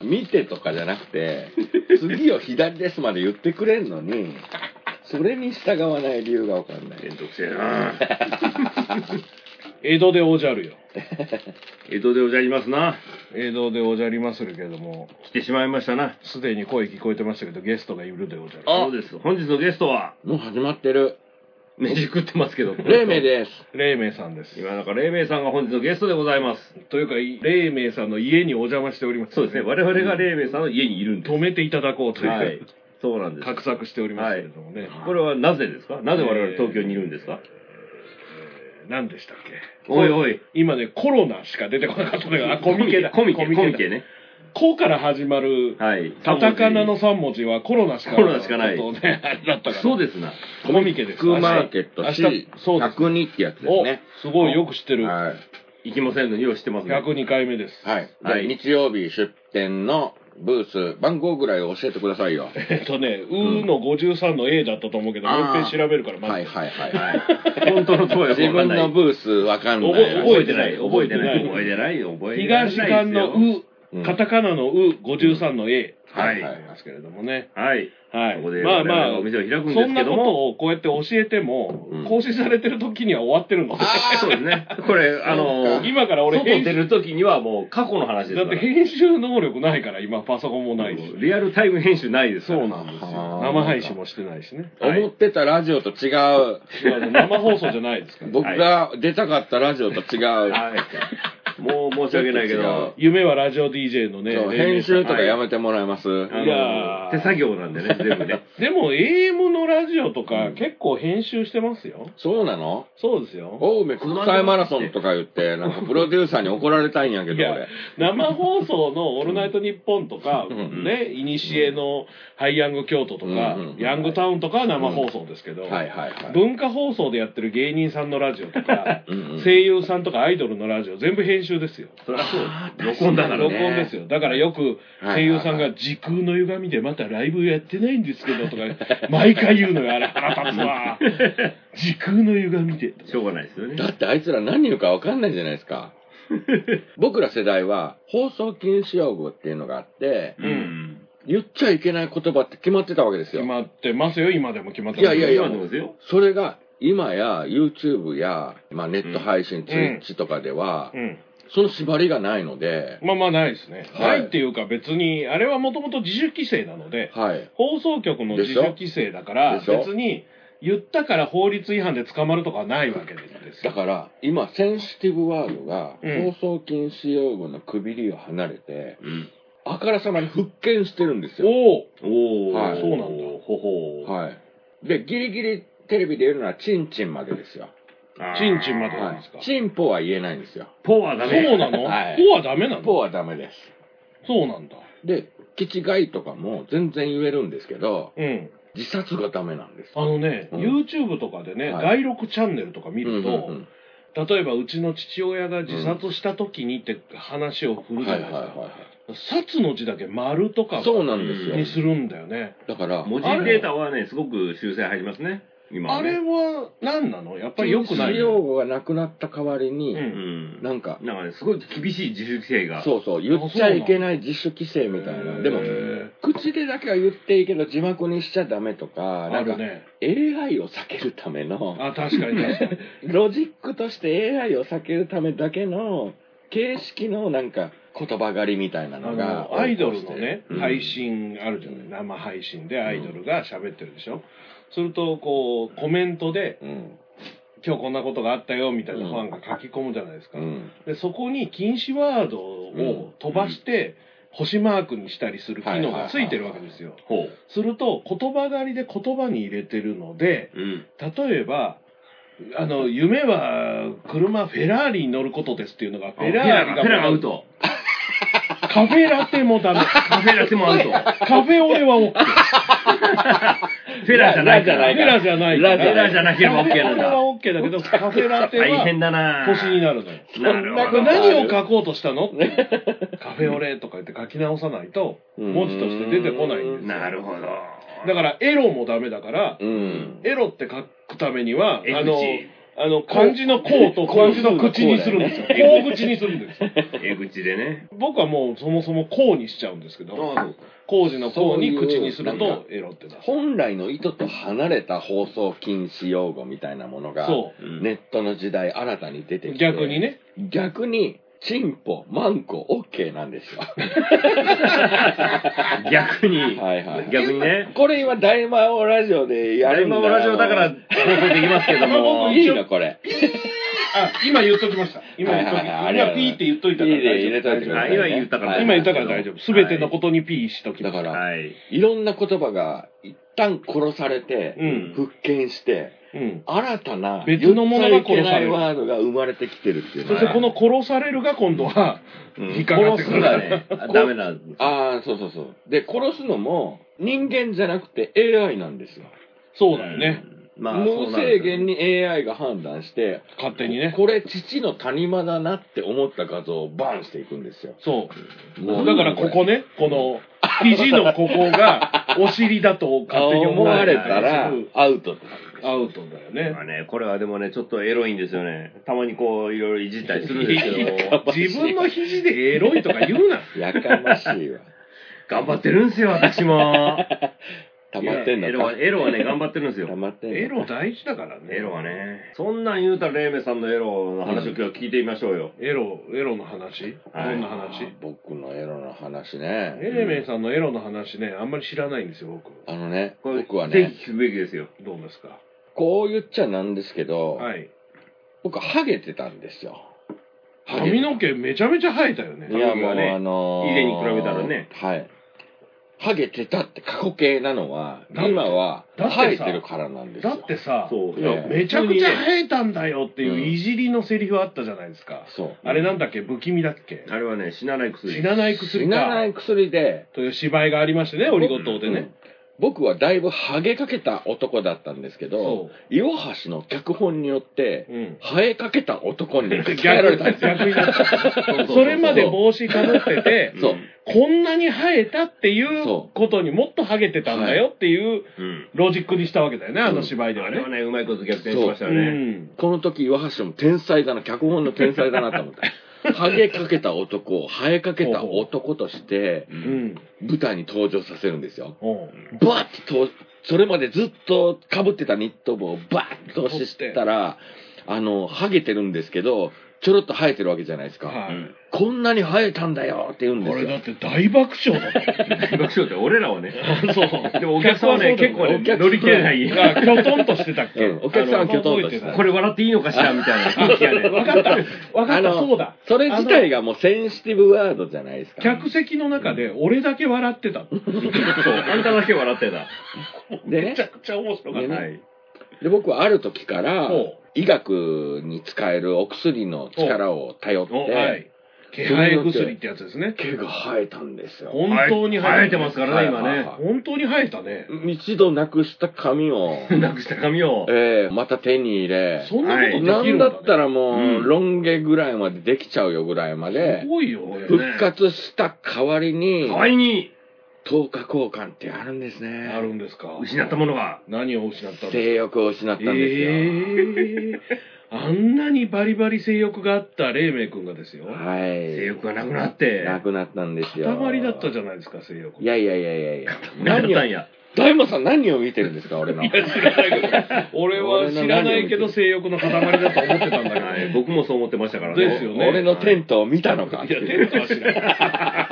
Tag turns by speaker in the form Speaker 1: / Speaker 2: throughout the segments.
Speaker 1: 見てとかじゃなくて、次を左ですまで言ってくれんのに、それに従わない理由がわかんない
Speaker 2: め。んどくせえな
Speaker 3: 江戸でおじゃるよ。
Speaker 2: 江戸でおじゃりますな
Speaker 3: 江戸でおじゃりまするけども、
Speaker 2: 来てしまいましたな
Speaker 3: すでに声聞こえてましたけど、ゲストがいるでおじゃる。
Speaker 2: そうです本日のゲストは
Speaker 1: もう始まってる。
Speaker 2: 飯食ってますけど
Speaker 1: 黎明です。
Speaker 3: 黎明さんです。
Speaker 2: 今中黎明さんが本日のゲストでございます
Speaker 3: というか、黎明さんの家にお邪魔しております、
Speaker 2: そうですね我々が黎明さんの家にいるんで
Speaker 3: 止めていただこうと、
Speaker 2: すはいいうそうなんです
Speaker 3: 画策しておりますけれどもね。
Speaker 2: これはなぜですかなぜ我々東京にいるんですか、
Speaker 3: えー何でしたっけ
Speaker 2: おいおい
Speaker 3: 今ね、コロナしか出てこなかったのが、あコ
Speaker 2: コ
Speaker 3: ミ
Speaker 2: ミ
Speaker 3: ケ
Speaker 2: ケ
Speaker 3: だ。
Speaker 2: だコミケコミケ
Speaker 3: コミケだ。
Speaker 2: ね
Speaker 3: コから始まる、
Speaker 2: はい
Speaker 3: カタカナの3文字はコロナしか
Speaker 2: コロナしかない
Speaker 3: ちょっとね、あれだったから。
Speaker 2: そうですな
Speaker 3: コミケです。
Speaker 1: クーマーケット
Speaker 3: 明日
Speaker 1: C102
Speaker 3: そうです。
Speaker 1: ってやつです
Speaker 3: お
Speaker 1: ね。
Speaker 3: すごい、よく知ってる。
Speaker 1: はい。
Speaker 2: 行きませんのによう知ってますね
Speaker 3: 102回目です。
Speaker 1: はい。
Speaker 2: はい
Speaker 1: で日曜日出店のブース、番号ぐらい教えてくださいよ。
Speaker 3: えっとね、うーの53の A だったと思うけど、
Speaker 1: あ
Speaker 3: もう
Speaker 1: ー
Speaker 3: 一遍調べるから、まず。
Speaker 1: はいはいはいはい。
Speaker 2: 本当のところ
Speaker 1: 自分のブースわかんない。
Speaker 3: 覚え
Speaker 2: 覚えてない覚えてない覚えてない覚えてない
Speaker 3: 東館のう、
Speaker 1: うん
Speaker 3: カタカナのう、53の A
Speaker 2: はい
Speaker 3: ですけれどもね。
Speaker 2: はい
Speaker 3: はい。
Speaker 2: ここで
Speaker 3: まあ
Speaker 2: 我
Speaker 3: ま
Speaker 2: 々
Speaker 3: あ
Speaker 2: がお店を開くんですけども
Speaker 3: そんなことをこうやって教えても、
Speaker 1: うん
Speaker 3: 更新されてる時には終わってるので。
Speaker 2: そうですねこれあ
Speaker 1: そう
Speaker 2: の
Speaker 1: か
Speaker 3: 今から俺
Speaker 2: 外出
Speaker 3: 編集、
Speaker 2: る時にはもう過去の話です
Speaker 3: だ
Speaker 2: か
Speaker 3: っ
Speaker 2: ら
Speaker 3: て編集能力ないから、今パソコンもないし。
Speaker 2: リアルタイム編集ないですか
Speaker 3: そ
Speaker 2: ら
Speaker 3: うなんですよ。
Speaker 1: はあ
Speaker 3: 生配信もしてないしね。
Speaker 2: はい
Speaker 1: 思ってたラジオと違う。
Speaker 3: 生放送じゃないですから。
Speaker 1: 僕が出たかったラジオと違う。
Speaker 2: はいもう申し訳ないけ
Speaker 1: ちょっ
Speaker 2: ど
Speaker 3: 夢はラジオ DJ のね、
Speaker 1: そう
Speaker 3: 黎明
Speaker 1: 編
Speaker 3: さん
Speaker 1: 集とかやめてもらえます、
Speaker 2: あの
Speaker 3: いやー
Speaker 2: 手作業なんでね全部ね
Speaker 3: でも AM のラジオとか結構編集してますよ。
Speaker 1: そうなの
Speaker 3: そうですよ。
Speaker 1: 青梅国際マラソンとか言って、なんかプロデューサーに怒られたいんやけ
Speaker 3: い
Speaker 1: ど、
Speaker 3: や
Speaker 1: 俺。、
Speaker 3: 生放送の「オールナイトニッポン」とか、
Speaker 1: うん
Speaker 3: ね、いにしえの「ハイヤング京都」とか、
Speaker 1: うん
Speaker 3: ヤングタウン」とかは生放送ですけど、
Speaker 1: はいはいはい。
Speaker 3: 文化放送でやってる芸人さんのラジオとか、
Speaker 1: うんうん
Speaker 3: 声優さんとかアイドルのラジオ、全部編集ですよ。
Speaker 2: それはそう録
Speaker 1: そ
Speaker 2: 音
Speaker 1: う
Speaker 2: だ
Speaker 1: だ
Speaker 2: か
Speaker 1: からら
Speaker 3: 録
Speaker 1: ね
Speaker 2: ね
Speaker 3: 音ですよ。だからよく
Speaker 1: は
Speaker 3: 声
Speaker 1: いはいはい
Speaker 3: 優さんが時空の歪みでまたライブやってないんですけどとか、 毎回言うのよ、あれ腹立 つわ。時空の歪みで。
Speaker 2: しょうがないですよね
Speaker 1: だってあいつら何言うか分かんないじゃないです か。僕ら世代は放送禁止用語っていうのがあって、
Speaker 2: うん
Speaker 1: 言っちゃいけない言葉って決まってたわけですよ
Speaker 3: 決。まってますよ、今でも決まって
Speaker 1: いやいやいや
Speaker 2: 今のですよ
Speaker 1: それが今や YouTube や、まあ、ネット配信、
Speaker 3: ん
Speaker 1: Twitch とかでは
Speaker 3: う、ん。
Speaker 1: その縛りがないので、
Speaker 3: まあまあないですね。
Speaker 1: はい
Speaker 3: ないっていうか別に、あれはもともと自主規制なので、
Speaker 1: はい。
Speaker 3: 放送局の
Speaker 1: で
Speaker 3: 自
Speaker 1: し
Speaker 3: 主
Speaker 1: ょ
Speaker 3: 規制だから、
Speaker 1: でしょ
Speaker 3: 別に言ったから法律違反で捕まるとかはないわけです
Speaker 1: だ
Speaker 3: よ。
Speaker 1: から、今、センシティブワードが
Speaker 3: うん、
Speaker 1: 放送禁止用語の区切りを離れて、
Speaker 2: うん
Speaker 1: あからさまに復権してるんですよ。
Speaker 3: おお
Speaker 2: お
Speaker 1: は
Speaker 2: お
Speaker 1: い
Speaker 3: そうなんだ
Speaker 2: ほほ
Speaker 1: はい。で、ギリギリテレビで言うのは、チンチンまでですよ。
Speaker 2: あー
Speaker 3: チンチンまで
Speaker 1: は
Speaker 3: なんですか
Speaker 1: い。。チンポは言えないんですよ。
Speaker 2: ポはダ
Speaker 3: そ
Speaker 2: メ
Speaker 3: うなの
Speaker 1: はい
Speaker 3: ポはダメなの
Speaker 1: ポはダメです。
Speaker 3: そうなんだ。
Speaker 1: で、キチガイとかも全然言えるんですけど、
Speaker 3: うん。
Speaker 1: 自殺がダメなんです。
Speaker 3: あのね、
Speaker 1: うん
Speaker 3: YouTube とかでね、
Speaker 1: はい
Speaker 3: 外録チャンネルとか見ると、
Speaker 1: うんうん
Speaker 3: 例えばうちの父親が自殺した時にって話を振
Speaker 1: う
Speaker 3: る
Speaker 1: ん
Speaker 3: じ
Speaker 1: は
Speaker 3: ゃない
Speaker 1: い
Speaker 3: で
Speaker 1: は
Speaker 3: す
Speaker 1: い
Speaker 3: か。
Speaker 1: はい
Speaker 3: 殺の字だけ丸と
Speaker 1: は
Speaker 3: か
Speaker 1: い。そうなんですよ。
Speaker 3: にするんだよね。
Speaker 1: だから、
Speaker 2: 文字データはねすごく修正入りますね今
Speaker 3: あ
Speaker 2: は
Speaker 3: れ
Speaker 2: ね
Speaker 3: は何なのやっぱり良くない
Speaker 1: 禁止
Speaker 3: ね。
Speaker 1: 用語がなくなった代わりに、
Speaker 3: うん
Speaker 2: うん
Speaker 1: なんか、
Speaker 2: なんかねすごい厳しい自主規制が
Speaker 1: そうそう、言っちゃいけない自主規制みたい
Speaker 3: へ
Speaker 1: な。
Speaker 3: ー
Speaker 1: でも、口でだけは言っていいけど、字幕にしちゃダメとか、
Speaker 3: あ
Speaker 1: なんか
Speaker 3: る、ね。
Speaker 1: AI を避けるための、
Speaker 3: あ、確かに確かに。
Speaker 1: ロジックとして AI を避けるためだけの、形式のなんか、言葉狩りみたいな
Speaker 3: あ
Speaker 1: のが。
Speaker 3: の、アイドルのね
Speaker 1: う、ん
Speaker 3: 配信あるじゃない。生配信でアイドルが喋ってるでしょ。すると、こう、コメントで、
Speaker 1: うん。
Speaker 3: 今日こんなことがあったよ、みたいなファンが書き込むじゃないですか
Speaker 1: う。ん。
Speaker 3: で、そこに禁止ワードを飛ばして、星マークにしたりする機能がついてるわけですよ。
Speaker 2: ほう
Speaker 3: すると、言葉狩りで言葉に入れてるので、
Speaker 2: うん
Speaker 3: 例えば、あの、夢は車フェラーリに乗ることですっていうのが、フ
Speaker 2: ペ
Speaker 3: ェラーリ
Speaker 2: ラ
Speaker 3: が
Speaker 2: ペラがアウト
Speaker 3: カフェラテもダメ。
Speaker 2: カフェラテもアウト
Speaker 3: カフェオレは OK。
Speaker 2: フェラじゃないから
Speaker 3: フェラじゃないから。
Speaker 1: ラテ
Speaker 2: ラじゃなければ OK なんだ
Speaker 3: カフェオレは OK だけど、カフェラテ
Speaker 2: 大変
Speaker 3: は
Speaker 2: だな
Speaker 3: 星になるのよ。
Speaker 2: なるほ
Speaker 1: そ
Speaker 2: ど
Speaker 1: んなこ
Speaker 3: 何を書こうとしたのってカフェオレとか言って書き直さないと、
Speaker 1: うん
Speaker 3: 文字として出てこないんですよ。
Speaker 2: なるほど
Speaker 3: だから、エロもダメだから、
Speaker 1: うん。
Speaker 3: エロって書くためには、あ
Speaker 2: エ
Speaker 3: の
Speaker 2: の、
Speaker 3: あの、漢字のこうと漢字の口にするんですよ。
Speaker 2: こうだよね
Speaker 3: こう口にするんですよ。
Speaker 2: 江口でね。
Speaker 3: 僕はもうそもそもこうにしちゃうんですけど、
Speaker 1: ああそう
Speaker 3: 工事のこうに口にする
Speaker 1: そういうなん
Speaker 3: と
Speaker 1: か
Speaker 3: エロってなる。
Speaker 1: 本来の意図と離れた放送禁止用語みたいなものが、
Speaker 3: そ
Speaker 2: うん
Speaker 1: ネットの時代新たに出てき
Speaker 3: う。
Speaker 1: て。
Speaker 3: 逆に。ね。
Speaker 1: 逆に、チンポ、マンコ、オッケーなん ですよ。
Speaker 2: 逆に、
Speaker 1: はい はい
Speaker 2: 逆にね。
Speaker 1: これ今、大魔王ラジオでやるんだ
Speaker 2: 今もラジオだ から、放送できますけども。
Speaker 1: いいのこれ。
Speaker 3: あ、今言っときました。今言っと
Speaker 1: はいは
Speaker 3: き
Speaker 1: い
Speaker 3: ま
Speaker 1: はいありがとう
Speaker 3: した。今ピーって言っといたから大丈夫。
Speaker 1: いいね入れといてくださ
Speaker 2: あ
Speaker 1: いね
Speaker 2: 今言ったから。
Speaker 1: はい
Speaker 3: 今言ったから大丈夫。すべてのことにピーしとき
Speaker 1: だ
Speaker 3: ます。
Speaker 1: から、い、
Speaker 2: はい。
Speaker 1: ろんな言葉が一旦殺され
Speaker 3: う
Speaker 1: て、
Speaker 3: ん。
Speaker 1: 復権して、
Speaker 3: うん。
Speaker 1: 新たな
Speaker 3: 別のものが殺され
Speaker 1: 言
Speaker 3: る
Speaker 1: っちゃいけないワードが生まれてきてるっていう
Speaker 3: そ
Speaker 1: の
Speaker 3: し
Speaker 1: は
Speaker 3: てこの殺されるが今度は、
Speaker 2: うん
Speaker 3: 引っかかってくる
Speaker 2: 殺すがね、あダメなんです。
Speaker 1: ああ、そうそうそう。で、殺すのも人間じゃなくて AI なんですよ。
Speaker 3: そうだよね。
Speaker 2: うん。まあ、
Speaker 1: 無制限に AI が判断して、
Speaker 3: 勝手にね。
Speaker 1: これ父の谷間だなって思った画像をバンしていくんですよ。
Speaker 3: そう。
Speaker 1: もう
Speaker 3: だからここね、この、肘のここが、お尻だと勝手に
Speaker 1: 思
Speaker 3: 思わ
Speaker 1: わ
Speaker 3: れ
Speaker 1: れ
Speaker 3: た
Speaker 1: た
Speaker 3: ら
Speaker 1: ら、アウト
Speaker 3: アウトだよ
Speaker 2: そう
Speaker 3: ね
Speaker 2: なんですよまあ。ね、これはでもね、ちょっとエロいんですよね。たまにこう、いろいろいじったりするんですけど、
Speaker 3: 自分の肘でエロいとか言うな。
Speaker 1: やかましいわ。
Speaker 2: 頑張ってるんですよ、私も。
Speaker 1: 溜まってんの
Speaker 2: エロ
Speaker 1: か
Speaker 2: は。エロはね、頑張ってるんですよ
Speaker 1: 溜。まってんのか
Speaker 3: エロ大事だからね。
Speaker 2: エロは。ね。そんなん言うたら、レイメさんのエロの話を今日は聞いてみましょうよ。
Speaker 3: エロ、エロの話
Speaker 2: はい
Speaker 3: どんな
Speaker 1: あ
Speaker 3: 話
Speaker 1: ー僕のエロの話
Speaker 3: エ
Speaker 1: ね。
Speaker 3: レメンさんのエロの話ね、あんまり知らないんですよ、僕。
Speaker 1: あのね、
Speaker 2: これ、
Speaker 1: 僕は
Speaker 2: ぜ
Speaker 1: ね、
Speaker 2: ひ聞くべきですよ。
Speaker 3: どうですか
Speaker 1: こう言っちゃなんですけど、
Speaker 3: はい。
Speaker 1: 僕、ハゲてたんですよ。ハゲ
Speaker 3: 髪の毛めちゃめちゃ生えたよね。
Speaker 1: いや、
Speaker 2: 髪
Speaker 1: も
Speaker 2: が
Speaker 1: う、
Speaker 2: ね
Speaker 1: あの
Speaker 2: 以前に比べたらね。
Speaker 1: はい。ハゲてたって過去形なのは、
Speaker 3: だって
Speaker 1: 今は
Speaker 3: だってさ
Speaker 1: 生えてるからなんです
Speaker 3: だ
Speaker 1: よ。
Speaker 3: ってさ、
Speaker 2: そう。
Speaker 1: え
Speaker 2: いや
Speaker 1: え
Speaker 3: めちゃくちゃ生えたんだよって
Speaker 1: う
Speaker 3: いうんいじりのセリフあったじゃないですか。
Speaker 1: そう。
Speaker 3: あれなんだっけ不気味だっけ
Speaker 2: あれはね、死なない薬。
Speaker 3: 死なない
Speaker 1: 死
Speaker 3: 薬
Speaker 1: なな
Speaker 3: か。
Speaker 1: い薬で、
Speaker 3: という芝居がありましてね、オリゴ糖で
Speaker 1: う
Speaker 3: ね
Speaker 1: ん。僕はだいぶハゲかけた男だったんですけど、岩橋の脚本によって、
Speaker 3: うん。
Speaker 1: 生えかけた男に
Speaker 3: 逆
Speaker 1: 変 えられたんですよ。
Speaker 3: 逆になっちゃった
Speaker 1: そうそうそう
Speaker 3: それまで帽子かぶってて、
Speaker 1: そう。
Speaker 3: こんなに生えたっていう
Speaker 1: そ
Speaker 3: ことにもっとハゲてたんだよっていう
Speaker 2: うん。
Speaker 3: ロジックにしたわけだよね、あの芝居で
Speaker 2: あ
Speaker 3: は
Speaker 2: れは
Speaker 3: ね。
Speaker 2: ね、うまいこと逆転しましたよね。
Speaker 1: この時岩橋も天才だな、脚本の天才だなと思 った。ハゲかけた男を生えかけた男として
Speaker 2: う。
Speaker 3: うんん。
Speaker 1: 舞台に登場させるんですよ。
Speaker 3: おう
Speaker 1: バーッと通それまでずっとかぶってたニット帽をバーッと通したらあのハゲてるんですけどちょろっと生えてるわけじゃないですか、
Speaker 2: う
Speaker 3: は
Speaker 2: ん
Speaker 1: こんなに生えたんだよって言うん
Speaker 3: い。
Speaker 1: で
Speaker 3: こ
Speaker 1: す
Speaker 3: れだ
Speaker 1: よ
Speaker 3: って大爆笑だった。
Speaker 2: 大爆笑って、俺らはね。
Speaker 3: そう。
Speaker 2: でもお客さんはね、結構ね、
Speaker 1: お客さん
Speaker 2: 乗り切れない。
Speaker 3: あ、きょとんとしてたっけ、
Speaker 1: うんお客さんはきょとんとしてた
Speaker 3: あの覚え
Speaker 2: これ笑っていいのかしらみたいな空気が ね。
Speaker 3: 分かった。分か
Speaker 1: あ
Speaker 3: った。
Speaker 1: の
Speaker 3: そうだ。
Speaker 1: それ自体がもうセンシティブワードじゃないですか
Speaker 3: 客席の中で俺だけ笑ってた。
Speaker 2: そう、あんただけ笑ってた。
Speaker 1: で
Speaker 3: め
Speaker 1: ね
Speaker 3: ちゃくちゃ面白かっ
Speaker 1: で
Speaker 3: た。
Speaker 1: ね
Speaker 2: はい。
Speaker 1: で僕はある時から
Speaker 3: ほ
Speaker 1: 医学に使えるお薬の力を頼っ
Speaker 3: おは
Speaker 1: て
Speaker 3: い。気配薬ってやつですね。
Speaker 1: 毛が生えたんですよ
Speaker 3: 本当に
Speaker 2: 生えてますか
Speaker 3: か
Speaker 2: らね、今
Speaker 1: はいはいは
Speaker 2: ね。
Speaker 3: 本当に生えたね。
Speaker 1: 一度なくした髪 を、
Speaker 2: なくした髪を。
Speaker 1: えーまた手に入れ
Speaker 3: そんなことできるんだ、
Speaker 1: な
Speaker 3: ね。、
Speaker 1: んだったらもう、
Speaker 2: うん
Speaker 1: ロン毛ぐらいまでできちゃうよぐらいまです
Speaker 3: ごいよね。
Speaker 1: 復活した代わりに、
Speaker 2: 代わりに、
Speaker 1: 10日交換ってあるんですね。
Speaker 3: あるんですか。
Speaker 2: 失ったものが。
Speaker 3: 何を失ったんですか
Speaker 1: 性欲を失ったんですよ。
Speaker 3: ええあんなにバリバリ性欲があった黎明君がですよ。
Speaker 1: はい。
Speaker 2: 性欲がなくなって。
Speaker 1: なくなったんですよ。
Speaker 3: 塊だったじ
Speaker 1: ゃ
Speaker 3: ゃないですか、性欲。
Speaker 1: いやいやいやいやいや。
Speaker 2: なくなったん
Speaker 1: を、
Speaker 2: や。
Speaker 1: 大門さん何を見てるんですか、俺の。
Speaker 3: 俺は知らないけど性欲の塊だと思ってたんだけど
Speaker 2: はい、
Speaker 3: ね。
Speaker 2: 僕もそう思ってましたからね。
Speaker 3: ですよね
Speaker 1: 俺のテントを見たのか。
Speaker 3: いや、出るは知ら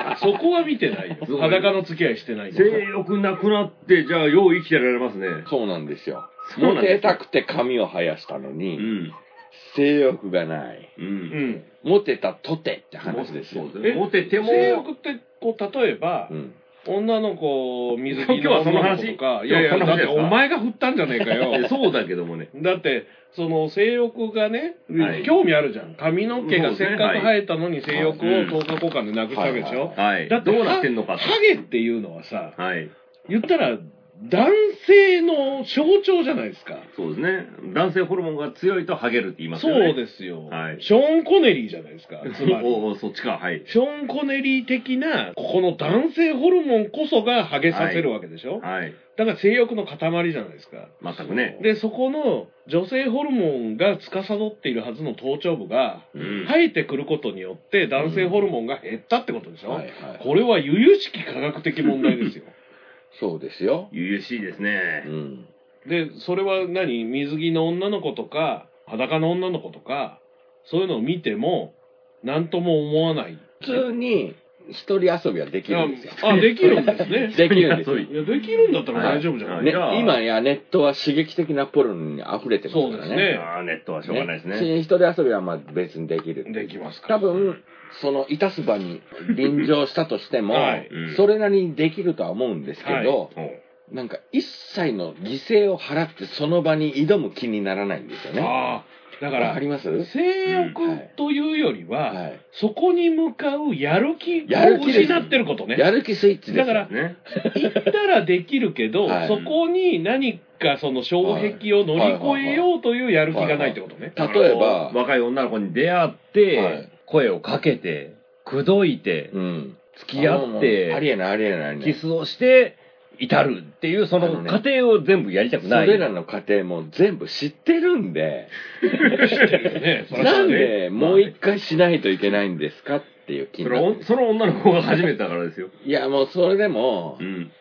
Speaker 3: ない。そこは見てない
Speaker 2: すご
Speaker 3: よ。
Speaker 2: い
Speaker 3: 裸の付き合いしてないんだ
Speaker 2: 性欲なくなって、じゃあ、よう生きてられますね。
Speaker 1: そうなんですよ。
Speaker 2: そうなん
Speaker 1: モ
Speaker 2: で
Speaker 1: テ
Speaker 2: すよ
Speaker 1: たくて髪を生やしたの
Speaker 2: う
Speaker 1: に、
Speaker 2: ん。
Speaker 1: 性欲がない。
Speaker 2: う。
Speaker 3: うんん。
Speaker 1: モテたとてって話ですよ。
Speaker 2: そうですモテても、
Speaker 3: 性欲って、こう、例えば
Speaker 1: う、ん。
Speaker 3: 女の子、水着
Speaker 2: 今日は
Speaker 3: の
Speaker 2: その
Speaker 3: 女の
Speaker 2: 話
Speaker 3: 子とか、い
Speaker 2: 今
Speaker 3: や
Speaker 2: 日
Speaker 3: い
Speaker 2: はその
Speaker 3: や、
Speaker 2: 話で
Speaker 3: だって
Speaker 2: すか
Speaker 3: お前が振ったんじゃねえか
Speaker 2: いや
Speaker 3: よ。
Speaker 2: そうだけどもね。
Speaker 3: だって、その性欲がね
Speaker 2: はい、
Speaker 3: 興味あるじゃん。髪の毛がせっかく生えたのに性欲を
Speaker 2: はい
Speaker 3: 10日交換でなくしたわけで
Speaker 1: は
Speaker 3: し
Speaker 1: いはい
Speaker 3: ょ
Speaker 1: は。
Speaker 2: はい。
Speaker 3: だって
Speaker 2: どうなってんのかと
Speaker 3: ハゲっていうのはさ、
Speaker 2: はい。
Speaker 3: 言ったら男性の象徴じゃないですか。
Speaker 2: そうですね。男性ホルモンが強いとハゲるって言います
Speaker 3: そ
Speaker 2: よね。
Speaker 3: うですよ、
Speaker 2: はい
Speaker 3: ショーン・コネリーじゃないです か。つまり。
Speaker 2: おおそっちか、はい。
Speaker 3: ショーン・コネリー的な、ここの男性ホルモンこそがハゲさせるわけでしょ、
Speaker 2: はい。
Speaker 3: だから性欲の塊じゃないですか。
Speaker 2: 全くね。
Speaker 3: で、そこの女性ホルモンが司っているはずの頭頂部が、
Speaker 2: うん。
Speaker 3: 生えてくることによって男性ホルモンが減ったってことでしょ、
Speaker 1: はいはい
Speaker 3: これは由々しき科学的問題ですよ。
Speaker 1: そうですよ。
Speaker 2: 優々しいです
Speaker 1: う
Speaker 2: ね。
Speaker 1: ん。
Speaker 3: で、それは何水着の女の子とか、裸の女の子とか、そういうのを見ても、なんとも思わない。
Speaker 1: 普通に、一人遊びはできるんですよ。
Speaker 3: あ、できるんですね。
Speaker 1: できるんですよ。
Speaker 2: そう
Speaker 3: いや、できるんだったら大丈夫じゃない、
Speaker 2: はい
Speaker 1: ね
Speaker 2: じゃあ、
Speaker 1: 今やネットは刺激的なポルノに溢れてますからね。
Speaker 3: そうですね
Speaker 2: ああ、ネットはしょうがないですね。
Speaker 1: ね一人遊びはまあ別にできる。
Speaker 3: できますか
Speaker 1: 多分、その、いたすばに臨場したとして も、
Speaker 3: はい
Speaker 2: うん
Speaker 1: それなりにできるとは思うんですけど、
Speaker 2: おう
Speaker 1: なんか一切の犠牲を払ってその場に挑む気にならないんですよね。わ
Speaker 3: ああ、だから
Speaker 1: か、ります
Speaker 3: 性欲というよりは、
Speaker 1: はい。
Speaker 3: そこに向かうやる気
Speaker 1: やる
Speaker 3: を
Speaker 1: 気です
Speaker 3: 失ってることね。
Speaker 1: やる気スイッチです。
Speaker 3: だから
Speaker 2: ね。
Speaker 3: 行ったらできるけど、
Speaker 1: はい
Speaker 3: そこに何かその障壁を乗り越えようというやる気がないってことね。
Speaker 1: 例えば、
Speaker 2: 若い女の子に出会って、
Speaker 1: はい
Speaker 2: 声をかけて、口説いて、
Speaker 1: うん。
Speaker 2: 付き合って、
Speaker 1: ありえないありえないね。
Speaker 2: キスをして、至るっていう、そ
Speaker 1: あの
Speaker 2: の
Speaker 1: ね
Speaker 2: 過程を全部やりたく
Speaker 1: そ
Speaker 2: ない。
Speaker 1: れらの過程も全部知ってるんで、
Speaker 3: ねそりゃ
Speaker 1: な
Speaker 3: そ
Speaker 1: ん
Speaker 3: うね
Speaker 1: でもう一回しないといけないんですかっていう気
Speaker 2: そ
Speaker 1: に
Speaker 2: れ
Speaker 1: な
Speaker 2: は
Speaker 1: る
Speaker 2: おその女の子が初めてだからですよ。
Speaker 1: いや、もうそれでも
Speaker 2: う、ん。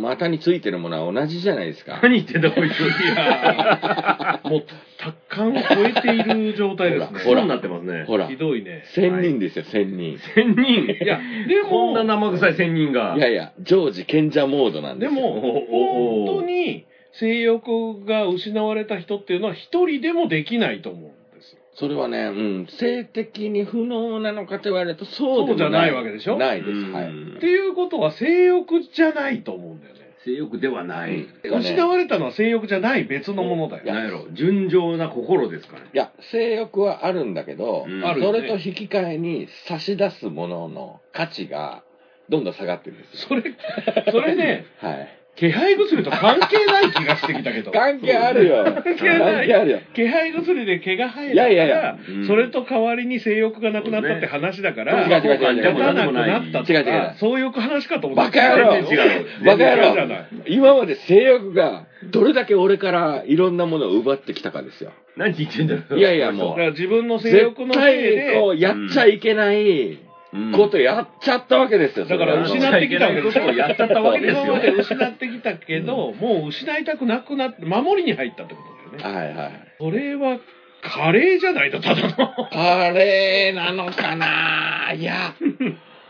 Speaker 1: 股についてるものは同じじゃないですか。
Speaker 2: 何言ってんだ、こい つ。
Speaker 3: いやーもう達観を超えている状態ですね。
Speaker 1: ほら
Speaker 2: になってますね。
Speaker 1: ほら
Speaker 3: ひ、どいね。
Speaker 1: 仙人ですよ、仙人。
Speaker 2: 仙人。
Speaker 3: いや、で
Speaker 2: こんな
Speaker 3: も、
Speaker 2: 生臭い仙人が。
Speaker 1: いやいや、常時賢者モードなんで
Speaker 3: です
Speaker 1: よ。
Speaker 3: も、
Speaker 2: おお
Speaker 3: 本当に性欲が失われた人っていうのは一人でもできないと思うんですよ。
Speaker 1: それはね、うん、性的に不能なのかと言われると、そうで
Speaker 3: そ
Speaker 1: も
Speaker 3: うじゃないわけでしょ
Speaker 1: ないで
Speaker 2: う
Speaker 1: す。
Speaker 2: ん
Speaker 1: はい。
Speaker 3: っていうことは性欲じゃないと思うんだよね。
Speaker 2: 性欲ではない。
Speaker 3: 失われたのは性欲じゃない別のものだよね
Speaker 1: いや
Speaker 2: なんやろ、純情な心ですかね。
Speaker 1: いや、性欲はあるんだけど、
Speaker 2: うん
Speaker 3: ある
Speaker 1: そ
Speaker 3: よね
Speaker 1: れと引き換えに差し出すものの価値がどんどん下がってるんですよ。
Speaker 3: それ、それね、
Speaker 1: はい。
Speaker 3: 気配薬と関係ない気がしてきたけど。
Speaker 1: 関係あるよ。
Speaker 3: 関係な
Speaker 1: 関係
Speaker 3: い。
Speaker 1: あるよ。
Speaker 3: 気配薬で毛が生えた
Speaker 1: い
Speaker 3: か
Speaker 1: や
Speaker 3: ら、
Speaker 1: いやいや
Speaker 2: うん
Speaker 3: それと代わりに性欲がなくなったって話だ
Speaker 1: そ
Speaker 3: か
Speaker 1: う
Speaker 3: ら、
Speaker 1: ね違う違う違う違う
Speaker 2: でも
Speaker 3: 立
Speaker 2: 何
Speaker 3: た
Speaker 2: で
Speaker 3: な
Speaker 2: も
Speaker 3: く
Speaker 2: な。
Speaker 3: ないったと
Speaker 1: 違う違う
Speaker 3: か、そういう話かと思
Speaker 1: バ
Speaker 3: った。
Speaker 1: カ野
Speaker 2: 全
Speaker 1: 郎
Speaker 2: 然違う。
Speaker 1: バカ
Speaker 3: 違うじ
Speaker 1: 野
Speaker 3: ゃ
Speaker 1: 郎
Speaker 3: ない。
Speaker 1: 今まで性欲がどれだけ俺からいろんなものを奪ってきたかですよ。
Speaker 2: 何言ってんだよ。
Speaker 1: いやいやも
Speaker 3: だから自分の性欲のせい
Speaker 1: 絶対こ
Speaker 3: で、
Speaker 1: うやっちゃいけない
Speaker 2: うん
Speaker 1: ことやっちゃったわけですよ。
Speaker 3: だから
Speaker 1: そ
Speaker 3: 失
Speaker 1: れは
Speaker 3: ってきたわけでしょ
Speaker 2: やっちゃったわけです
Speaker 3: 今
Speaker 2: よ。
Speaker 3: まで失ってきたけど、もう失いたくなくなって、守りに入ったってことだよね。
Speaker 1: はいはい。
Speaker 3: それは、カレーじゃないと、ただの。
Speaker 1: カレーなのかないや、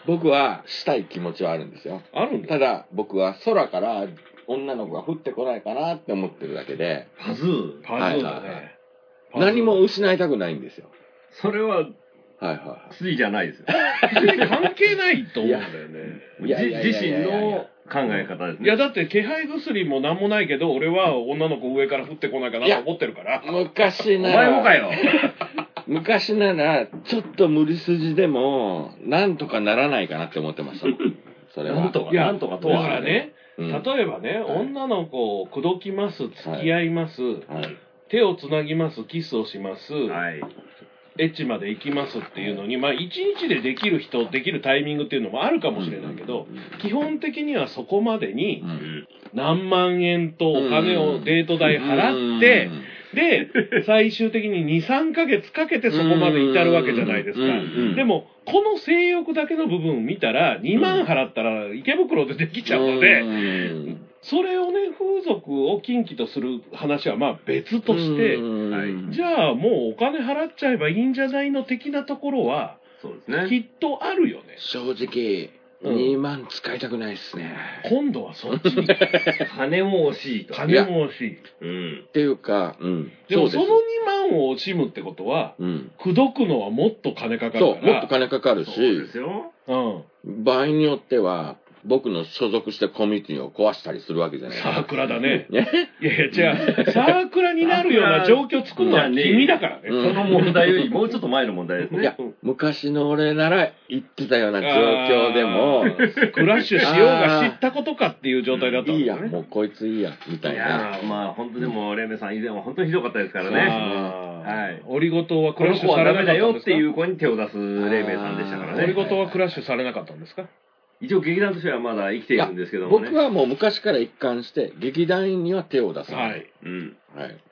Speaker 1: 僕はしたい気持ちはあるんですよ。
Speaker 3: あるんだ。
Speaker 1: ただ僕は空から女の子が降ってこないかなって思ってるだけで、
Speaker 2: パズー。
Speaker 3: パズルだ
Speaker 1: はいはいはい
Speaker 3: ね。
Speaker 1: 何も失いたくないんですよ。
Speaker 2: それは、
Speaker 1: はいは
Speaker 2: 薬じゃないですよ。
Speaker 3: 関係ないと思うんだよね。
Speaker 1: いやいやいやいや
Speaker 2: じ自身の考え方です
Speaker 3: い
Speaker 2: ね。
Speaker 3: や、だって気配薬もなんもないけど、俺は女の子上から降ってこないかなと思ってるから。
Speaker 1: い。昔
Speaker 2: お
Speaker 1: な、
Speaker 2: 前もからよ。
Speaker 1: 昔なら、ちょっと無理筋でも、なんとかならないかなって思ってま したもん。それは。
Speaker 2: なんとか、
Speaker 3: いや
Speaker 2: なんとか
Speaker 3: だ
Speaker 2: と
Speaker 3: か
Speaker 2: は。
Speaker 3: らね、
Speaker 1: うん
Speaker 3: 例えばね、
Speaker 1: はい
Speaker 3: 女の子を口説きます、付き合います、
Speaker 1: はい。
Speaker 3: 手をつなぎます、キスをします、
Speaker 2: はい。
Speaker 3: エッチまで行きますっていうのに、まあ、一日でできる人、できるタイミングっていうのもあるかもしれないけど、基本的にはそこまでに
Speaker 1: うん、
Speaker 3: 何万円とお金をデート代払って、
Speaker 1: うん
Speaker 3: で、最終的に2、3ヶ月かけてそこまで至るわけじゃないですか
Speaker 1: うんうんうん。
Speaker 3: でも、この性欲だけの部分を見たら、2万払ったら池袋でできちゃうの
Speaker 1: う
Speaker 3: で、
Speaker 1: ん
Speaker 3: それをね、風俗を禁忌とする話はまあ別として
Speaker 1: う、ん
Speaker 2: はい
Speaker 3: じゃあもうお金払っちゃえばいいんじゃないの的なところは、
Speaker 2: そうですね。
Speaker 3: きっとあるよね。
Speaker 1: 正直、
Speaker 3: うん
Speaker 1: 2万使いたくないですね。
Speaker 3: 今度はそっちに
Speaker 2: 金も惜しいと。
Speaker 3: 金も欲しい。
Speaker 2: うん。
Speaker 1: っていうか、うん。
Speaker 3: でもそうの
Speaker 1: す
Speaker 3: 2万を惜しむってことは、
Speaker 1: うん。
Speaker 3: 口説くのはもっと金かか
Speaker 1: そ
Speaker 3: る
Speaker 1: う、
Speaker 3: から。
Speaker 1: もっと金かかる
Speaker 2: そうで
Speaker 1: し、
Speaker 2: すよ。
Speaker 3: うん。
Speaker 1: 場合によっては、僕の所属してるコミュニティを壊したりするわけじゃないです
Speaker 3: サ
Speaker 1: か
Speaker 3: ークラだね。
Speaker 1: ね
Speaker 3: いやいや、違う。サークラになるような状況作るのは君だからね。
Speaker 1: うん
Speaker 2: その問題よりもうちょっと前の問題です
Speaker 1: い
Speaker 2: ね。
Speaker 1: や昔の俺なら言ってたような状況でも
Speaker 3: あークラッシュしようが知ったことかっていう状態だった
Speaker 1: いいや
Speaker 3: ね。
Speaker 1: もうこいついいやみたい
Speaker 2: い
Speaker 1: な
Speaker 2: やーまあ本当でも、レイメさん以前は本当にひどかったですからね。
Speaker 3: あー
Speaker 2: はい
Speaker 3: オリゴ糖はク
Speaker 2: こ
Speaker 3: ラッ
Speaker 2: の
Speaker 3: シ
Speaker 2: 子
Speaker 3: ュさ
Speaker 2: は
Speaker 3: れ
Speaker 2: ダ
Speaker 3: なか
Speaker 2: メ
Speaker 3: った
Speaker 2: だ
Speaker 3: ん
Speaker 2: よ
Speaker 3: で
Speaker 2: っ
Speaker 3: す
Speaker 2: て
Speaker 3: か
Speaker 2: いう子に手を出すレイメさんでしたから
Speaker 1: う
Speaker 3: オリ
Speaker 2: ね
Speaker 1: こ。
Speaker 3: ゴ糖はクラッシュされなかったんですか
Speaker 2: 一応劇団としてはまだ生きているんですけどもね。
Speaker 1: 僕はもう昔から一貫して劇団員には手を出さない、
Speaker 3: は
Speaker 1: はい
Speaker 3: い。
Speaker 2: うん。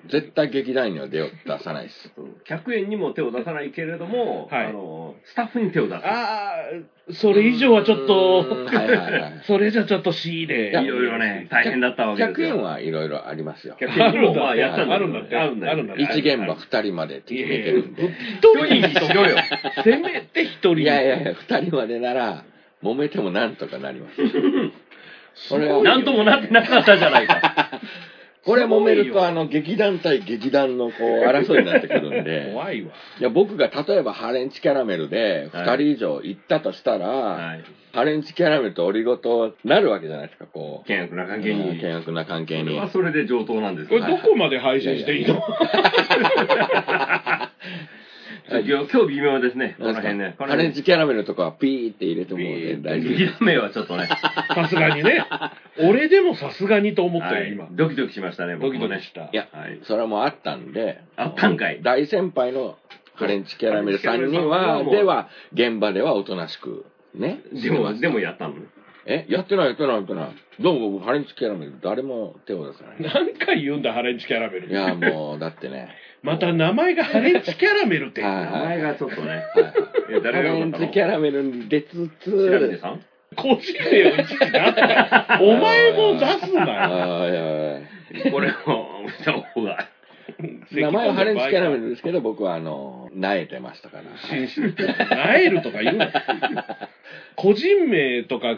Speaker 1: 絶対劇団員には手を出さないです
Speaker 2: 100円にも手を出さないけれども、
Speaker 3: はい
Speaker 2: あのスタッフに手を出す。
Speaker 3: ああ、それ以上はちょっ
Speaker 1: うーん
Speaker 3: と、
Speaker 1: はい はいはい
Speaker 3: それじゃちょっと C で。
Speaker 1: いや
Speaker 2: いろいろね、大変だったわけで
Speaker 1: 100
Speaker 2: すよ。
Speaker 1: 円はいろいろありますよ
Speaker 2: 100
Speaker 3: あ
Speaker 2: 円
Speaker 3: るん
Speaker 2: もま
Speaker 3: だ
Speaker 2: あやったん
Speaker 3: あるんだって。
Speaker 2: あるんだよ
Speaker 3: あるんだって。
Speaker 1: 1現場2人までって
Speaker 3: い
Speaker 1: 決
Speaker 3: や
Speaker 1: めて
Speaker 3: いや
Speaker 1: るんで
Speaker 3: 一人にしろよ。せめて一人に。
Speaker 1: いやいやいや2人までなら揉めてもなんとかなりますこれは
Speaker 2: なんともなってなかったじゃないか。
Speaker 1: これ揉める
Speaker 3: すごい
Speaker 1: と
Speaker 3: よ
Speaker 1: あの劇団対劇団のこう争いになってくるんで
Speaker 3: 怖いわ。
Speaker 1: いや僕が例えばハレンチキャラメルで
Speaker 2: はい
Speaker 1: 2人以上行ったとしたら、
Speaker 2: はい。
Speaker 1: ハレンチキャラメルとオリゴ糖なるわけじゃないですかこう
Speaker 2: 険悪な関係
Speaker 1: うん
Speaker 2: に。
Speaker 1: 険悪な関係
Speaker 2: それ
Speaker 1: に
Speaker 2: はそれで上等なんです
Speaker 3: これ
Speaker 2: よ。
Speaker 3: どこまで配信していいの
Speaker 2: 今日今日微妙ですね、この
Speaker 1: な
Speaker 2: 辺
Speaker 1: ん
Speaker 2: ね
Speaker 1: す。か
Speaker 2: この
Speaker 1: ハレン
Speaker 2: 辺
Speaker 1: チキャラメルとかはピーって入れても全然大丈夫
Speaker 2: 劇団名はちょっとね、
Speaker 3: さすがにね。俺でもさすがにと思った
Speaker 2: は
Speaker 3: よ、
Speaker 2: い
Speaker 3: 今。
Speaker 2: ドキドキしましたね、
Speaker 3: ド
Speaker 2: 僕
Speaker 3: キ
Speaker 2: も
Speaker 3: ド
Speaker 2: ね
Speaker 3: キ。した。
Speaker 1: いや
Speaker 2: はい
Speaker 1: それはもうあったんで
Speaker 2: あったんかい
Speaker 1: 大先輩のハレンチキャラメルさんには
Speaker 2: ハレンチキャラメルさんはもう
Speaker 1: では現場ではおとなしくね
Speaker 2: でも、でもやったのね。
Speaker 1: えやってないやってないやってないどうも僕ハレンチキャラメル誰も手を出さない
Speaker 3: 何回言うんだ、ハレンチキャラメ
Speaker 1: い
Speaker 3: ル。
Speaker 1: やもうだってね
Speaker 3: また名前がハレンチキャラメルって。
Speaker 1: はい
Speaker 2: 名前がちょっとね。え
Speaker 1: ハ
Speaker 2: 誰が
Speaker 1: レ
Speaker 2: 呼
Speaker 1: ン
Speaker 2: ば
Speaker 1: チ
Speaker 2: れたの
Speaker 1: キャラメルに出つ
Speaker 2: 白峰
Speaker 1: つ
Speaker 2: さん
Speaker 3: 個人名を一時出すな。お前も出す
Speaker 1: あ
Speaker 3: なよ。
Speaker 1: あいやいや
Speaker 2: これをした方が。
Speaker 1: 名前はハレンチキャラメルですけど僕はあの萎えてましたから
Speaker 3: 紳士ナエルとか言うな。個人名とか、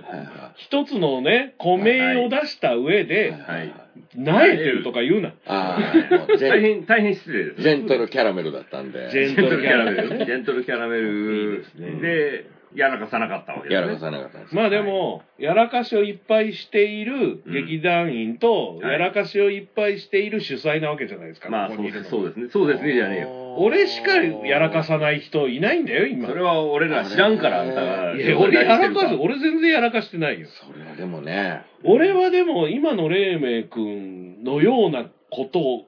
Speaker 3: 一つのね、個名を出した上で、
Speaker 2: はい
Speaker 3: ナエてるとか言うな。
Speaker 1: ああもうジ
Speaker 2: 大
Speaker 1: ェン
Speaker 2: 変、大変失礼です。
Speaker 1: ジェントルキャラメルだったんで
Speaker 3: ジェ
Speaker 2: ジ
Speaker 3: ン
Speaker 2: ェン
Speaker 3: ト
Speaker 2: ト
Speaker 3: ル
Speaker 2: ルキ
Speaker 3: キャ
Speaker 2: ャ
Speaker 3: ラ
Speaker 2: ラ
Speaker 3: メ
Speaker 2: メ
Speaker 3: ル
Speaker 2: ル。ジェントルキャラメルで、やらかさなかったわけですね。
Speaker 1: やらかさなかったんです
Speaker 3: まあでも、やらかしをいっぱいしている劇団員と、
Speaker 2: うん
Speaker 3: やらかしをいっぱいしている主催なわけじゃないですか、
Speaker 2: まあ、
Speaker 3: こ
Speaker 2: そ
Speaker 3: こにいうる
Speaker 2: です
Speaker 3: の
Speaker 2: そうですね。そうですね、じゃねえよ。
Speaker 3: 俺しかやらかさない人いないんだよ、今。
Speaker 2: それは俺ら知らんから、
Speaker 1: あれ
Speaker 2: あ
Speaker 1: ね
Speaker 2: んたが。
Speaker 3: いや俺やらかす、俺全然やらかしてないよ。
Speaker 1: それはでもね
Speaker 3: 俺はでも今の黎明君のようなことを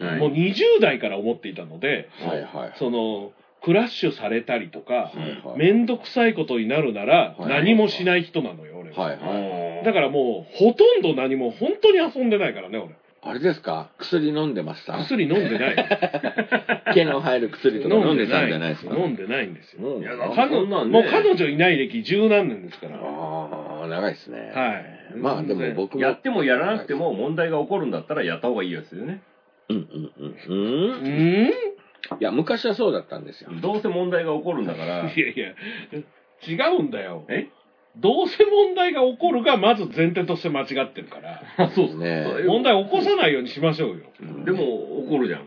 Speaker 2: はい
Speaker 3: もう20代から思っていたので、
Speaker 1: はいはい
Speaker 3: そのクラッシュされたりとか
Speaker 1: はいはい
Speaker 3: 面倒くさいことになるなら
Speaker 1: はい
Speaker 3: 何もしない人なのよ俺は
Speaker 1: はいはい
Speaker 3: だからもうほとんど何も本当に遊んでないからね俺
Speaker 1: あれですか薬飲んでました
Speaker 3: 薬飲んでない
Speaker 1: 毛の入る薬とか 飲んでたんじゃないですか
Speaker 3: 飲んでないんですよ
Speaker 1: うん
Speaker 2: いやだ
Speaker 3: 彼
Speaker 2: そ
Speaker 3: 女
Speaker 2: んなんね
Speaker 3: もう彼女いない歴十何年ですからは
Speaker 1: ああ長いですね
Speaker 3: い
Speaker 1: まあでも僕も
Speaker 2: やってもやらなくても問題が起こるんだったらやった方がいいやつですよね。
Speaker 1: うんうんうん
Speaker 3: う
Speaker 1: うん
Speaker 3: んい
Speaker 1: いや昔はそうだったんですよ
Speaker 2: どうせ問題が起こるんだから
Speaker 3: や。いや違うんだよ
Speaker 2: え
Speaker 3: どうせ問題が起こるがまず前提として間違ってるから
Speaker 2: あ、そうっす
Speaker 1: ね
Speaker 2: そう
Speaker 3: 問題起こさないようにしましょうよ
Speaker 2: でも起こるじゃん。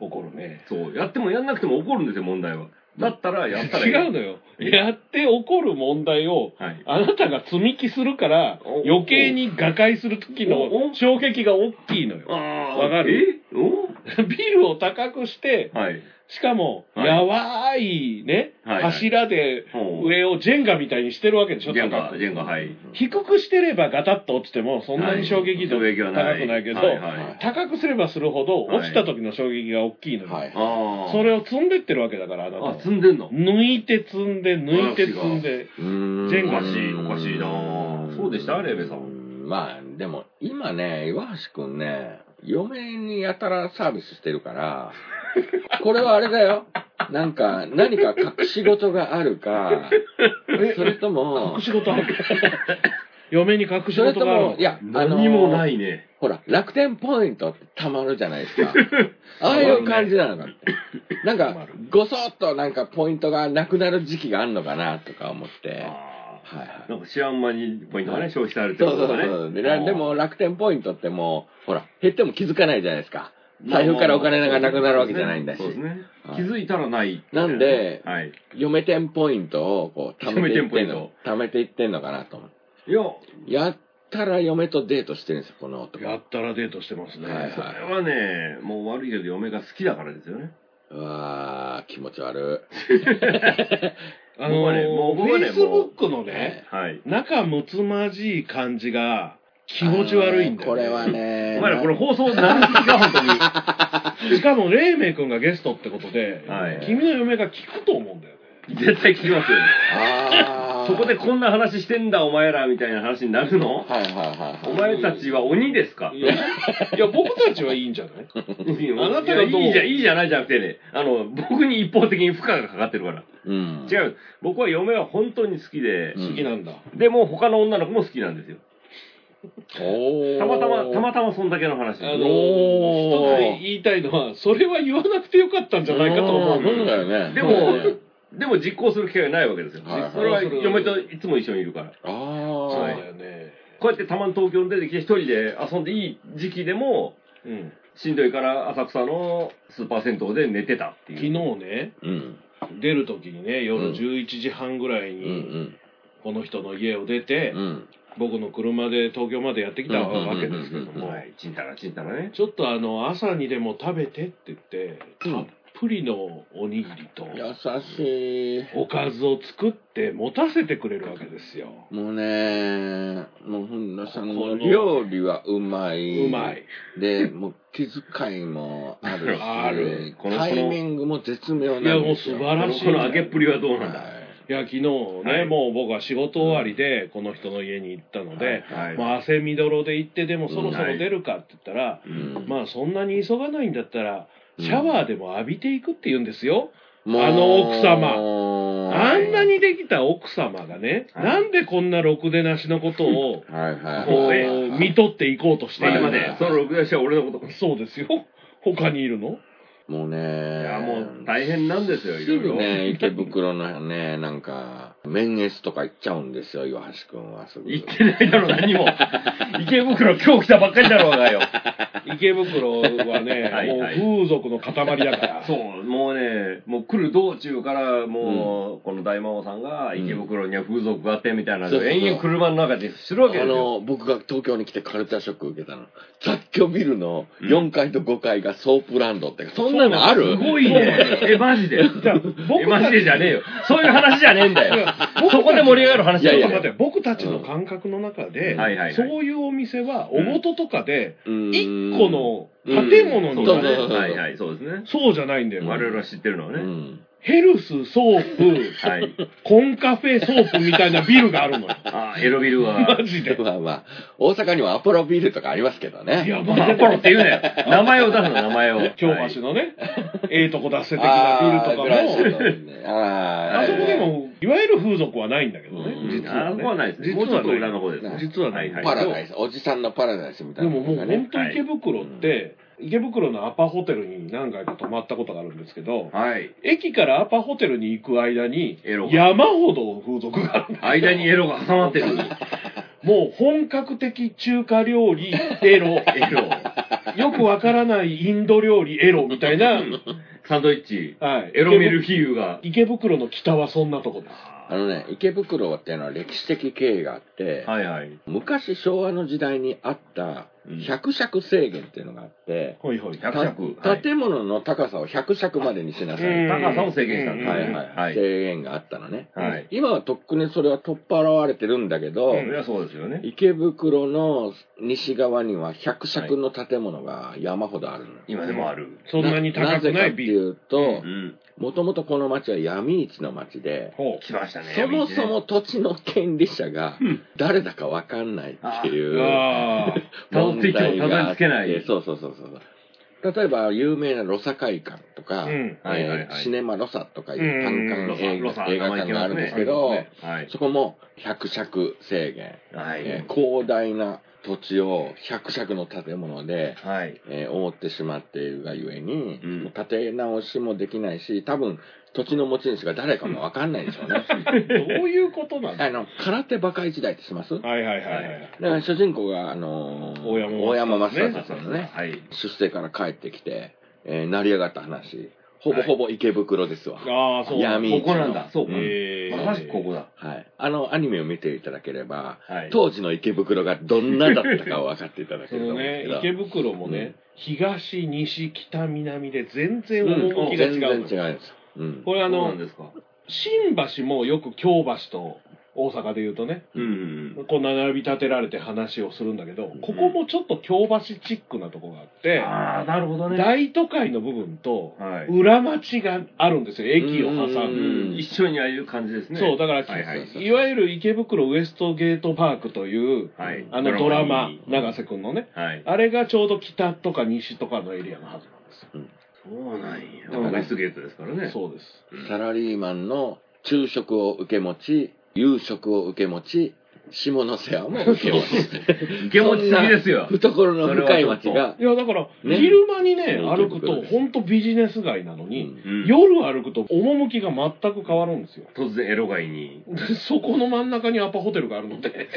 Speaker 3: 起こるね
Speaker 2: そう。やってもやんなくても起こるんですよ、問題は。だったらやったらいい。
Speaker 3: 違うのよやって起こる問題を
Speaker 2: はい。
Speaker 3: あなたが積み木するから
Speaker 2: お
Speaker 3: 余計に瓦解する時
Speaker 2: お
Speaker 3: の
Speaker 2: お
Speaker 3: 衝撃が大きいのよ
Speaker 2: あ
Speaker 3: わかる
Speaker 2: えお
Speaker 3: ビルを高くして
Speaker 2: はい。
Speaker 3: しかも
Speaker 2: はい
Speaker 3: やわいね、
Speaker 2: はい
Speaker 3: 柱で
Speaker 2: ほう
Speaker 3: 上をジェンガみたいにしてるわけでし
Speaker 2: ジ
Speaker 3: ょ
Speaker 2: ェン
Speaker 3: 高
Speaker 2: ガ、
Speaker 3: く
Speaker 2: ジェンガ、はい。
Speaker 3: 低くしてればガタッと落ちてもそんなに衝撃度
Speaker 2: は
Speaker 3: 高
Speaker 2: い
Speaker 3: く
Speaker 2: 衝撃は
Speaker 3: ないけど、
Speaker 2: はいはい
Speaker 3: 高くすればするほど
Speaker 2: はい
Speaker 3: 落ちた時の衝撃が大きいのよ、
Speaker 1: はい
Speaker 2: ああ。
Speaker 3: それを積んでってるわけだからあなた
Speaker 2: あ
Speaker 3: は、
Speaker 2: 積んでんの
Speaker 3: 抜いて積んで抜いて積んで
Speaker 1: うーん
Speaker 3: ジェン
Speaker 2: お
Speaker 3: ガ
Speaker 2: かしい、おかしいなぁそうでしたレーベさん。
Speaker 1: まあでも今ね岩橋くんね嫁にやたらサービスしてる からこれはあれだよなんか何か隠し事があるかそれとも
Speaker 3: 隠し事ある嫁に隠し
Speaker 1: それ
Speaker 3: 事
Speaker 1: と
Speaker 3: があ
Speaker 1: も
Speaker 3: る
Speaker 1: いやあの
Speaker 2: 何もないね。
Speaker 1: ほら楽天ポイントってたまるじゃないです かああいう感じなのかってなん
Speaker 3: たま
Speaker 1: か
Speaker 3: る
Speaker 1: ごそっとなんかポイントがなくなる時期があるのかなとか思っては
Speaker 2: あ
Speaker 1: いはい
Speaker 2: ーなんか知らん間にポイントがね、消費され
Speaker 1: そ
Speaker 2: てる
Speaker 1: う
Speaker 2: こ
Speaker 1: そう
Speaker 2: と
Speaker 1: そう
Speaker 2: がね。
Speaker 1: そうでなでも楽天ポイントってもうほら減っても気づかないじゃないですか
Speaker 2: まあ、
Speaker 1: 財布からお金がなくなるわけじゃないんだし
Speaker 2: そうですね。
Speaker 1: はい
Speaker 2: 気づいたらない。
Speaker 1: なんで
Speaker 2: はい。
Speaker 1: 嫁店ポイントをこう貯めていってん
Speaker 2: 嫁店ポイン
Speaker 1: の貯めていってんのかなと思って
Speaker 2: いや、
Speaker 1: やったら嫁とデートしてるんですよ、この男。
Speaker 3: やったらデートしてますね。
Speaker 1: はい
Speaker 2: それはね、もう悪いけど嫁が好きだからですよね。
Speaker 1: うわー、気持ち悪
Speaker 3: あのー、
Speaker 2: もう
Speaker 3: フ
Speaker 2: 僕は
Speaker 3: ェ
Speaker 2: ね
Speaker 3: イス
Speaker 2: も
Speaker 3: ブ
Speaker 2: う
Speaker 3: ックの
Speaker 1: い。
Speaker 3: ね、
Speaker 2: はい。
Speaker 3: 仲睦まじい感じが気持ち悪いんだ
Speaker 1: こ
Speaker 3: よ、ね。
Speaker 1: れは。ね。
Speaker 2: お前らこれ放送何好きか、本当に。
Speaker 3: しかも、黎明君がゲストってことで、
Speaker 2: はい
Speaker 3: 君の嫁が聞くと思うんだよね。
Speaker 2: 絶対聞きますよ、ね。
Speaker 1: あー
Speaker 2: そこでこんな話してんだお前らみたいな話になるの
Speaker 1: はいはいはい。
Speaker 2: お前たちは鬼ですか
Speaker 3: いや、いや僕たちはいいんじゃない
Speaker 2: あ
Speaker 3: なたがどう
Speaker 2: いやいいじゃんいいじゃないじゃなくてねあの僕に一方的に負荷がかかってるから、
Speaker 1: うん。
Speaker 2: 違う僕は嫁は本当に好きで、
Speaker 1: うん
Speaker 3: 好きなんだ。
Speaker 2: でも他の女の子も好きなんですよ
Speaker 1: おー
Speaker 2: たまたまたまたまそんだけの話
Speaker 3: あの、
Speaker 1: おー
Speaker 3: 一つ言いたいのは、それは言わなくてよかったんじゃないかと思う。
Speaker 1: んそうだよね。
Speaker 2: でもでも実行する機会がないわけですよ、
Speaker 1: はいはい
Speaker 2: それは嫁といつも一緒にいるから
Speaker 1: ああ
Speaker 3: そう
Speaker 1: ー。
Speaker 3: だよね。
Speaker 2: こうやってたまに東京に出てきて一人で遊んでいい時期でも
Speaker 3: うん。
Speaker 2: しんどいから浅草のスーパー銭湯で寝てたっていう
Speaker 3: 昨日ね、
Speaker 1: うん。
Speaker 3: 出る時にね、
Speaker 1: うん
Speaker 3: 夜11時半ぐらい
Speaker 1: うん
Speaker 3: に、この人の家を出て、
Speaker 1: うん。うん。
Speaker 3: 僕の車で東京までやってきたわけですけども、
Speaker 2: はい、ちんたらちんたらね。
Speaker 3: ちょっとあの、朝にでも食べてって言って、
Speaker 1: うん
Speaker 3: たっぷりのおにぎりと、
Speaker 1: 優しい。
Speaker 3: おかずを作って持たせてくれるわけですよ。
Speaker 1: もうね、もう、ふんなさん
Speaker 3: ここ
Speaker 1: の
Speaker 3: の
Speaker 1: 料理はうまい。
Speaker 3: うま。い。
Speaker 1: で、もう気遣いもあるし、
Speaker 3: ある
Speaker 2: この
Speaker 1: タイミングも絶妙なん
Speaker 3: いや、もう
Speaker 1: です
Speaker 3: 素
Speaker 1: よ。
Speaker 3: 晴らしい。
Speaker 2: この揚げっぷりはどうなんだ。
Speaker 1: はい
Speaker 3: や、昨日ね、
Speaker 2: はい
Speaker 3: もう僕は仕事終わりで、この人の家に行ったので、
Speaker 2: はい
Speaker 3: もう汗みどろで行って、でもそろそろ出るかって言ったら、
Speaker 1: いうん
Speaker 3: まあそんなに急がないんだったら、
Speaker 1: うん
Speaker 3: シャワーでも浴びていくって言うんですよ。
Speaker 1: い。もう
Speaker 3: あの奥様あ
Speaker 1: あ
Speaker 3: んな。にできた奥様がね、
Speaker 2: はい
Speaker 3: なんでこんなろくでなしのことを、
Speaker 1: はいはい。
Speaker 3: こう、
Speaker 2: ね
Speaker 3: 見取っていこうとしてい
Speaker 2: 待て
Speaker 3: るの
Speaker 2: 待
Speaker 3: で
Speaker 2: て、その録画しは俺のこと。い
Speaker 3: そうですよ。他にいるの
Speaker 1: もうね。い
Speaker 2: や、もう大変なんですよ、いろ
Speaker 1: す
Speaker 2: い
Speaker 1: ぐ
Speaker 2: ろ。
Speaker 1: ね、池袋のね、なんか、免疫とか行っちゃうんですよ、岩橋くんはすぐ。
Speaker 2: 行ってないだろ、何も。池袋今日来たばっかりだろうがよ。
Speaker 3: 池袋はね、
Speaker 2: はいはい
Speaker 3: もう風俗の塊 だから。
Speaker 2: そう、もうね、もう来る道中から、もう、この大魔王さんが池袋には風俗があってみたいなの
Speaker 1: そう
Speaker 2: を
Speaker 1: そうそう
Speaker 2: 延々車の中でするわけ
Speaker 1: あ
Speaker 2: ですよ。
Speaker 1: の、僕が東京に来てカルチャーショック受けたの。雑居ビルの4階と5階がソープランドって、そんなのある
Speaker 2: すごいね。え、マジで。
Speaker 3: じゃあ
Speaker 2: え、
Speaker 3: 僕
Speaker 2: マ
Speaker 3: た
Speaker 2: ジ
Speaker 3: ち
Speaker 2: でじゃねえよ。そういう話じゃねえん だよ。そこで盛り上がる話
Speaker 1: い
Speaker 2: だ
Speaker 1: やい
Speaker 3: ち
Speaker 1: や
Speaker 3: ょっと待って僕たちの感覚の中で、
Speaker 1: うん
Speaker 2: はいはいはい
Speaker 3: そういうお店はおごととかで
Speaker 1: 1
Speaker 3: 1個の建物
Speaker 2: そ
Speaker 3: に
Speaker 2: う
Speaker 1: そ
Speaker 2: だ
Speaker 1: う
Speaker 3: はね、
Speaker 1: そう
Speaker 2: ね。はいはい、そうですね。
Speaker 3: そうじゃないんだよ、
Speaker 1: うん
Speaker 2: 我々は知ってるのは
Speaker 1: う
Speaker 2: ね。
Speaker 1: ん。
Speaker 3: ヘルスソープ
Speaker 2: はい。
Speaker 3: コンカフェソープみたいなビルがあるのよ
Speaker 2: あ、エロビルは
Speaker 3: マ。ジで
Speaker 1: まあまあ、大阪にはアポロビルとかありますけどね。
Speaker 3: いやば
Speaker 2: アポロって言うなよ。名前を出すの、名前を。
Speaker 3: 京
Speaker 2: はい
Speaker 3: 橋のね、ええとこ出せ的なビル
Speaker 1: あ
Speaker 3: と
Speaker 1: ー
Speaker 3: か
Speaker 1: ぐらい
Speaker 3: も
Speaker 1: ああ
Speaker 3: あ
Speaker 1: ー
Speaker 3: そこでもいわゆる風俗はないんだけどね、
Speaker 1: うん
Speaker 3: 実
Speaker 2: あ
Speaker 3: は
Speaker 2: そ
Speaker 3: ね
Speaker 2: こはないですね。
Speaker 3: 実
Speaker 2: もうちょ
Speaker 3: は
Speaker 2: っと
Speaker 3: な
Speaker 2: 裏
Speaker 3: い
Speaker 2: の方ですね。
Speaker 3: 実はない
Speaker 2: はい
Speaker 1: パ
Speaker 2: はい
Speaker 1: ラダイス、おじさんのパラダイスみた
Speaker 3: で
Speaker 1: いな
Speaker 3: もも
Speaker 1: の
Speaker 3: う
Speaker 1: が
Speaker 3: 本
Speaker 1: ね。
Speaker 3: 当池袋って、池袋のアパホテルに何回か泊まったことがあるんですけど、
Speaker 2: はい。
Speaker 3: 駅からアパホテルに行く間に
Speaker 2: エロ、が
Speaker 3: 山ほど風俗がある。
Speaker 2: 間にエロが挟まってる。
Speaker 3: もう本格的中華料理、エロ。
Speaker 2: エ ロ。
Speaker 3: よくわからないインド料理、エロみたいな。
Speaker 2: サンドイッチ。
Speaker 3: はい。
Speaker 2: エロミルフィーユが。
Speaker 3: 池袋の北はそんなとこです。
Speaker 1: あのね、池袋っていうのは歴史的経緯があって、
Speaker 2: はいはい。
Speaker 1: 昔昭和の時代にあった百尺制限っていうのがあって、
Speaker 3: はいはい。
Speaker 2: 百尺。
Speaker 1: た建物の高さを100尺までにしなさい、
Speaker 3: うん
Speaker 2: 高さを制限したんですね。
Speaker 1: は
Speaker 3: はいい
Speaker 1: はい
Speaker 2: はい。
Speaker 1: 制限があったのね、
Speaker 2: はい
Speaker 1: 今はとっくにそれは取っ払われてるんだけど、
Speaker 2: そりゃそうですよね。
Speaker 1: 池袋の西側には100尺の建物が山ほどあるのよ、
Speaker 2: 今でもある。
Speaker 3: そんなに高く
Speaker 1: ぜか
Speaker 3: な
Speaker 1: っ
Speaker 3: い
Speaker 1: て
Speaker 3: ビ
Speaker 1: い
Speaker 3: ル。
Speaker 1: う
Speaker 2: う
Speaker 1: と
Speaker 2: ん。
Speaker 1: もともとこの町は闇市の町で
Speaker 3: ほ。
Speaker 2: 来ましたね。
Speaker 1: そもそも土地の権利者が
Speaker 2: うん
Speaker 1: 誰だか分かんないっていうう
Speaker 3: ああ。
Speaker 1: 問題があ
Speaker 2: 辿っていってもたど
Speaker 1: っ
Speaker 2: り着
Speaker 1: て
Speaker 2: けない
Speaker 1: そうそうそうそう例えば有名な「ロサ会館」とか、
Speaker 3: うん
Speaker 1: えー
Speaker 2: はいはいはい
Speaker 1: シネマ・ロサ」とかいう
Speaker 3: うん
Speaker 1: 単館映
Speaker 2: ロサ
Speaker 1: 画
Speaker 2: ロサ
Speaker 1: 映画館があるんですけど、
Speaker 3: 名前聞
Speaker 2: はい。
Speaker 1: そこも百尺制限、
Speaker 2: は
Speaker 1: え
Speaker 2: い
Speaker 1: ー。広大な土地を百尺の建物で、
Speaker 2: はい。
Speaker 1: えー覆ってしまっているがゆえに、
Speaker 2: うん
Speaker 1: もう建て直しもできないし多分土地の持ち主が誰かもわかんないでしょう ね
Speaker 3: どういうことなの
Speaker 1: あの空手バカ一代ってしますだか
Speaker 3: はいはいはいはい。
Speaker 1: ら主人公が、あのー
Speaker 3: 大山
Speaker 1: 大山
Speaker 3: 正
Speaker 1: 正
Speaker 3: 孝
Speaker 1: 孝さんのね
Speaker 2: はい。
Speaker 1: 出世から帰ってきて、えー成り上がった話ほぼほぼ池袋ですわ。
Speaker 3: ああ、そう。
Speaker 1: 闇
Speaker 2: ここなんだ。そうか。
Speaker 3: えー
Speaker 2: まさしくここだ。
Speaker 1: はい。あの、アニメを見ていただければ、
Speaker 2: はい。
Speaker 1: 当時の池袋がどんなだったかを分かっていただけ
Speaker 3: そ
Speaker 1: ると思
Speaker 3: の
Speaker 1: うん
Speaker 3: ね、
Speaker 1: ですけ
Speaker 3: 池
Speaker 1: ど。
Speaker 3: 袋もね、
Speaker 1: うん
Speaker 3: 東、西、北、南で全然
Speaker 1: うん
Speaker 3: 趣が違う
Speaker 1: 全
Speaker 3: のよ、
Speaker 1: 然違うんです。うん。
Speaker 3: これあ
Speaker 2: あの、
Speaker 3: の
Speaker 2: なん、ですか。
Speaker 3: 新橋もよく京橋と大阪で言うとね、
Speaker 2: うん。
Speaker 3: こう並び立てられて話をするんだけど、ここもちょっと京橋チックなとこがあって、
Speaker 2: ああ、なるほどね。
Speaker 3: 大都会の部分と
Speaker 2: はい
Speaker 3: 裏町があるんですよ、駅
Speaker 1: う
Speaker 3: を挟
Speaker 2: うん
Speaker 3: む。
Speaker 2: ん一緒にああいう感じですね。
Speaker 3: そう、だから、
Speaker 2: はいはい
Speaker 3: いわゆる池袋ウエストゲートパークという、
Speaker 2: はい。
Speaker 3: あのドラマ
Speaker 2: に、
Speaker 3: 永瀬くんのね、
Speaker 2: はい。
Speaker 3: あれがちょうど北とか西とかのエリアのはずなんですよ。
Speaker 2: そうなんや。
Speaker 1: だから
Speaker 2: ウエストゲートですからね。
Speaker 3: そうです。
Speaker 1: サラリーマンの昼食を受け持ち、夕食を受け持ち、下の世話も受け持ち。
Speaker 2: 受け持ちすぎですよ。
Speaker 1: 懐の深い町が、
Speaker 3: いや、だから、
Speaker 1: ね
Speaker 3: 昼間にね、
Speaker 1: うん
Speaker 3: 歩く
Speaker 1: 池袋
Speaker 3: と、
Speaker 1: です
Speaker 3: ほんとビジネス街なのに、
Speaker 1: うん
Speaker 2: うん
Speaker 3: 夜歩くと、趣が全く変わるんですよ。
Speaker 2: 突然エロ街に。
Speaker 3: で そこの真ん中にアパホテルがあるので、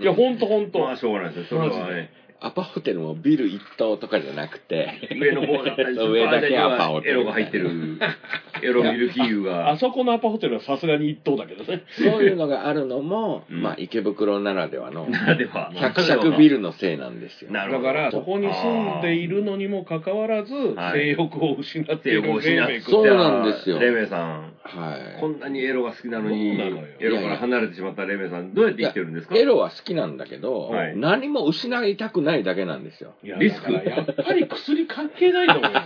Speaker 3: いや、ほんとほんと。
Speaker 2: まあ、しょうがないですよ。それはね。
Speaker 1: アパホテルもビル一棟とかじゃなくて、
Speaker 2: 上の方だったりす る
Speaker 1: 上だけアパホテル
Speaker 2: エロが入って る。エロミルフィーユ
Speaker 3: あ
Speaker 2: が。
Speaker 3: そこのアパホテルはさすがに一棟だけどね。
Speaker 1: そういうのがあるのも、
Speaker 2: うん
Speaker 1: まあ池袋ならではの、
Speaker 2: なでは。
Speaker 1: 百尺ビルのせいなんですよ。
Speaker 2: な
Speaker 3: だ
Speaker 2: るほど。
Speaker 3: から、そこに住んでいるのにもかかわらず、
Speaker 2: はい
Speaker 3: 性欲を失ってい
Speaker 2: 英
Speaker 3: る
Speaker 2: 語をしなくて。
Speaker 1: そうなんですよ
Speaker 2: レメさん。
Speaker 1: はい。
Speaker 2: こんなにエロが好きなのに、
Speaker 3: そうなのよ
Speaker 2: エロから離れてしまったレメさん、どうやって生きてるんですか
Speaker 1: エロは好きなんだけど、
Speaker 2: はい
Speaker 1: 何も失いたくないだけなんですよ。
Speaker 3: いや
Speaker 2: リスク
Speaker 3: だからやっぱり薬関係ないと思うよ。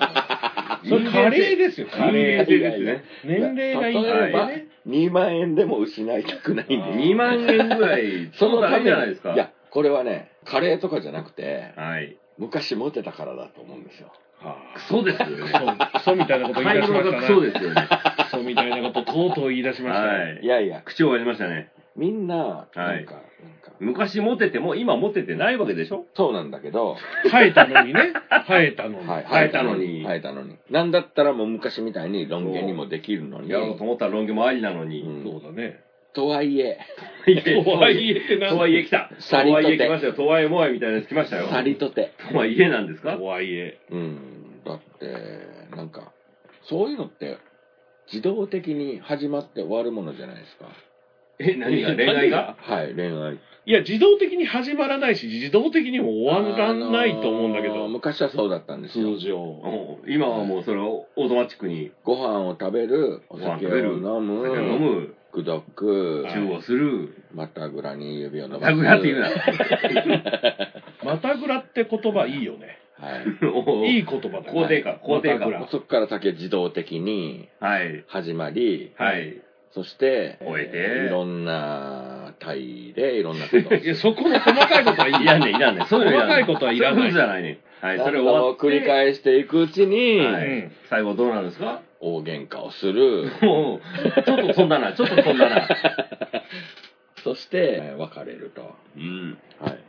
Speaker 3: それ加齢ですよ、加
Speaker 2: カレ
Speaker 3: 齢
Speaker 2: ー。ですね。
Speaker 3: 年齢がいい
Speaker 1: 例えば、
Speaker 3: いね。
Speaker 1: 2万円でも失いたくないん
Speaker 3: あ
Speaker 1: で
Speaker 3: ー
Speaker 1: す
Speaker 2: 2万円ぐらい、
Speaker 1: その
Speaker 2: ちょうど
Speaker 1: た
Speaker 2: い
Speaker 1: め
Speaker 2: いじ
Speaker 1: に
Speaker 2: ゃないですか。
Speaker 1: いや、これはね、カレーとかじゃなくて、
Speaker 2: はい。
Speaker 1: 昔モテたからだと思うんですよ。
Speaker 2: クソですよね。
Speaker 3: クソみたいなこと言い
Speaker 2: 買い
Speaker 3: 出しま
Speaker 2: 物が
Speaker 3: したね。
Speaker 2: クソですよね。
Speaker 3: クソみたいなこととうとう言い出しましたね。
Speaker 2: はい
Speaker 1: い。やいや、
Speaker 2: 口を割りましたね。
Speaker 1: みんな、
Speaker 2: い
Speaker 1: なんか、なんか、
Speaker 2: 昔モテても、今モテてないわけでしょ
Speaker 1: そうなんだけど、
Speaker 3: 生えたのにね。生えたのに。
Speaker 1: はい
Speaker 2: 生えたのに
Speaker 1: 生えたのに。なんだったらもう昔みたいに論言にもできるのに
Speaker 2: や、ろうと思ったら論議もありなのに。
Speaker 1: うん
Speaker 3: そうだね。
Speaker 1: とはいえ、
Speaker 3: とはいえってな
Speaker 2: とはいえ来た。
Speaker 1: さりと
Speaker 2: とは
Speaker 1: て
Speaker 2: いえ来ましたよ。とはいえもあいみたいなやつ来ましたよ。
Speaker 1: さりとて、
Speaker 2: とはいえなんですか
Speaker 3: とはいえ。
Speaker 1: うん、だって、なんか、そういうのって、自動的に始まって終わるものじゃないですか。
Speaker 2: え、 何が恋愛が
Speaker 1: はい、恋愛。
Speaker 3: いや、自動的に始まらないし、自動的にも終わらないと思うんだけ
Speaker 1: あのー
Speaker 3: ど、
Speaker 1: 昔はそうだったんですよ
Speaker 3: 通。常。
Speaker 2: お今はもうそれをオートマチックに、
Speaker 1: ご飯を食べる、お
Speaker 2: ご飯
Speaker 1: 酒
Speaker 2: 食
Speaker 1: を
Speaker 2: べる、
Speaker 1: 飲
Speaker 2: お
Speaker 1: む、
Speaker 2: 酒を飲む、
Speaker 1: くどく、
Speaker 3: はい
Speaker 2: チューをする、
Speaker 1: またぐらに指を伸ば
Speaker 2: タ
Speaker 1: す。
Speaker 2: グラって言うな。
Speaker 3: またぐらって言葉いいよね。
Speaker 1: はい。
Speaker 2: お
Speaker 3: いい言葉だよね。
Speaker 2: 肯定か肯定か
Speaker 3: またぐら
Speaker 1: そこから先は自動的に
Speaker 2: はい。
Speaker 1: 始まり、
Speaker 2: はい。
Speaker 1: そして、
Speaker 2: 終えて
Speaker 1: いろんな体位でいろんな ことをする
Speaker 3: いや、そこの細かいことはいい
Speaker 2: いらんねんいらんねんそういうのいらんねん
Speaker 3: 細かいことはいらない
Speaker 2: そういうことじゃないねんはい、それ
Speaker 1: そ
Speaker 2: 終
Speaker 1: れ
Speaker 2: わ
Speaker 1: を
Speaker 2: って。
Speaker 1: 繰り返していくうちに、
Speaker 2: はい
Speaker 3: うん。
Speaker 2: 最後どうなるんですか、
Speaker 1: 大喧嘩をする
Speaker 2: もう、ちょっと飛んだな、ちょっと飛んだな。
Speaker 1: そしてえー別れると、
Speaker 2: うん。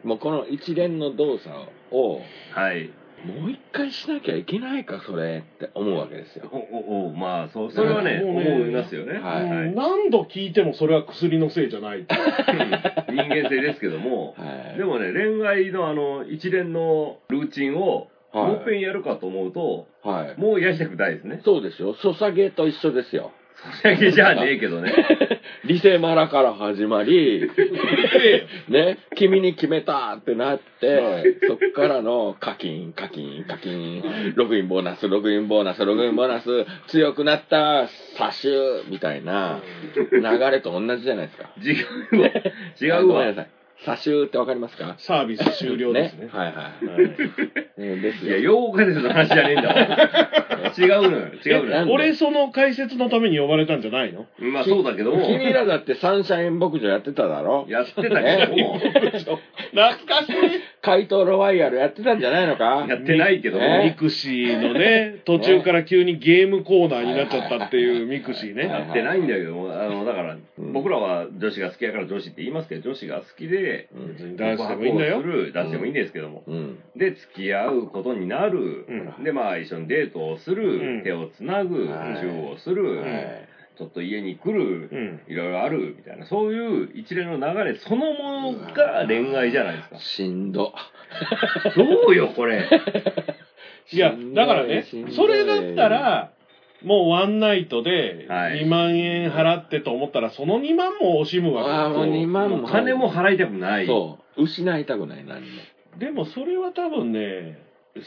Speaker 1: もうこの一連の動作を
Speaker 2: はい。
Speaker 1: もう一回しなきゃいけないかそれって思うわけですよ
Speaker 2: お、お、お、まあ、そう、それはね、
Speaker 3: もう
Speaker 2: 思
Speaker 3: ね
Speaker 2: いますよ ね。
Speaker 1: はい
Speaker 2: うん
Speaker 3: 何度聞いてもそれは薬のせいじゃないって。
Speaker 2: 人間性ですけども、
Speaker 1: はい
Speaker 2: でもね、恋愛のあの、一連のルーチンを、
Speaker 1: はい
Speaker 2: もう一遍やるかと思うと、
Speaker 1: はい
Speaker 2: もうやりたくないですね。
Speaker 1: そうですよソサゲと一緒ですよ
Speaker 2: それだけじゃねえけ どね。
Speaker 1: リセマラから始ま りね君に決めたってなってそこからの課金課金課金ログインボーナスログインボーナスログインボーナス強くなった差しみたいな流れと同じじゃないですか
Speaker 2: 違うわ。違う
Speaker 1: ごめん
Speaker 2: わ。
Speaker 1: なさい。差しってわかりますか
Speaker 3: サービス終了ですね。
Speaker 1: はいはい。えーです
Speaker 2: い
Speaker 1: よ。
Speaker 2: や、用語解説の話じゃねえんだ わ。違うのよ。違うの
Speaker 1: な
Speaker 2: よ
Speaker 1: んで。
Speaker 3: 俺、その解説のために呼ばれたんじゃないの
Speaker 2: まあ、そうだけども、
Speaker 1: 君らだってサンシャイン牧場やってただろ
Speaker 2: やってたけども、
Speaker 3: 懐か しい
Speaker 1: 怪盗ロワイヤルやってたんじゃないのか
Speaker 2: やってないけども、
Speaker 1: ね
Speaker 3: ミクシーのね、途中から急にゲームコーナーになっちゃったっていうミクシー
Speaker 1: はい
Speaker 3: ね。
Speaker 2: やってないんだけども、あの、だから、
Speaker 1: ん
Speaker 2: 僕らは女子が好きやから女子って言いますけど、女子が好きで、
Speaker 1: うん
Speaker 3: 別に男子でもいいんだよ
Speaker 2: 告。白をする男子でもいいんですけども、
Speaker 1: うん。
Speaker 2: で、付き合うことになる、
Speaker 3: うん
Speaker 2: で、まあ、一緒にデートをす
Speaker 3: うん
Speaker 2: る、手をつなぐ、
Speaker 1: はい
Speaker 2: 中央をする、
Speaker 1: はい
Speaker 2: ちょっと家に来る、
Speaker 3: うん。
Speaker 2: いろいろあるみたいな、そういう一連の流れそのものが恋愛じゃないです か。
Speaker 1: しんど。
Speaker 2: どうよ、これ。
Speaker 3: いや、だからね、それだったら、もうワンナイトで
Speaker 2: はい
Speaker 3: 2万円払ってと思ったら、その2万も惜しむわけ
Speaker 1: ああもう
Speaker 3: そう
Speaker 1: 2万
Speaker 2: も
Speaker 1: も
Speaker 2: う金も払いたくない。
Speaker 1: そう失いたくない何も
Speaker 3: でもそれは多分ね、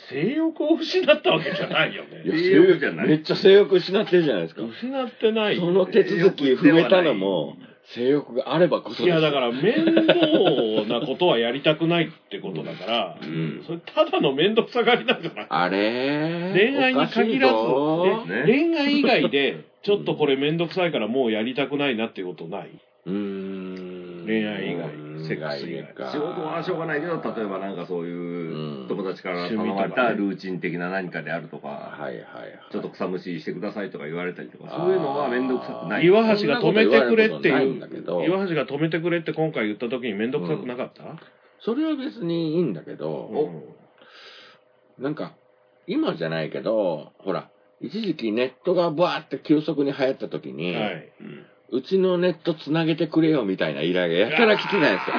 Speaker 3: 性欲を失ったわけじゃないよ
Speaker 1: いや
Speaker 3: ね。
Speaker 2: 性欲じゃない
Speaker 1: めっちゃ性欲失ってるじゃないですか
Speaker 3: 失ってない
Speaker 1: そ
Speaker 3: よ。
Speaker 1: の手続き踏めたのも性欲があればこそです
Speaker 3: いやだから面倒なことはやりたくないってことだから、
Speaker 1: うん
Speaker 3: それただの面倒くさがりなんじゃない
Speaker 1: あれ
Speaker 3: 恋愛に限らず
Speaker 1: おかしいぞ
Speaker 2: ね
Speaker 3: 恋愛以 外で、ちょっとこれ面倒くさいからもうやりたくないなっていうことない。
Speaker 1: うーん
Speaker 3: 恋愛以外セックス以外
Speaker 2: 仕事はしょうがないけど、例えばなんかそう
Speaker 1: う
Speaker 2: い
Speaker 1: ん
Speaker 2: う友達から
Speaker 3: 趣
Speaker 2: 頼
Speaker 3: 味とか
Speaker 2: まれたルーチン的な何かであるとか、
Speaker 1: はいはいはい
Speaker 2: ちょっと草むしりしてくださいとか言われたりとか、そういうのは面倒くさくない。
Speaker 3: 岩橋が止めてくれって
Speaker 1: そんなこと言われることない
Speaker 3: い
Speaker 1: んだけど
Speaker 3: う、岩橋が止めてくれって今回言った時に面倒くさくなかった、
Speaker 1: それは別にいいんだけ
Speaker 3: うん
Speaker 1: ど、なんか今じゃないけどほら一時期ネットがバーって急速に流行った時に、
Speaker 3: はい。
Speaker 2: うん
Speaker 1: うちのネットつなげてくれよみたいな依頼がやたら来てないんですよ。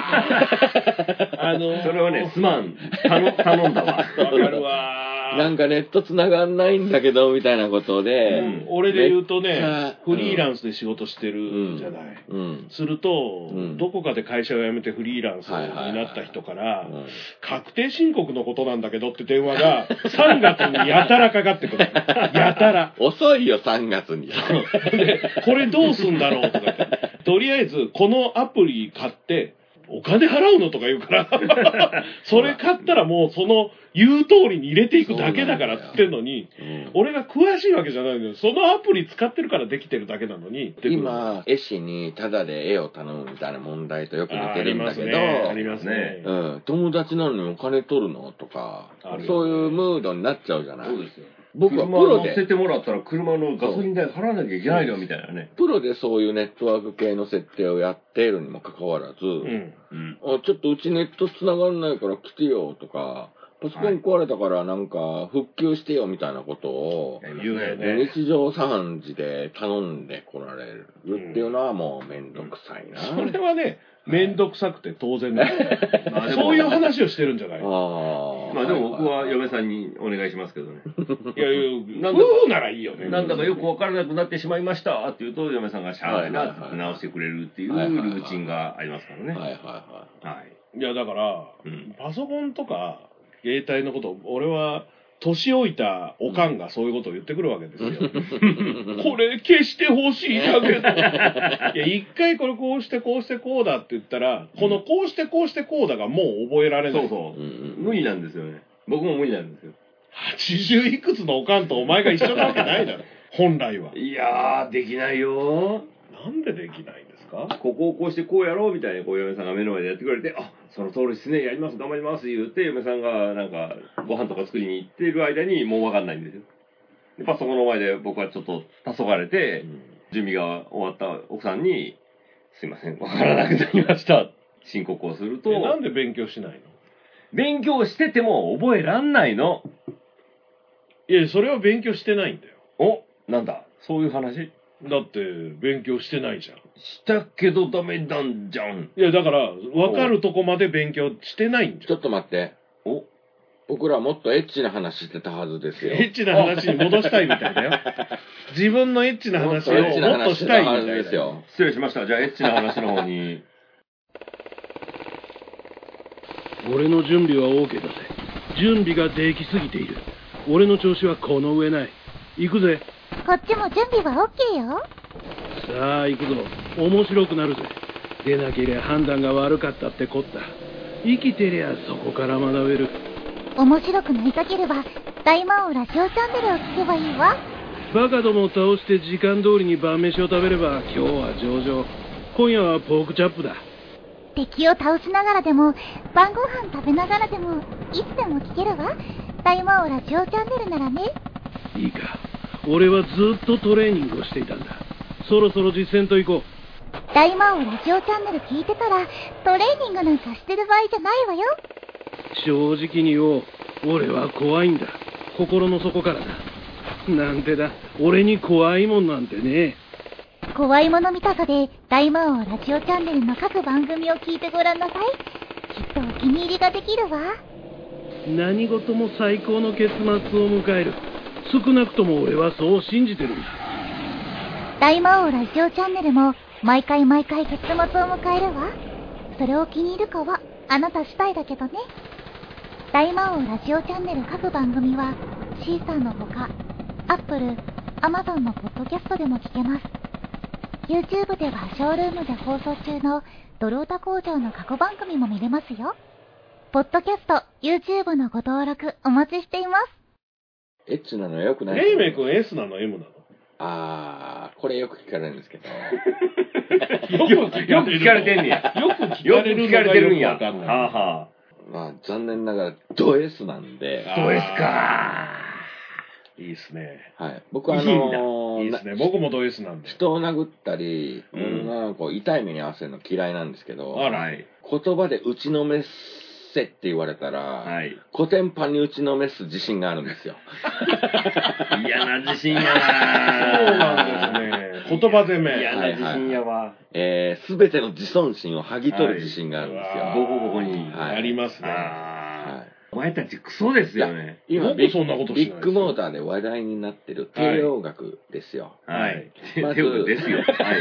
Speaker 3: あのー
Speaker 2: それはね、すまん。頼 頼んだわ。
Speaker 3: わかるわー
Speaker 1: なんかネットつながんないんだけどみたいなことで、
Speaker 3: う
Speaker 1: うん
Speaker 3: 俺で言うと
Speaker 1: めっちゃ
Speaker 3: ね、フリーランスで仕事して
Speaker 1: う
Speaker 3: る
Speaker 1: ん
Speaker 3: じゃない。
Speaker 1: ん
Speaker 3: すると、
Speaker 1: うん
Speaker 3: どこかで会社を辞めてフリーランスになった人から、
Speaker 1: うん
Speaker 3: 確定申告のことなんだけどって電話 が3月にやたらかかってくる。やたら。
Speaker 1: 遅いよ3月に。
Speaker 3: でこれどうすんだろうとか言ってとりあえずこのアプリ買ってお金払うのとか言うから それ買ったらもうその言う通りに入れていくだけだからっつってんのに
Speaker 1: うん
Speaker 3: 俺が詳しいわけじゃないのよそのアプリ使ってるからできてるだけなのに
Speaker 1: 今絵師にタダで絵を頼むみたいな問題とよく
Speaker 3: あ
Speaker 1: 似
Speaker 3: ー
Speaker 1: て
Speaker 3: あ
Speaker 1: る
Speaker 3: り
Speaker 1: ん
Speaker 3: ま
Speaker 1: だけ
Speaker 3: す
Speaker 1: ど、
Speaker 3: ねありますね
Speaker 2: ね
Speaker 1: うん、友達なのにお金取るのとか
Speaker 3: あるよね
Speaker 1: そういうムードになっちゃうじゃない
Speaker 2: そうですよ。
Speaker 1: 僕はプロ
Speaker 2: 車乗せ
Speaker 1: で
Speaker 2: てもらったら車のガソリン代払わなきゃいけないよみたいなね。
Speaker 1: プロでそういうネットワーク系の設定をやっているにもかかわらず、
Speaker 3: うん
Speaker 2: うん。
Speaker 1: あちょっとうちネット繋がんないから来てよとか、パソコン壊れたからなんか復旧してよみたいなことを、
Speaker 3: 言うよね
Speaker 1: 日常茶飯事で頼んでこられるっていうのはもうめんどくさいな。
Speaker 3: それはね面倒くさくて当然だよ
Speaker 2: まあでも
Speaker 3: そういう話をしてるんじゃない
Speaker 1: ああ。
Speaker 2: まあでも僕は嫁
Speaker 1: ん。
Speaker 2: さんにお願いしますけどね。
Speaker 3: いやいや
Speaker 2: なんだか
Speaker 3: 夫婦ならいいよね
Speaker 2: なんだかよく分からなくなってしまいましたって言うと、嫁さんがしゃあないなって言って直してくれるっていうルーチンがありますからね。
Speaker 1: は
Speaker 2: はい
Speaker 1: はい
Speaker 2: い。
Speaker 1: はい
Speaker 3: やだから
Speaker 2: うん
Speaker 3: パソコンとか携帯のこと俺は年老いたおかんがそういうことを言ってくるわけですよ。 これ消してほしいだけど。いや、一回これこうしてこうしてこうだって言ったら、このこうしてこうしてこうだがもう覚えられな
Speaker 2: そ
Speaker 3: い。
Speaker 2: うそ
Speaker 1: い。う
Speaker 2: う。
Speaker 1: ん
Speaker 2: 無理なんですよね。僕も無理なんですよ。
Speaker 3: 80いくつのおかんとお前が一緒なわけない だろ。本来は。
Speaker 2: いやー、できないよ
Speaker 3: なんでできないんですか
Speaker 2: ー。ここをこうしてこうやろうみたいにこう嫁さんが目の前でやってくれて、あその通りですね、やります、頑張ります言って、嫁さんがなんかご飯とか作りに行ってる間にもう分かんないんですよ。で、パソコンの前で僕はちょっと黄昏れて、準備が終わった奥さんに、すいません、わからなくなりました。申告をすると、
Speaker 3: えなんで勉強しない
Speaker 2: 勉強してても覚えらんないの。
Speaker 3: のいや、それは勉強してないんだよ。
Speaker 2: お、なんだ、そういう話
Speaker 3: だって、勉強してないじゃん。
Speaker 2: したけどダメなんじゃん。
Speaker 3: いや、だから、分かるとこまで勉強してないんじ
Speaker 1: ち
Speaker 3: ゃ
Speaker 1: ょ
Speaker 3: ん。
Speaker 1: っと待って。
Speaker 2: お、
Speaker 1: 僕らもっとエッチな話してたはずですよ。
Speaker 3: エッチな話に戻したいみたいだよ。 自分のエッチな
Speaker 1: もっ
Speaker 3: 話
Speaker 1: と
Speaker 3: を
Speaker 1: エッチな
Speaker 3: もっと
Speaker 1: 話
Speaker 3: し
Speaker 1: して
Speaker 3: たい
Speaker 1: た
Speaker 3: み
Speaker 1: は
Speaker 3: た
Speaker 1: ず
Speaker 3: い
Speaker 1: で
Speaker 3: です
Speaker 1: よ。
Speaker 2: 失礼しました。じゃあ、エッチな話の方 に。
Speaker 4: 俺の準備は OK だぜ準備ができすぎている俺の調子はこの上ない行くぜ
Speaker 5: こっちも準備は OK よ。
Speaker 4: さあ行くぞ面白くなるぜ出なけりゃ判断が悪かったってこった生きてりゃそこから学べる
Speaker 5: 面白くなりたければ、大魔王ラジオチャンネルを聞けばいいわ。
Speaker 4: バカどもを倒して時間通りに晩飯を食べれば今日は上々今夜はポークチャップだ
Speaker 5: 敵を倒しながらでも、晩ご飯食べながらでも、いつでも聞けるわ。大魔王ラジオチャンネルならね。
Speaker 4: いいか俺はずっとトレーニングをしていたんだそろそろ実践と行こう
Speaker 5: 大魔王ラジオチャンネル聞いてたら、トレーニングなんかしてる場合じゃないわよ。
Speaker 4: 正直に言おう俺は怖いんだ心の底からだなんてだ俺に怖いもんなんてね
Speaker 5: 怖いもの見たさで、大魔王ラジオチャンネルの各番組を聞いてごらんなさい。きっとお気に入りができるわ。
Speaker 4: 何事も最高の結末を迎える少なくとも俺はそう信じてるんだ
Speaker 5: 大魔王ラジオチャンネルも毎回毎回月末を迎えるわそれを気に入るかはあなた次第だけどね大魔王ラジオチャンネル各番組はシーサーのほか Apple、Amazon のポッドキャストでも聞けます YouTube ではショールームで放送中のドロータ工場の過去番組も見れますよポッドキャスト、YouTube のご登録お待ちしています
Speaker 1: エッチなのはよくない
Speaker 3: レイメイ君 S なの M なの
Speaker 1: あー、これよく聞かれるんですけど。
Speaker 2: よくよく聞かれてんねや。
Speaker 3: よく聞
Speaker 2: よ
Speaker 3: か
Speaker 2: く
Speaker 3: れる
Speaker 2: 聞かれてるんや。
Speaker 3: のがよくわかんない
Speaker 2: はあは
Speaker 1: まあ、残念ながら、ド S なんで、
Speaker 2: あ。どうですか
Speaker 3: いいっすね。
Speaker 1: はい。僕は、あ
Speaker 2: いいんだ
Speaker 1: の
Speaker 3: いいっすね。僕もド S なんで。
Speaker 1: 人を殴ったり、
Speaker 2: うん
Speaker 1: 女の子を痛い目に合わせるの嫌いなんですけど、
Speaker 3: あら
Speaker 2: はい。
Speaker 1: 言葉で打ちのめせって言われたら、
Speaker 2: はい。
Speaker 1: コテンパンに打ちのめす自信があるんです よ。
Speaker 2: 嫌な自信や
Speaker 3: そ
Speaker 2: な
Speaker 3: うなんですね。言葉攻め。
Speaker 2: 嫌な自信やわ。
Speaker 1: えー、すべての自尊心を剥ぎ取る自信があるんですよ。
Speaker 3: は
Speaker 1: はいい
Speaker 2: ボコボコに。
Speaker 1: はい
Speaker 3: ありますね。
Speaker 2: あーお前たちクソですよね。
Speaker 3: よくそんなことしない
Speaker 1: ビッグモーターで話題になってる帝王学ですよ。
Speaker 2: はい。
Speaker 1: まず
Speaker 2: ということですよ。はい。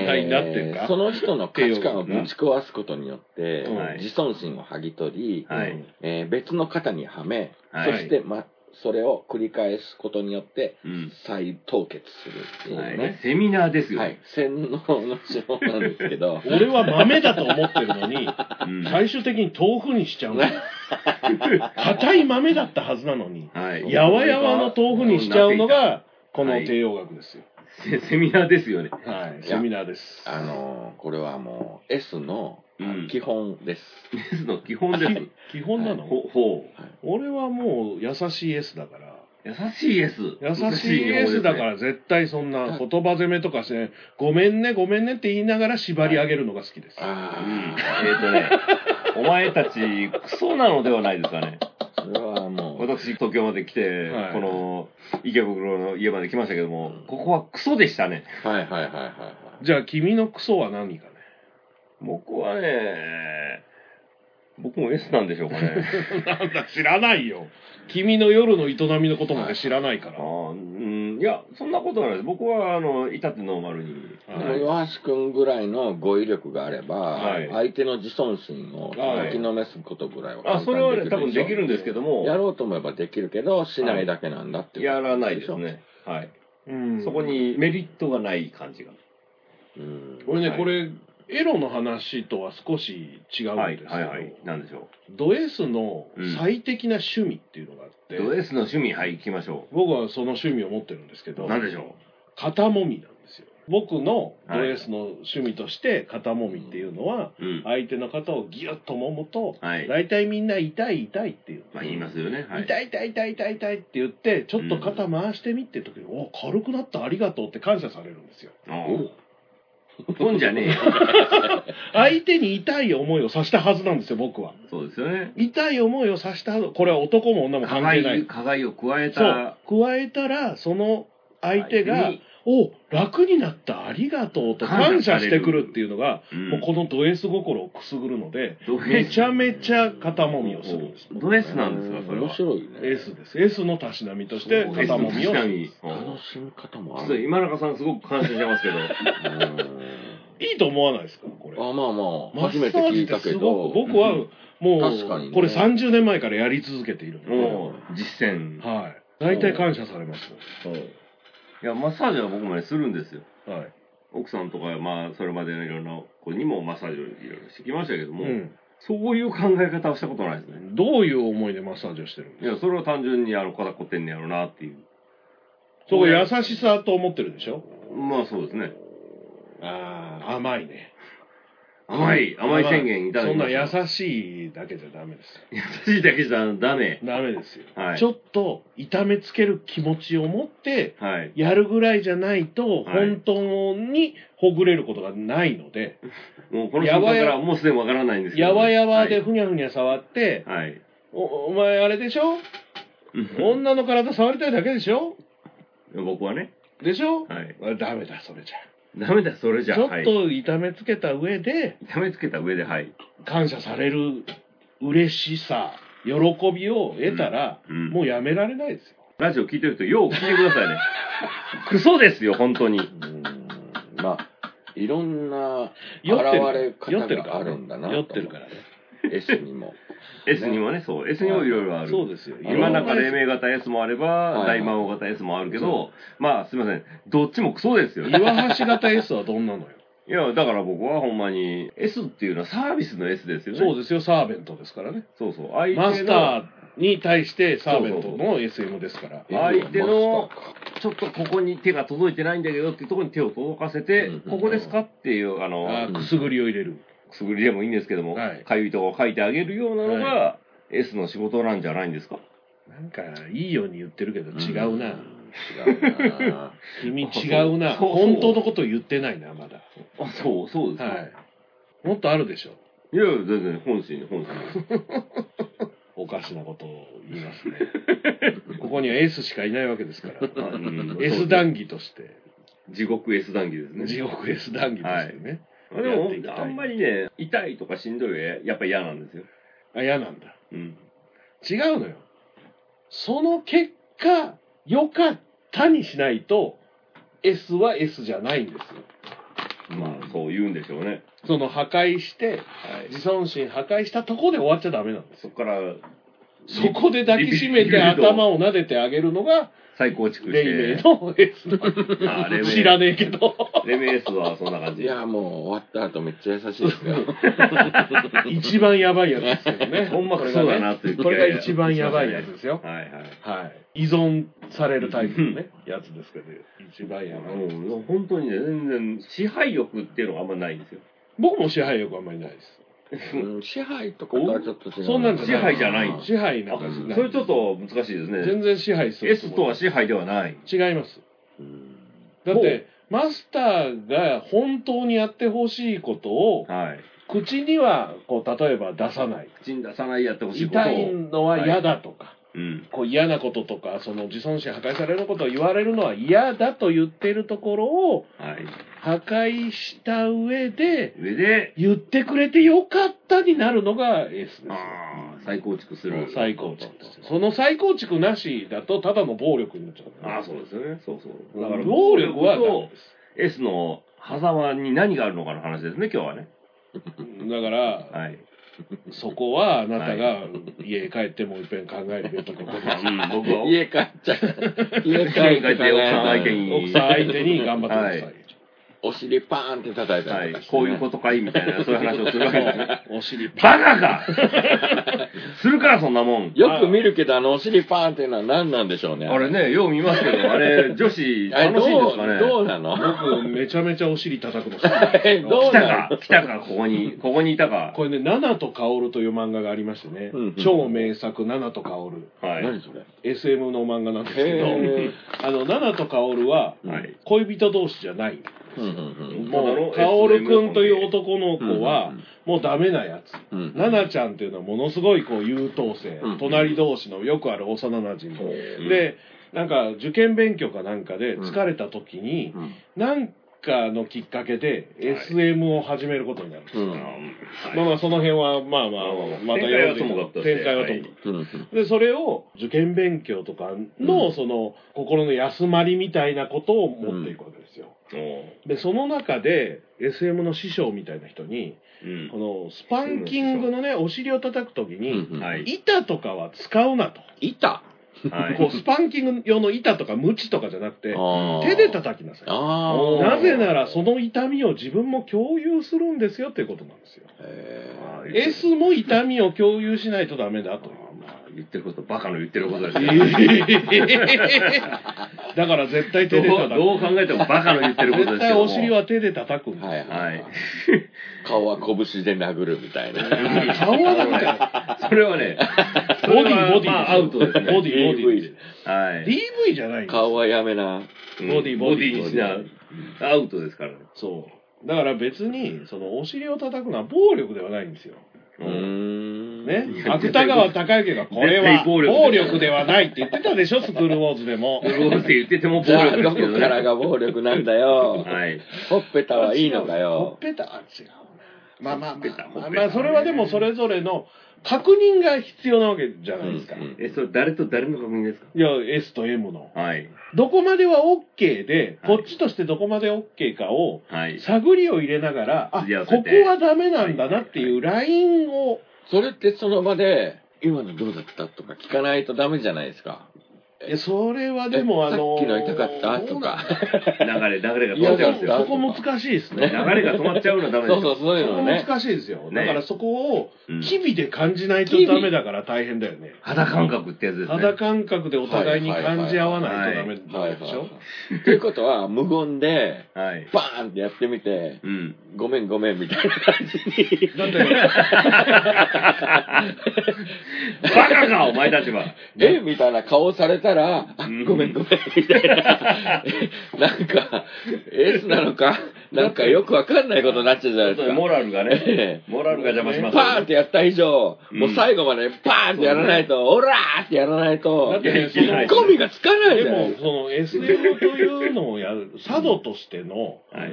Speaker 3: 話題になってる
Speaker 1: えー
Speaker 3: か。
Speaker 1: その人の価値観をぶち壊すことによって、
Speaker 3: うん。
Speaker 2: はい
Speaker 1: 自尊心を剥ぎ取り、
Speaker 2: はい。
Speaker 1: えー別の型にはめ、
Speaker 2: はい
Speaker 1: そして、ま、それを繰り返すことによって
Speaker 2: うん。
Speaker 1: 再凍結するっていう
Speaker 2: はい
Speaker 1: ね。
Speaker 2: セミナーですよ。
Speaker 1: はい。洗脳の手法なんですけど
Speaker 3: 俺は豆だと思ってるのに、
Speaker 2: うん
Speaker 3: 最終的に豆腐にしち ゃうの。硬い豆だったはずなのに、
Speaker 2: はい。
Speaker 3: やわやわの豆腐にしちゃうのが、この帝王学ですよ。
Speaker 2: セ、セミナーですよね。
Speaker 3: はい。
Speaker 1: いや
Speaker 3: セミナーです。
Speaker 1: あのーこれはもう S の
Speaker 2: うん
Speaker 1: 基本です。
Speaker 2: ですの基本です。
Speaker 3: 基本なの、
Speaker 2: ほ、ほう。
Speaker 3: 俺はもう優しい S だから。
Speaker 2: 優しい S。
Speaker 3: 優しい S だから絶対そんな言葉攻めとかしてね、ごめんね、ごめんねって言いながら縛り上げるのが好きです。
Speaker 2: う
Speaker 1: あ
Speaker 2: ん。えっ、と ね、お前たち、クソなのではないですかね。
Speaker 1: あ、それはも う、
Speaker 2: 私、東京まで来て、
Speaker 3: はい
Speaker 2: この池袋の家まで来ましたけども、ここはクソでしたね。
Speaker 1: はいはいはいはいはい。
Speaker 3: じゃあ君のクソは何かね。
Speaker 2: 僕はね、僕も S なんでしょうか ね。
Speaker 3: なんだ、知らないよ。君の夜の営みのことなんか知らないか
Speaker 2: あ
Speaker 3: ら。
Speaker 2: ーうん、いや、そんなことはないです。僕は、あの、至ってノーマルに。
Speaker 3: は
Speaker 1: で
Speaker 3: い
Speaker 1: も岩橋君ぐらいの語彙力があれば、
Speaker 2: はい
Speaker 1: 相手の自尊心を
Speaker 3: はい
Speaker 1: 解きのめすことぐらいは
Speaker 2: あ、それはね、
Speaker 1: 簡
Speaker 2: 多
Speaker 1: 単
Speaker 2: 分
Speaker 1: にで
Speaker 2: で
Speaker 1: き
Speaker 2: き
Speaker 1: る
Speaker 2: るん
Speaker 1: でし
Speaker 2: ですけど
Speaker 1: ょ
Speaker 2: も、
Speaker 1: やろうと思えばできるけどしないだけなんだっていう、
Speaker 2: やらないですね。はい。
Speaker 3: うん
Speaker 2: そこ。にメリットがない感じが。
Speaker 1: うん
Speaker 3: 俺ね、
Speaker 2: はい
Speaker 3: これ、エロの話とは少し違うんですけど、
Speaker 2: なんでしょ
Speaker 3: ド S の最適な趣味っていうのがあって、
Speaker 2: う。ド S の趣味、はい、行きましょ
Speaker 3: 僕はその趣味を持ってるんですけ
Speaker 2: う。
Speaker 3: ど、
Speaker 2: なんでしょ
Speaker 3: 肩もみなんですよ。僕のド S の趣味として肩もみっていうのは、
Speaker 2: う。うん。
Speaker 3: 相手の肩をギュッと揉むと、
Speaker 2: はい
Speaker 3: 大体みんな痛い痛いっていう、
Speaker 2: まあ、言いますよね。はい。
Speaker 3: 痛い痛い痛い痛い痛いって言ってちょっと肩回してみって時に、お軽くなったありがとうって感謝されるんですよ
Speaker 2: お飛んじゃねえよ。
Speaker 3: 相手に痛い思いをさせたはずなんですよ僕は
Speaker 2: そうですよね。
Speaker 3: 痛い思いをさせたはずこれは男も女も
Speaker 2: 加
Speaker 3: 関
Speaker 2: 害
Speaker 3: 係な
Speaker 2: を
Speaker 3: い
Speaker 2: 加害を加え
Speaker 3: そ
Speaker 2: た
Speaker 3: う加えたらその相手が
Speaker 2: に
Speaker 3: 「お楽になったありがとう」と感謝してくるっていうのが、
Speaker 2: うん
Speaker 3: もうこのド S 心をくすぐるので
Speaker 2: ド S
Speaker 3: めちゃめちゃ肩もみをするんです
Speaker 2: ド S なんですか、それは
Speaker 1: 面。白いね
Speaker 3: S です。S のたしなみとして、
Speaker 1: そう
Speaker 3: 肩もみ
Speaker 2: 確
Speaker 3: を。
Speaker 2: か
Speaker 3: い
Speaker 2: に
Speaker 1: 楽しみ方もあ
Speaker 2: そう
Speaker 1: る
Speaker 2: 今中さんすごく感謝してますけど。
Speaker 3: いと思わないですかこれ。
Speaker 1: うんあまあま
Speaker 3: マ
Speaker 1: あ初
Speaker 3: ッ
Speaker 1: めて
Speaker 3: サー
Speaker 1: 聞
Speaker 3: ジっ
Speaker 1: い
Speaker 3: て
Speaker 1: たけ
Speaker 3: す
Speaker 1: ど
Speaker 3: ごく、僕はも
Speaker 1: 確かに
Speaker 3: う、
Speaker 1: ね
Speaker 3: これ30年前からやり続けているの
Speaker 2: もう、実践。
Speaker 3: で、はい。大体感謝されます。
Speaker 2: いや、マッサージは僕もね、するんですよ。
Speaker 3: はい。
Speaker 2: 奥さんとか、まあ、それまでのいろんな子にもマッサージをいろいろしてきましたけども、
Speaker 3: う
Speaker 2: そういう考え方をしたことないですね。
Speaker 3: ん。どういう思いでマッサージをしてるん
Speaker 2: い
Speaker 3: ですか
Speaker 2: や、それは単純に、あの、肩こってんねやろうなっていう。
Speaker 3: そこ優しさと思ってるでしょ
Speaker 2: まあ、そうですね。
Speaker 3: ああ、甘いね。
Speaker 2: 甘い、甘い宣言いただ
Speaker 3: そ
Speaker 2: き
Speaker 3: ん
Speaker 2: ま
Speaker 3: な
Speaker 2: した。
Speaker 3: 優しいだけじゃダメですよ。
Speaker 2: 優しいだけじゃダメ。
Speaker 3: ダメですよ。
Speaker 2: はい
Speaker 3: ちょっと痛めつける気持ちを持って、
Speaker 2: はい。
Speaker 3: やるぐらいじゃないと、
Speaker 2: はい
Speaker 3: 本当にほぐれることがないので、
Speaker 2: もうこの瞬間か
Speaker 3: やわ
Speaker 2: ら
Speaker 3: や
Speaker 2: もうすでにわからないんですけど。
Speaker 3: やわやわで
Speaker 2: は
Speaker 3: ふにゃふにゃ触って
Speaker 2: い。、はい。
Speaker 3: おお前あれでしょ
Speaker 2: うん
Speaker 3: 女の体触りたいだけでしょ
Speaker 2: 僕はね。
Speaker 3: でしょ、
Speaker 2: はい。
Speaker 3: あダメだ、それじゃ。
Speaker 2: ダメだ、それじゃ。
Speaker 3: ちょっ
Speaker 2: はい。
Speaker 3: と痛めつけた上で、
Speaker 2: 痛めつけた上で、はい。
Speaker 3: 感謝される嬉しさ、喜びを得たら、
Speaker 2: うんうん
Speaker 3: もうやめられないですよ。
Speaker 2: ラジオ聞いてる人、よう聞いてくだ さいね。クソですよ、本当に。
Speaker 1: うんまあ、いろんな
Speaker 3: 酔っ
Speaker 1: 現
Speaker 3: てる
Speaker 1: れ
Speaker 3: 酔って
Speaker 1: 方
Speaker 3: るか
Speaker 1: があ
Speaker 3: ら
Speaker 1: るんだな
Speaker 3: ね。
Speaker 1: と
Speaker 3: 酔ってるからね。
Speaker 1: S にも。
Speaker 2: S にはね、そう。S にもいろいろある。
Speaker 3: そうですよ。
Speaker 2: 今中で
Speaker 3: いろんな
Speaker 2: A 型 S もあれば、
Speaker 1: い
Speaker 2: 大魔王型 S もあるけど、まあ、すいません。どっちもクソですよ。い
Speaker 3: 岩橋型 S はどんなのよ。
Speaker 2: や、だから僕はほんまに、S っていうのはサービスの S ですよね。
Speaker 3: そう
Speaker 2: す。
Speaker 3: ですよ、サーベントですからね。
Speaker 2: そうそう。相手の
Speaker 3: マスターに対してサーベントの SM ですから。
Speaker 2: 相手の
Speaker 1: マス
Speaker 2: ちょっとここに手が届いてないんだけどっていうところに手を届かせて、
Speaker 1: うん
Speaker 2: ここですかっていう、あの、
Speaker 3: あーくすぐりを入れる。
Speaker 2: くすぐりでもいいんですけども、
Speaker 3: はい
Speaker 2: かゆいとこ書いてあげるようなのが、S の仕事なんじゃないんですか
Speaker 3: なんか、いいように言ってるけど
Speaker 1: ター
Speaker 3: 違うな。
Speaker 1: うん違うな。
Speaker 3: 君違うな。
Speaker 2: そうそう
Speaker 3: 本当のこと言ってないな、まだ。
Speaker 2: あ、そう、そうですか。、
Speaker 3: はいい。もっとあるでしょ。
Speaker 2: や、全然本心、本心。
Speaker 3: おかしなことを言 いますね。ここには S しかいないわけですから。
Speaker 2: うん
Speaker 3: S 談義として、
Speaker 2: 地獄 S 談義ですね。
Speaker 3: 地獄 S 談義としてね。
Speaker 2: で
Speaker 3: やっていきた
Speaker 2: も、
Speaker 3: い
Speaker 2: あんまりね、痛いとかしんどいはやっぱ嫌なんですよ。
Speaker 3: あ、嫌なんだ。
Speaker 2: うん。
Speaker 3: 違うのよ。その結果、良かったにしないと、S は S じゃないんですよ。
Speaker 2: まあ、そう言うんでしょうね。
Speaker 3: その破壊して、
Speaker 2: はい。
Speaker 3: 自尊心破壊したとこで終わっちゃダメなんです
Speaker 2: そ
Speaker 3: よ。
Speaker 2: こから、
Speaker 3: そこで抱きしめて頭を撫でてあげるのが、
Speaker 2: 再構築して。
Speaker 3: レイメイの S の。
Speaker 2: あレイメイ
Speaker 3: 知らねえけど。
Speaker 2: レメ S はそんな感じ。
Speaker 1: いや、もう終わった後めっちゃ優しいですよ。
Speaker 3: 一番やばいやつですけどね。
Speaker 2: ほんま
Speaker 3: こ
Speaker 2: ク
Speaker 3: れ
Speaker 2: ソ
Speaker 3: が
Speaker 2: だ
Speaker 3: ね
Speaker 2: なっていう
Speaker 3: これが一番やばいやつですよ。
Speaker 2: はいはい。
Speaker 3: はい。依存されるタイプのね、やつですけど、一番やばい。
Speaker 2: もう本当にね、全然支配欲っていうのがあんまないんですよ。
Speaker 3: 僕も支配欲あんまりないです。
Speaker 1: うん支配とかとはちょっと違う。
Speaker 3: そんなん
Speaker 2: 支配じゃない
Speaker 3: 支配なんかしない
Speaker 2: それちょっと難しいですね。
Speaker 3: 全然支配する
Speaker 2: S とは支配ではない。
Speaker 3: 違います。
Speaker 1: うん
Speaker 3: だって、マスターが本当にやってほしいことを、
Speaker 2: はい。
Speaker 3: 口には、こう、例えば出さない。
Speaker 2: 口に出さないやってほしいことを。
Speaker 3: 痛いのは嫌だとか、
Speaker 2: うん。
Speaker 3: こう嫌なこととか、その自尊心破壊されることを言われるのは嫌だと言ってるところを、
Speaker 2: はい。
Speaker 3: 破壊した上で、
Speaker 2: 上で、
Speaker 3: 言ってくれてよかったになるのが S ですよ。
Speaker 2: ああ、再構築する。
Speaker 3: 再構築ですよその再構築なしだと、ただの暴力になっちゃう。
Speaker 2: ああ、そうですよね。そうそう。
Speaker 3: だから、暴力はダメ
Speaker 2: と
Speaker 3: です
Speaker 2: S の狭間に何があるのかの話ですね、今日はね。
Speaker 3: だから、
Speaker 2: はい。
Speaker 3: そこはあなたが家帰ってもう一遍考えるべきこと です。
Speaker 2: うん、僕は。
Speaker 1: 家帰っちゃう。家帰
Speaker 2: 家
Speaker 1: っ
Speaker 2: に帰
Speaker 1: て
Speaker 2: って奥さん
Speaker 1: た
Speaker 2: 相手
Speaker 1: ね、
Speaker 2: に。
Speaker 3: 奥さん相手に頑張ってください。
Speaker 2: は
Speaker 1: お尻パーンって叩いた
Speaker 2: は
Speaker 1: りとか
Speaker 2: い
Speaker 1: し、てね
Speaker 2: こういうことかいみたいな、そういう話をするわけですね。
Speaker 3: お尻パ
Speaker 2: バカかするから、そんなもん。
Speaker 1: よく見るけど、あのお尻パーンっていうのは何なんでしょうね。
Speaker 2: あれね、よう見ますけど、あれ、女子、
Speaker 1: あれ
Speaker 2: 楽
Speaker 1: ど
Speaker 2: しいんですか
Speaker 1: う、
Speaker 2: ね。
Speaker 1: どうなの
Speaker 3: 僕、めちゃめちゃお尻叩くの好き
Speaker 1: えどう
Speaker 2: 来た
Speaker 1: な
Speaker 2: か、来たか、ここに、ここにいたか。
Speaker 3: これね、ナナとカオルという漫画がありましてね、
Speaker 1: うんうん
Speaker 3: 超名作、ナナとカオル、
Speaker 2: はい。
Speaker 1: の
Speaker 2: はい
Speaker 1: 何。それ
Speaker 3: SM の漫画なんですけ
Speaker 1: へ
Speaker 3: ど、あの、ナナとカオルは
Speaker 1: ー
Speaker 2: はい。
Speaker 3: 恋人同士じゃない。
Speaker 1: うんうん
Speaker 3: もう、カオルくんという男の
Speaker 1: うん。
Speaker 3: 子は、もうダメなやつ。
Speaker 1: うんうん、
Speaker 3: ナナちゃんっていうのはものすごいこう優等生
Speaker 1: うん、
Speaker 3: 隣同士のよくある幼馴染
Speaker 1: うん
Speaker 2: うん
Speaker 3: で、なんか受験勉強かなんかで疲れた時に、
Speaker 1: うん
Speaker 3: なんかのきっかけで SM を始めることになるんです。
Speaker 1: うん
Speaker 2: うん
Speaker 3: まあまあその辺はまあまあまた
Speaker 2: 展開は
Speaker 3: よ
Speaker 2: ともかくとして
Speaker 3: 展開はともか
Speaker 1: うんうん
Speaker 3: くでそれを受験勉強とか
Speaker 1: う
Speaker 3: の
Speaker 1: ん
Speaker 3: その心の休まりみたいなことを持っていくわけですよ。でその中で SM の師匠みたいな人に
Speaker 2: うん
Speaker 3: このスパンキングのねお尻を叩く時に
Speaker 1: うん
Speaker 2: はい
Speaker 3: 板とかは使うなと。
Speaker 1: 板
Speaker 2: はい
Speaker 3: こうスパンキング用の板とかムチとかじゃなくて手で叩きなさい
Speaker 1: あー
Speaker 3: なぜならその痛みを自分も共有するんですよっていうことなんですよ
Speaker 1: へー
Speaker 3: S も痛みを共有しないとダメだという
Speaker 2: まあ言ってること、バカの言ってることですよ
Speaker 3: だから絶対
Speaker 2: ど
Speaker 3: 手
Speaker 2: う
Speaker 3: で叩く
Speaker 2: どう考えてもバカの言ってること
Speaker 3: 絶
Speaker 2: です
Speaker 3: 対
Speaker 2: よ。
Speaker 3: お尻は手で叩くんだ、
Speaker 1: はいは、
Speaker 2: はいい。
Speaker 1: 顔は拳で殴るみたい な
Speaker 3: 顔はだから
Speaker 2: それはね、
Speaker 3: ボディーボディー、
Speaker 2: まあアウトですね
Speaker 3: ボディーボディ
Speaker 1: DV
Speaker 3: ー
Speaker 2: はい。
Speaker 3: DV じゃないんです
Speaker 1: 顔はやめな
Speaker 2: うん
Speaker 3: ボディーボディー
Speaker 2: にしな、アウトですからね。
Speaker 3: そうだから別にそのお尻を叩くのは暴力ではないんですよ
Speaker 1: うーん
Speaker 3: ね
Speaker 2: い、や
Speaker 3: 芥川孝之がこれは
Speaker 2: 絶対暴
Speaker 3: 暴
Speaker 2: 力
Speaker 3: 力ではないって言ってたでしょ、スクールウォーズでも。
Speaker 2: 暴力って言ってても
Speaker 1: じ
Speaker 2: 暴
Speaker 1: ゃあ
Speaker 2: 力で
Speaker 1: ど
Speaker 2: す
Speaker 1: こ
Speaker 2: けど
Speaker 1: か
Speaker 2: ね。
Speaker 1: らが暴力なんだよ
Speaker 2: はい。
Speaker 1: ほっぺたはいいのか
Speaker 3: ほっ
Speaker 1: よ
Speaker 3: ぺたは違うまあまあま
Speaker 2: ベタ
Speaker 3: あ、ま
Speaker 2: ほ
Speaker 3: あ
Speaker 2: っぺた
Speaker 3: まあ、それはでもそれぞれの確認が必要なわけじゃないですか。
Speaker 1: うんうん
Speaker 2: え、それ誰と誰の確認ですか
Speaker 3: いや、S と M の。
Speaker 2: はい。
Speaker 3: どこまでは OK で、
Speaker 2: はい
Speaker 3: こっちとしてどこまで OK かを、
Speaker 2: はい。
Speaker 3: 探りを入れながら、あ、
Speaker 2: いや
Speaker 3: ここはダメなんだなっていうラインを、
Speaker 1: それってその場で、今のどうだったとか聞かないとダメじゃないですか。
Speaker 3: いやそれはでもあ
Speaker 1: えさ
Speaker 3: の
Speaker 1: っきの痛かったとか。
Speaker 2: 流れ、流れが
Speaker 1: い
Speaker 2: 止ま
Speaker 1: や
Speaker 2: っちゃうんです
Speaker 1: いや
Speaker 2: よ。
Speaker 3: ここ難しいです
Speaker 2: 流
Speaker 3: ね。
Speaker 2: れが止まっちゃうのはダメ で
Speaker 1: そ
Speaker 2: す
Speaker 1: うそう、そ
Speaker 2: よ。
Speaker 1: ういうのはね。
Speaker 3: 難しいですよ。
Speaker 2: ね
Speaker 3: だからそこを、
Speaker 2: うん
Speaker 3: 機微で感じないとダメだから大変だよね。
Speaker 2: 肌感覚ってやつですね。
Speaker 3: 肌感覚でお互いに感じ合わないとダメ
Speaker 1: はい
Speaker 3: なん
Speaker 1: はい
Speaker 3: で
Speaker 1: は
Speaker 3: しょ
Speaker 1: い。っていうことは、無言で、
Speaker 2: はい。
Speaker 1: バーンってやってみて、
Speaker 2: うん。
Speaker 1: ごめんごめんみたいな感じに。
Speaker 3: だ って、
Speaker 2: バカ か、お前たちは。
Speaker 1: えみたいな顔されたら、あ
Speaker 2: うん
Speaker 1: ごめんごめん、みたいな。なんか、エースなのか、なんかよくわかんないことになっちゃうじゃないですか。
Speaker 2: モラルがね
Speaker 1: え、
Speaker 2: モラルが邪魔しますよね。
Speaker 1: パーンってやった以上、
Speaker 2: うん
Speaker 1: もう最後までパーンってやらないと、オラーってやらない
Speaker 3: だ
Speaker 1: と
Speaker 3: っ、
Speaker 2: いや
Speaker 3: て
Speaker 2: いけな
Speaker 3: ね
Speaker 2: い、
Speaker 3: そ
Speaker 1: ゴミがつかな
Speaker 3: の、
Speaker 1: い
Speaker 3: で
Speaker 1: じゃない
Speaker 3: も
Speaker 1: で、す
Speaker 3: その SM というのをやる、佐渡としての
Speaker 2: はい。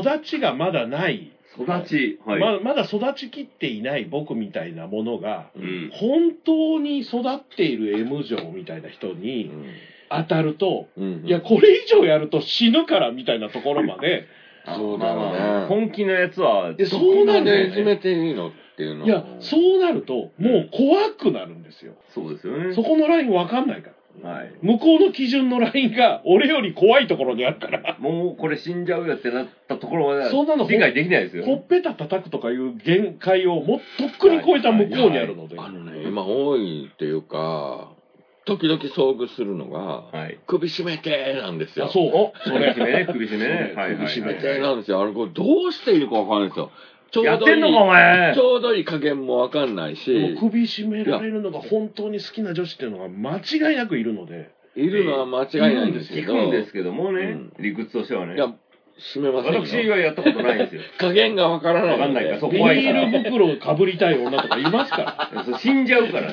Speaker 3: 育ちがまだない、
Speaker 2: 育ち。はい。
Speaker 3: ままだ育ちきっていない僕みたいなものが、
Speaker 2: うん。
Speaker 3: 本当に育っている M 嬢みたいな人に当たると、
Speaker 1: うん。
Speaker 3: いや、これ以上やると死ぬからみたいなところまで、
Speaker 1: そうだろうね
Speaker 2: まあまあ本気のやつは、
Speaker 3: で
Speaker 1: そ
Speaker 3: そう
Speaker 1: こ
Speaker 3: な
Speaker 1: ま
Speaker 3: んだ
Speaker 1: で
Speaker 3: よ
Speaker 1: いじ
Speaker 3: ね。
Speaker 1: めていいのっていうの
Speaker 3: いや、そうなると、もう怖くなるんですよ。
Speaker 2: そうですよね。
Speaker 3: そこのラインわかんないから。
Speaker 2: はい。
Speaker 3: 向こうの基準のラインが俺より怖いところにあるから。
Speaker 2: もうこれ死んじゃうよってなったところは、
Speaker 3: そんなの
Speaker 2: 理解できないですよ
Speaker 3: ほ
Speaker 2: ね。
Speaker 3: っぺた叩くとかいう限界をもうとっくに超えた向こうにあるので。
Speaker 1: あのね、今多いっていうか、時々遭遇するのが、
Speaker 2: はい。
Speaker 1: 首絞めてなんですよ
Speaker 3: あ。そう。おそ
Speaker 2: 首
Speaker 3: れ。
Speaker 2: 絞めね、首絞めね。
Speaker 3: そ
Speaker 2: は
Speaker 3: う
Speaker 2: いはいはい。
Speaker 3: 首絞
Speaker 1: め
Speaker 3: め
Speaker 1: てなんですよ。あれ、これどうしていいかわかんないですよ。ちょ
Speaker 2: や
Speaker 1: う
Speaker 2: っ
Speaker 1: どい
Speaker 2: てんのか、お
Speaker 1: い、
Speaker 2: 前
Speaker 1: ちょうどいい加減もわかんないし、
Speaker 3: 首絞められるのが本当に好きな女子っていうのが間違いなくいるので。
Speaker 1: いるのは間違いないんですけ
Speaker 2: 聞
Speaker 1: ど、
Speaker 2: くんですけどもね、
Speaker 1: うん
Speaker 2: 理屈としてはね
Speaker 1: い。や、締めませんよ。
Speaker 2: 私はやったことないんですよ。
Speaker 1: 加減がわからないので。
Speaker 2: わかんないからそう
Speaker 3: ビニ
Speaker 2: 怖いから
Speaker 3: ール袋をかぶりたい女とかいますから。
Speaker 2: それ死 んじゃうから。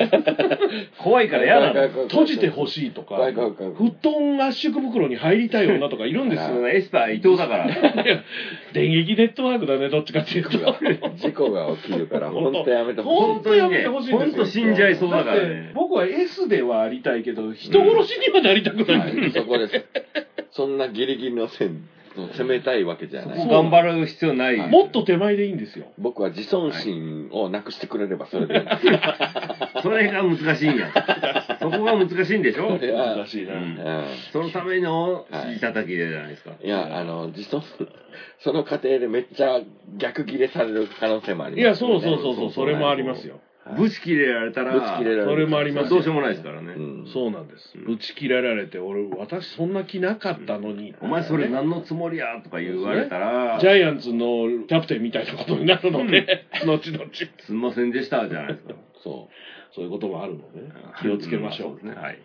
Speaker 2: 怖いから嫌なの。
Speaker 3: 閉じてほしいとか、
Speaker 1: 怖
Speaker 3: 布
Speaker 1: い怖い怖い
Speaker 3: 団圧縮袋に入りたい女とかいるんです
Speaker 2: そ
Speaker 3: よ。
Speaker 2: のエスパー伊藤だから。
Speaker 3: 電撃ネットワークだね、どっちかっていうと。
Speaker 1: 事故が起きるから、 本当やめてほ
Speaker 3: 本
Speaker 1: し
Speaker 3: 当やめてほしいんです
Speaker 2: 本
Speaker 3: よ
Speaker 2: 当死んじゃいそうだから
Speaker 3: だって
Speaker 2: ね。
Speaker 3: 僕は S ではありたいけど、人殺しにはなりたく
Speaker 1: い。
Speaker 3: な。
Speaker 1: はいい、そこです。そんなギリギリの線を攻めたいわけじゃない。
Speaker 2: 頑張る必要な。
Speaker 1: はいい
Speaker 3: もっと手前でいいんですよ。
Speaker 1: 僕は自尊心をなくしてくれればそれでいいんですよ。
Speaker 2: それが難しいん や。そこが難しいんでしょ
Speaker 1: それは
Speaker 3: 難しいな。
Speaker 2: うん
Speaker 1: うん
Speaker 2: そのための
Speaker 1: はい
Speaker 2: 死叩きじゃないですか。
Speaker 1: いや、あの、自尊、その過程でめっちゃ逆ギレされる可能性もあり
Speaker 3: い
Speaker 1: ますよ
Speaker 3: や、
Speaker 1: ね、
Speaker 3: そうそうそうそう、それもありますよ。
Speaker 1: はい。
Speaker 2: ぶち切れられたら、
Speaker 1: ぶち切れられる
Speaker 3: それもあります
Speaker 2: どうしようもないですからね。
Speaker 1: うん
Speaker 3: そうなんです。
Speaker 2: うん
Speaker 3: 打ち切られて、俺、私そんな気なかったのに。
Speaker 2: お前それ何のつもりやとか言われたら、
Speaker 3: ジャイアンツのキャプテンみたいなことになるので、後々。
Speaker 2: すんませんでしたじゃない ですか。
Speaker 1: そう。
Speaker 3: そういうこともあるので、気をつけましょ
Speaker 2: んそ
Speaker 3: う。
Speaker 2: うですね。はい。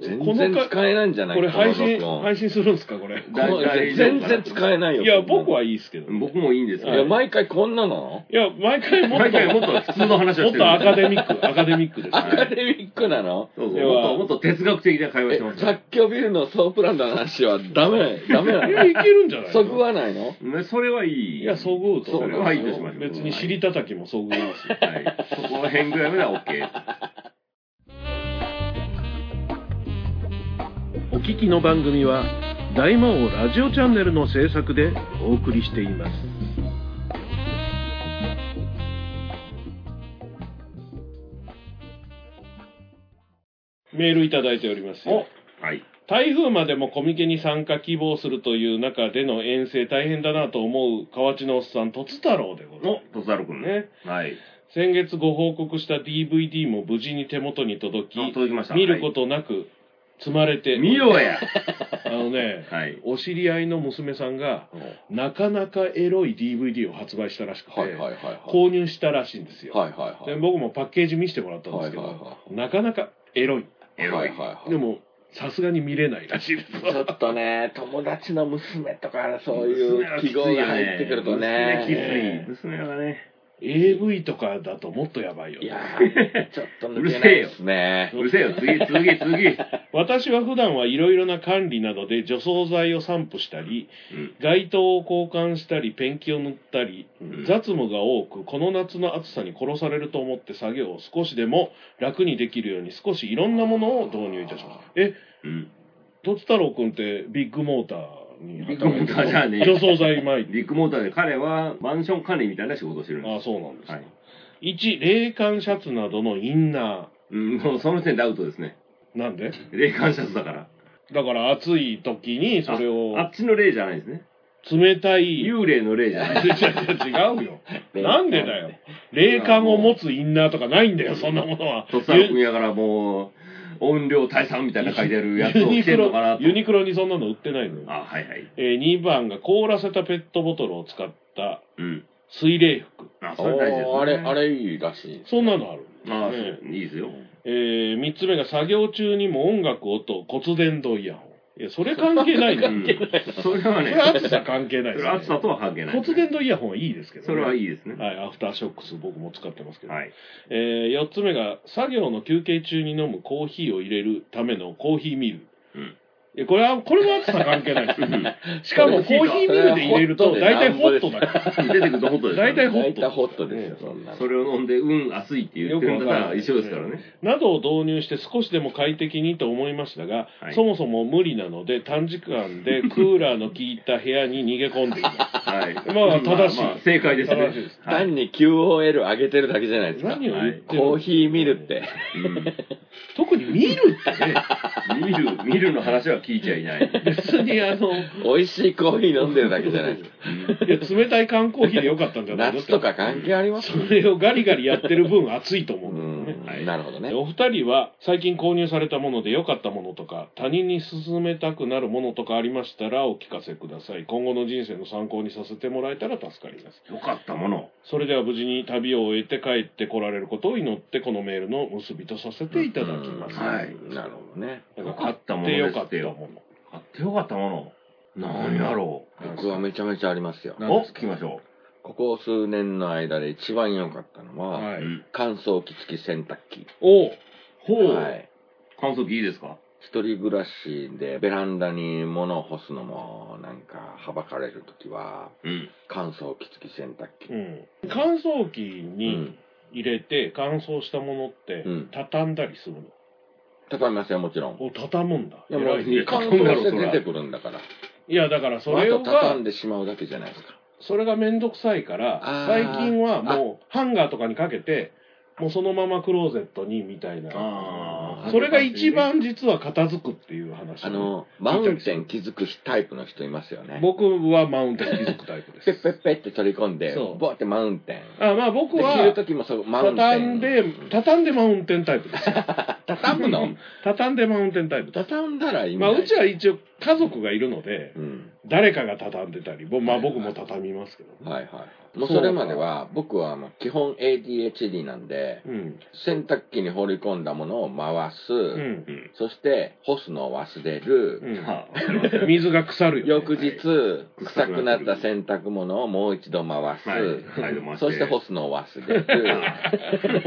Speaker 1: 全然使えないんじゃない
Speaker 3: これ配信、
Speaker 1: この録音
Speaker 3: 配信するんですか、これ。
Speaker 1: この全然使えないよ。
Speaker 3: いや、
Speaker 1: そんなの
Speaker 3: 僕はいいですけど。
Speaker 2: 僕もいいんです
Speaker 1: い
Speaker 2: け
Speaker 1: や、
Speaker 2: ど、
Speaker 1: 毎回こんなの
Speaker 3: いや、毎回もっと、
Speaker 2: 毎回もっと普通の話を
Speaker 3: も
Speaker 2: しる
Speaker 3: ってとアカデミック、アカデミックです
Speaker 1: ア
Speaker 3: ね。
Speaker 1: カデミックなの
Speaker 2: そうそう
Speaker 3: で
Speaker 2: もっ
Speaker 3: は
Speaker 2: ともっと哲学的な会話し
Speaker 1: え
Speaker 2: てます、
Speaker 1: 雑居ビルのソープランドの話はダメ、ダメない
Speaker 3: や、 い
Speaker 1: の
Speaker 3: けるんじゃない
Speaker 1: そぐわないの
Speaker 2: ね、それはいい。
Speaker 3: いや、そぐうと。
Speaker 2: それはいいとしましょう
Speaker 3: 別に尻叩きもそぐうですよ。
Speaker 2: はい。そこら辺ぐらいまでは OK。
Speaker 4: お聞きの番組は大魔王ラジオチャンネルの制作でお送りしています
Speaker 3: メールいただいておりますよ。
Speaker 2: はい。
Speaker 3: 台風までもコミケに参加希望するという中での遠征大変だなと思う河内のおっさん、とつ太郎でございま
Speaker 2: お、とつだろくんね。はい。
Speaker 3: す。先月ご報告した DVD も無事に手元に届き、
Speaker 2: あ届きました
Speaker 3: 見ることなく積まれて、
Speaker 2: 見ようや。
Speaker 3: あのね、
Speaker 2: はい。
Speaker 3: お知り合いの娘さんが、なかなかエロい DVD を発売したらしくて、
Speaker 1: はいはいはいはい。
Speaker 3: 購入したらしいんですよ、
Speaker 1: はいはい
Speaker 3: で
Speaker 1: はい。
Speaker 3: 僕もパッケージ見せてもらったんで
Speaker 1: は
Speaker 3: す
Speaker 1: い
Speaker 3: けど、
Speaker 1: は
Speaker 3: なかなかエロい
Speaker 2: エ
Speaker 1: い
Speaker 2: ロ。
Speaker 1: はいい。はいはいはい。
Speaker 3: で、もさすがに見れないらしいです
Speaker 1: ちょっとね、友達の娘とか、そういう記号が入ってくるとね。
Speaker 2: 娘はきつい。娘はね。
Speaker 3: AV とかだともっとやばいよ
Speaker 1: いやー、ちょっと抜けないですね。
Speaker 2: うるせえよ、次、次、次。
Speaker 3: 私は普段はいろいろな管理などで除草剤を散布したり
Speaker 2: うん
Speaker 3: 街灯を交換したりペンキを塗ったり
Speaker 2: うん
Speaker 3: 雑務が多くこの夏の暑さに殺されると思って作業を少しでも楽にできるように少しいろんなものを導入いたしますえ
Speaker 2: うん。
Speaker 3: とつ太郎君ってビッグモーターに
Speaker 2: ビッグモーターじゃねえ
Speaker 3: 除草剤前
Speaker 2: ビッグモーターで彼はマンション管理みたいな仕事をしてるん
Speaker 3: あ
Speaker 2: で
Speaker 3: あそうなんです
Speaker 2: す。
Speaker 3: ね、
Speaker 2: はい。
Speaker 3: 1冷感シャツなどのインナ
Speaker 2: うん、もうその時点でアウトですね。
Speaker 3: ーなんで
Speaker 2: 霊感シャツだから。
Speaker 3: だから暑い時にそれを
Speaker 2: あっちの霊じゃないですね。
Speaker 3: 冷たい
Speaker 2: 幽霊の霊じゃない。
Speaker 3: 違う違う違うよ。 なんでだよ。霊感を持つインナーとかないんだよ、そんなものは。
Speaker 2: とっさの組やからもう、音量退散みたいな書いてあるやつ
Speaker 3: ユ
Speaker 2: を
Speaker 3: ニ
Speaker 2: 着
Speaker 3: ク
Speaker 2: てんのか
Speaker 3: ロ
Speaker 2: な、と。
Speaker 3: ユニクロにそんなの売ってないのよ。
Speaker 2: あ、はいはい。
Speaker 3: えー2番が凍らせたペットボトルを使った
Speaker 2: うん。
Speaker 3: 水冷服。
Speaker 2: あ、そ
Speaker 1: お
Speaker 2: れ大事です、ね。
Speaker 1: ーあれ、あれいいらしいです
Speaker 3: そんなのある。
Speaker 2: ああ、
Speaker 3: ね
Speaker 2: いいですよ。
Speaker 3: え3つ目が作業中にも音楽をと骨伝導イヤホン。いや、それ関係ないの
Speaker 2: う
Speaker 3: よ。
Speaker 2: ん、 それは
Speaker 3: そ
Speaker 2: ね
Speaker 3: れ、暑さ関係ない
Speaker 2: そ
Speaker 3: で
Speaker 2: れ
Speaker 3: す、
Speaker 2: 暑さ
Speaker 3: ね。
Speaker 2: とは関係ない、
Speaker 3: 骨伝導イヤホンはいいですけど、ね。
Speaker 2: それはい
Speaker 3: い。
Speaker 2: いですね。
Speaker 3: はい、アフターショックス僕も使ってますけど。
Speaker 2: はい。
Speaker 3: えー、4つ目が作業の休憩中に飲むコーヒーを入れるためのコーヒーミル、
Speaker 2: うん
Speaker 3: いやこれはこれも暑さ関係ないです しかもコーヒーミルで入れると
Speaker 1: それ
Speaker 3: 大体
Speaker 1: は
Speaker 3: ホ
Speaker 1: ホ
Speaker 3: ッ
Speaker 1: ッ
Speaker 3: ト
Speaker 1: ト
Speaker 3: だ
Speaker 1: で
Speaker 3: から
Speaker 2: 出てくるとホットですよ、
Speaker 3: 大体
Speaker 1: 大体ホットですよ、
Speaker 3: ね
Speaker 1: そんなの。
Speaker 2: それを飲んで、うん、暑いって言ってるのが一緒ですからね。
Speaker 3: などを導入して少しでも快適にと思いましたが、
Speaker 2: はい
Speaker 3: そもそも無理なので短時間でクーラーの効いた部屋に逃げ込んでいま
Speaker 2: はい。
Speaker 3: まあ正しい
Speaker 2: 正解ですね。
Speaker 3: 正しいです
Speaker 2: はい
Speaker 1: 単に QOL 上げてるだけじゃないですすか。
Speaker 3: 何を言ってる
Speaker 1: コーヒー見るって。
Speaker 3: 特に見るってね
Speaker 2: うん見る、見るの話は聞いちゃいない。
Speaker 3: 別にあの
Speaker 1: 美味しいコーヒー飲んでるだけじゃないですか。
Speaker 3: いや冷たい缶コーヒーでよかったんじゃないの
Speaker 1: 夏とか関係あります
Speaker 3: それをガリガリやってる分暑いと思
Speaker 1: う
Speaker 3: うんだよね、
Speaker 1: ん
Speaker 2: はい
Speaker 1: なるほどね
Speaker 3: で。お二人は最近購入されたもので良かったものとか他人に勧めたくなるものとかありましたらお聞かせください今後の人生の参考にさせてもらえたら助かります
Speaker 2: よかったもの。
Speaker 3: それでは無事に旅を終えて帰ってこられることを祈ってこのメールの結びとさせていただきます、
Speaker 2: うんはい
Speaker 1: なるほどね。
Speaker 3: だから買って良かったもの
Speaker 2: 買ってよかったもの。何やろう。
Speaker 1: 僕はめちゃめちゃありますよ。
Speaker 2: お、聞きましょ
Speaker 1: ここ数年の間で一番良かったのは、
Speaker 2: う。
Speaker 3: は
Speaker 2: う
Speaker 3: い、
Speaker 2: ん
Speaker 1: 乾燥機付き洗濯機。
Speaker 3: おう
Speaker 2: ほ
Speaker 1: は
Speaker 2: う。
Speaker 1: い。
Speaker 2: 感想機いいですか
Speaker 1: 一人暮らしでベランダに物を干すのもなんかはばかれる時は
Speaker 2: うん。
Speaker 1: 乾燥機付き洗濯機。
Speaker 3: うん、乾燥機
Speaker 1: う
Speaker 3: に
Speaker 1: ん。
Speaker 3: 入れて乾燥したものって
Speaker 1: うん
Speaker 3: 畳んだりするの、
Speaker 1: 畳みません、もちろん。
Speaker 3: お畳むんだ
Speaker 1: いやもう
Speaker 3: 偉い
Speaker 2: ね
Speaker 1: 乾燥して出てくるんだから。
Speaker 3: いやだからそれ
Speaker 1: ま
Speaker 3: を
Speaker 1: た
Speaker 3: が、
Speaker 1: 畳んでしまうだけじゃないですか。
Speaker 3: それがめんどくさいから
Speaker 1: あー
Speaker 3: 最近はもうハンガーとかにかけてもうそのままクローゼットにみたいな
Speaker 2: あー
Speaker 3: それが一。番実は片付くっていう話
Speaker 1: あの、マウンテン気づくタイプの人いますよね。
Speaker 3: 僕はマウンテン気づくタイプ
Speaker 1: ペ
Speaker 3: で
Speaker 1: ッペッペッって取り込んで、
Speaker 3: そう
Speaker 1: ボーってマウンテン。
Speaker 3: すあまあ僕
Speaker 1: で、
Speaker 3: は
Speaker 1: 着る時もそう、マウンテ
Speaker 3: 畳ん
Speaker 1: ン。
Speaker 3: で畳んでマウンテンタイプ です
Speaker 1: 畳むの
Speaker 3: 畳んでマウンテンタイプです
Speaker 1: 畳んだらいい
Speaker 3: まあうちは一応家族がいるので
Speaker 1: うん。
Speaker 3: 誰かが畳んでたりぼまあ僕も畳みますけど、
Speaker 1: はいはい。もうそれまでは、僕はもう基本 ADHD なんで、
Speaker 3: うん
Speaker 1: 洗濯機に放り込んだものを回す、
Speaker 3: うん
Speaker 2: うん。
Speaker 1: そして干すのを忘れる、
Speaker 3: う
Speaker 2: あ、わかりました
Speaker 3: ん、水が腐るよ、ね、
Speaker 1: 翌日、
Speaker 2: い
Speaker 1: 臭くなった洗濯物をもう一度回す、
Speaker 2: はい。はい、回
Speaker 1: そして干すのを忘れる。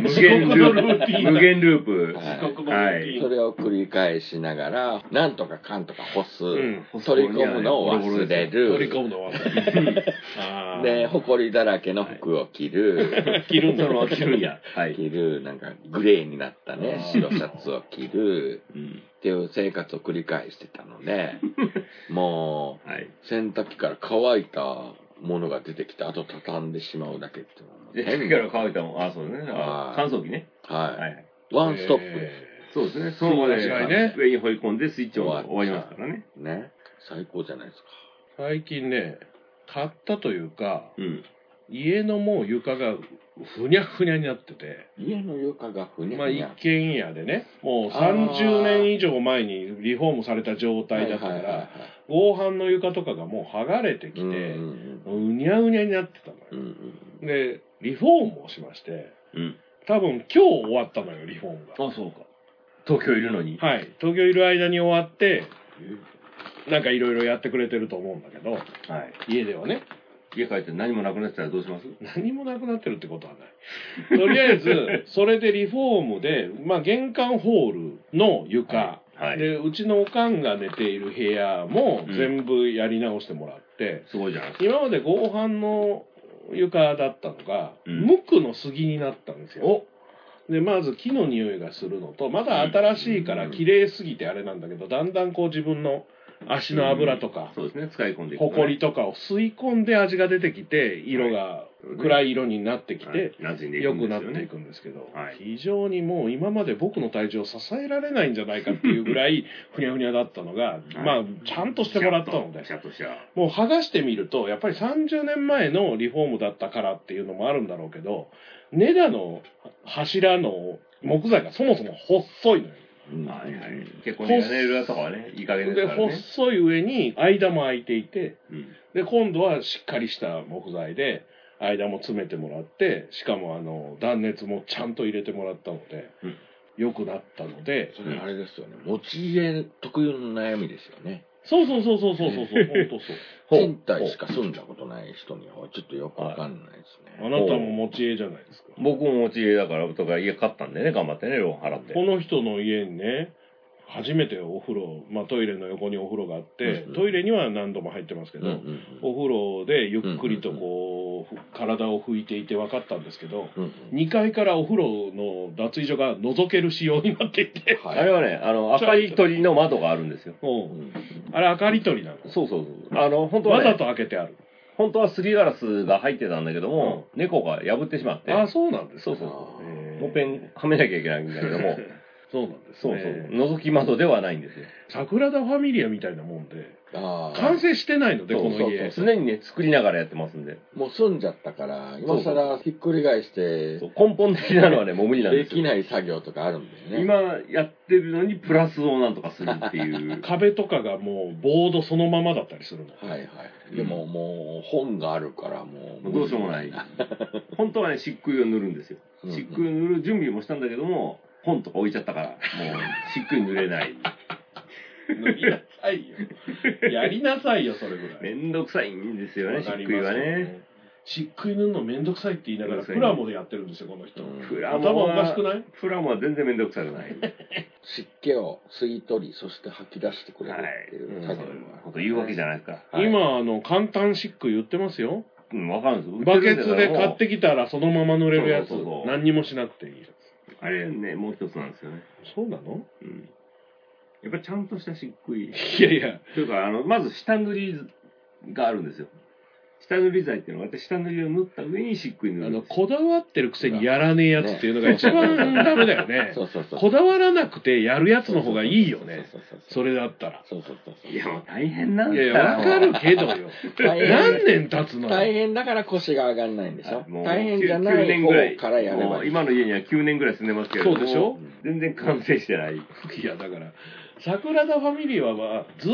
Speaker 2: 無限ル
Speaker 3: 地獄のルー
Speaker 2: ー
Speaker 3: ティ
Speaker 2: プ。
Speaker 3: ン
Speaker 2: 無限ループ。
Speaker 1: はい
Speaker 3: 地獄のルーティン
Speaker 1: それを繰り返しながら、なんとかかんとか干す、
Speaker 3: ん
Speaker 1: 取り込むのを忘れ
Speaker 3: 取り
Speaker 1: る、
Speaker 3: 込むのは忘れるあー
Speaker 1: で、ほこりだらけの服を着る、
Speaker 3: 着るんだ
Speaker 2: そ の、着るんや。はい。
Speaker 1: 着る、なんかグレーになったね
Speaker 3: あ、ー
Speaker 1: 白シャツを着る
Speaker 2: うん
Speaker 1: っていう生活を繰り返してたので、も
Speaker 2: はい。
Speaker 1: う、洗濯機から乾いたものが出てきて、あと畳んでしまうだけっていうのも
Speaker 2: で、
Speaker 1: 変
Speaker 2: 手から乾いたもん。あ、そうね。あ
Speaker 1: は
Speaker 2: 乾
Speaker 1: い
Speaker 2: 燥機ね。
Speaker 1: はい、
Speaker 2: はい。
Speaker 1: ワンストップで
Speaker 3: え
Speaker 2: そうですね。そのままで
Speaker 3: そう間違いね
Speaker 2: 上に放り込んでスイッチを終わりますからね。
Speaker 1: すね。最高じゃないですか。
Speaker 3: ー最近ね買ったというか
Speaker 2: うん。
Speaker 3: 家のもう床がふにゃふにゃになってて、
Speaker 1: 家の床がふにゃ
Speaker 3: まあ、
Speaker 1: ふに
Speaker 3: 一
Speaker 1: ゃ。
Speaker 3: 軒家でねもう
Speaker 1: あー
Speaker 3: 30年以上前にリフォームされた状態だったから、
Speaker 1: はいはいはいはい
Speaker 3: 合板の床とかがもう剥がれてきて、
Speaker 1: う
Speaker 3: うん
Speaker 1: うん
Speaker 3: にゃうにゃになってたの
Speaker 1: うんう
Speaker 3: よ、
Speaker 1: ん
Speaker 3: でリフォームをしまして
Speaker 2: うん。
Speaker 3: 多分今日終わったのよリフォーム
Speaker 2: あ、
Speaker 3: が
Speaker 2: そうか。東京いるのに。
Speaker 3: はい東京いる間に終わってなんかいろいろやってくれてると思うんだけど
Speaker 2: はい。
Speaker 3: 家ではね
Speaker 2: 家帰って何もなくなってたらどうします
Speaker 3: 何もなくなってるってことはない。とりあえ ず、それでリフォームで、まあ、玄関ホールの床、
Speaker 2: はい。
Speaker 3: で、うちのおかんが寝ている部屋も
Speaker 2: うん
Speaker 3: 全部やり直してもらって、
Speaker 2: すごいじゃないです
Speaker 3: 今まで合板の床だったのが、
Speaker 2: うん
Speaker 3: 無垢の杉になったんです
Speaker 2: か。
Speaker 3: よ。で、まず木の匂いがするのと、まだ新しいから綺麗すぎてあれなんだけど、だんだんこう自分の足の油とか、
Speaker 2: そうですね、使い込んでい
Speaker 3: ほこりとかを吸い込んで味が出てきて、色が暗い色になってきて、
Speaker 2: なじんでいく
Speaker 3: 良
Speaker 2: ん
Speaker 3: く
Speaker 2: です
Speaker 3: な
Speaker 2: よ、
Speaker 3: っ
Speaker 2: ね。
Speaker 3: ていくんですけど
Speaker 2: はい、
Speaker 3: 非常にもう今まで僕の体重を支えられないんじゃないかっていうぐら い、ふにゃふにゃだったのが、まあ、ちゃんとしてもらったので
Speaker 2: シ、ャッとした。
Speaker 3: もう剥がしてみると、やっぱり30年前のリフォームだったからっていうのもあるんだろうけど、根田の柱の木材がそもそも細いのよ。
Speaker 1: うん
Speaker 2: はいはい。結構ね、屋根裏とかはね、いい加減で
Speaker 3: で、
Speaker 2: すからね。
Speaker 3: 細い上に間も空いていて、
Speaker 2: うん
Speaker 3: で、今度はしっかりした木材で、間も詰めてもらって、しかもあの、断熱もちゃんと入れてもらったので
Speaker 2: うん、
Speaker 3: 良、くなったので、
Speaker 1: それあれですよね。持ち家特有の悩みですよね。
Speaker 3: そうそうそうそうそうそうそう、本当そう。
Speaker 2: ほう
Speaker 1: 賃貸しか住んだことない人にはちょっとよくわかんないです
Speaker 3: あ
Speaker 1: ね。
Speaker 3: なたも持ち家じゃないですか。
Speaker 2: 僕も持ち家だから、とか家買ったんでね、頑張ってね、ローン払って。
Speaker 3: この人の家にね、初めてお風呂、まあトイレの横にお風呂があって
Speaker 1: うんうん、
Speaker 3: トイレには何度も入ってますけ
Speaker 1: うんう
Speaker 3: ど、
Speaker 1: ん
Speaker 3: お風呂でゆっくりとこう、体を拭いていて分かったんですけど、
Speaker 1: うんうん
Speaker 3: 2階からお風呂の脱衣所が覗ける仕様になっていて、
Speaker 1: は
Speaker 2: あれはね、あの、赤い鳥の窓があるんですよ。
Speaker 3: う
Speaker 1: うんん
Speaker 3: あれ、明かり取りなの。
Speaker 2: そうそうそう。あの、本当は、
Speaker 3: わ
Speaker 2: ね、
Speaker 3: ざと開けてある。
Speaker 2: 本当はすりガラスが入ってたんだけども、猫が破ってしまって、
Speaker 3: あ、そうなんです
Speaker 2: そう
Speaker 3: ね。
Speaker 2: そう
Speaker 1: あー
Speaker 3: えー
Speaker 2: もうペンはめなきゃいけないんだけども、
Speaker 3: そうなんです、ね。
Speaker 2: そうそう、覗き窓ではないんですよ。
Speaker 3: 桜田ファミリアみたいなもんで、
Speaker 1: あー
Speaker 3: 完成してないので、
Speaker 2: そう
Speaker 3: こ
Speaker 2: そうそ
Speaker 3: の
Speaker 2: う
Speaker 3: 家。
Speaker 2: 常にね、作りながらやってますんで、
Speaker 1: もう住んじゃったから、今更ひっくり返して
Speaker 2: そう根本的なのはね、もう無理なん
Speaker 1: で
Speaker 2: です
Speaker 1: き
Speaker 2: よ。
Speaker 1: ない作業とかあるんだよね。
Speaker 2: 今やってるのにプラスをなんとかするっていう。
Speaker 3: 壁とかがもうボードそのままだったりするの。
Speaker 1: はいはい。でももう本があるからもう。
Speaker 2: どうしようも ない。本当はね、漆喰を塗るんですよ。
Speaker 1: うんうん
Speaker 2: 漆喰を塗る準備もしたんだけども、本とか置いちゃったから、もう漆喰塗れない。
Speaker 3: やりなさいよ。 やりなさいよ、それぐらい。
Speaker 2: めんどくさいんですよね、
Speaker 3: わ
Speaker 2: 漆
Speaker 3: かり
Speaker 2: 喰
Speaker 3: ま
Speaker 2: は
Speaker 3: すよ
Speaker 2: ね。。
Speaker 3: 漆喰塗るのめんどくさいって言いなが
Speaker 2: めんどく
Speaker 3: ら、
Speaker 2: さ
Speaker 3: プ
Speaker 2: い
Speaker 3: ラモでやってるんですよ、この人。
Speaker 1: うん
Speaker 2: プラ
Speaker 3: 頭
Speaker 2: モ
Speaker 3: おか
Speaker 2: は
Speaker 3: しく、ない
Speaker 2: プラモは全然めんどくさくない。
Speaker 1: 湿気を吸い取り、そして吐き出してくれるっていう
Speaker 2: はい。
Speaker 1: 作業
Speaker 2: そうい
Speaker 1: が
Speaker 2: うこと言うわけじゃないですか。
Speaker 1: はい
Speaker 3: 今、あの、簡単漆喰言ってますよ。
Speaker 2: うん、わかるんですよ。売
Speaker 3: バ
Speaker 2: って
Speaker 3: ケ
Speaker 2: るんだ
Speaker 3: ツ
Speaker 2: から
Speaker 3: で買ってきたらそのまま塗れるやつ
Speaker 2: そうそうそう
Speaker 3: 何にもしなくていい
Speaker 2: あれね、もう一つなんですよね。
Speaker 3: そうなの
Speaker 2: うん。やっぱちゃんとした漆喰。
Speaker 3: いやいや
Speaker 2: というか、あの、まず下塗りがあるんですよ。下塗り剤っていうのがあって、下塗りを塗った上に漆喰塗る
Speaker 3: あ
Speaker 2: ん
Speaker 3: の
Speaker 2: ですよ。
Speaker 3: こだわってるくせにやらねえやつっていうのが一番ダメだよね
Speaker 1: そうそうそう。
Speaker 3: こだわらなくてやるやつの方がいいよね
Speaker 1: そうそう
Speaker 3: そ
Speaker 1: そう。
Speaker 3: れだったら
Speaker 1: そうそうそうそう。
Speaker 2: いや、もう大変なん
Speaker 3: い
Speaker 2: だ
Speaker 3: やいやわかるけどよ
Speaker 1: 大変
Speaker 3: 何年経つの
Speaker 1: 大
Speaker 3: よ
Speaker 1: 変だから腰が上がんないんでしょ
Speaker 2: もう
Speaker 1: 大変じゃな
Speaker 2: 9
Speaker 1: い
Speaker 2: 年ぐらい
Speaker 1: 方からやれ
Speaker 2: も
Speaker 1: ば
Speaker 2: う
Speaker 1: いい。
Speaker 2: 今の家には9年ぐらい住んでますけれど
Speaker 3: そ
Speaker 2: も
Speaker 3: うでしょ
Speaker 2: 全然完成してない。
Speaker 3: いやだから桜田ファミリーはまあずっ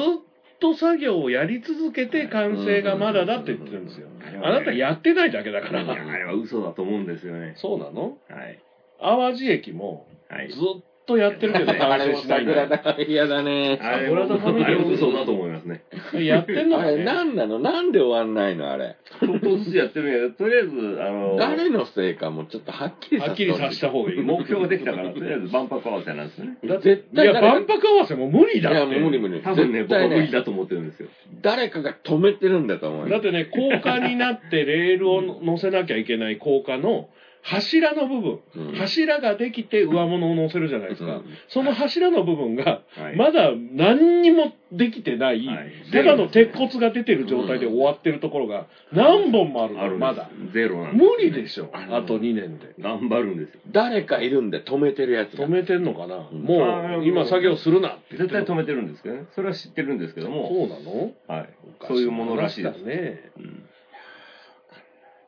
Speaker 3: と作業をやり続けて完成がまだだって言ってるんですよあなたやってないだけだか
Speaker 2: いや
Speaker 3: ら
Speaker 2: あれは嘘だと思うんですよね。
Speaker 3: そうなの
Speaker 2: はい。
Speaker 3: 淡路駅も
Speaker 2: はい
Speaker 3: ず。っとやってるけど
Speaker 1: あ
Speaker 3: 完
Speaker 1: れも
Speaker 3: 成しないん
Speaker 1: 桜
Speaker 3: だ
Speaker 1: だ。嫌だね。
Speaker 2: あれ
Speaker 3: 桜田ファミリー
Speaker 2: あれも嘘だと思いますね。
Speaker 3: よ。やってんの
Speaker 1: あ
Speaker 3: か
Speaker 1: れ
Speaker 3: ね。
Speaker 1: 何なのなんで終わんないのあれ。
Speaker 2: ちょっとずつやってるんやけど、とりあえず、あの、
Speaker 1: 誰のせいかもちょっとはっきり
Speaker 3: は
Speaker 1: させ
Speaker 3: っき
Speaker 1: て
Speaker 3: り
Speaker 1: ほしい
Speaker 3: させた方がいい。い
Speaker 2: 目標ができたから、とりあえず万博合わせなんですね。
Speaker 1: だって絶対
Speaker 3: や、
Speaker 1: 誰か
Speaker 3: 万博合わせも無理だ
Speaker 1: いや
Speaker 3: っ
Speaker 1: も
Speaker 3: て。
Speaker 1: う無理無理。
Speaker 2: 多分ね、
Speaker 1: 絶
Speaker 2: 僕は
Speaker 1: 対
Speaker 2: 無理だと思ってるんですよ。
Speaker 1: 誰かが止めてるんだと思う
Speaker 3: だ
Speaker 1: よ。
Speaker 3: ってね、高架になってレールを乗せなきゃいけない高架の柱の部分。
Speaker 1: うん
Speaker 3: 柱ができて上物を乗せるじゃないですか。
Speaker 1: うん
Speaker 3: その柱の部分が、
Speaker 2: はい
Speaker 3: まだ何にもできてない、
Speaker 2: はい
Speaker 3: ただの鉄骨が出てる状態で終わってるところが何本もあるの、
Speaker 2: あるんです
Speaker 3: まだ。
Speaker 2: ゼロなんです
Speaker 3: 無理でしょ、あと2年で。
Speaker 2: 頑張るんですよ。
Speaker 1: 誰かいるんで止めてるやつが
Speaker 3: 止めてんのかな、
Speaker 1: うん
Speaker 3: もう今作業するなって言
Speaker 2: 絶
Speaker 3: ってる
Speaker 2: 対止めてるんですけどね。それは知ってるんですけども。
Speaker 3: そうなの
Speaker 2: はい。そういうものらしいです。
Speaker 3: ね。
Speaker 2: うん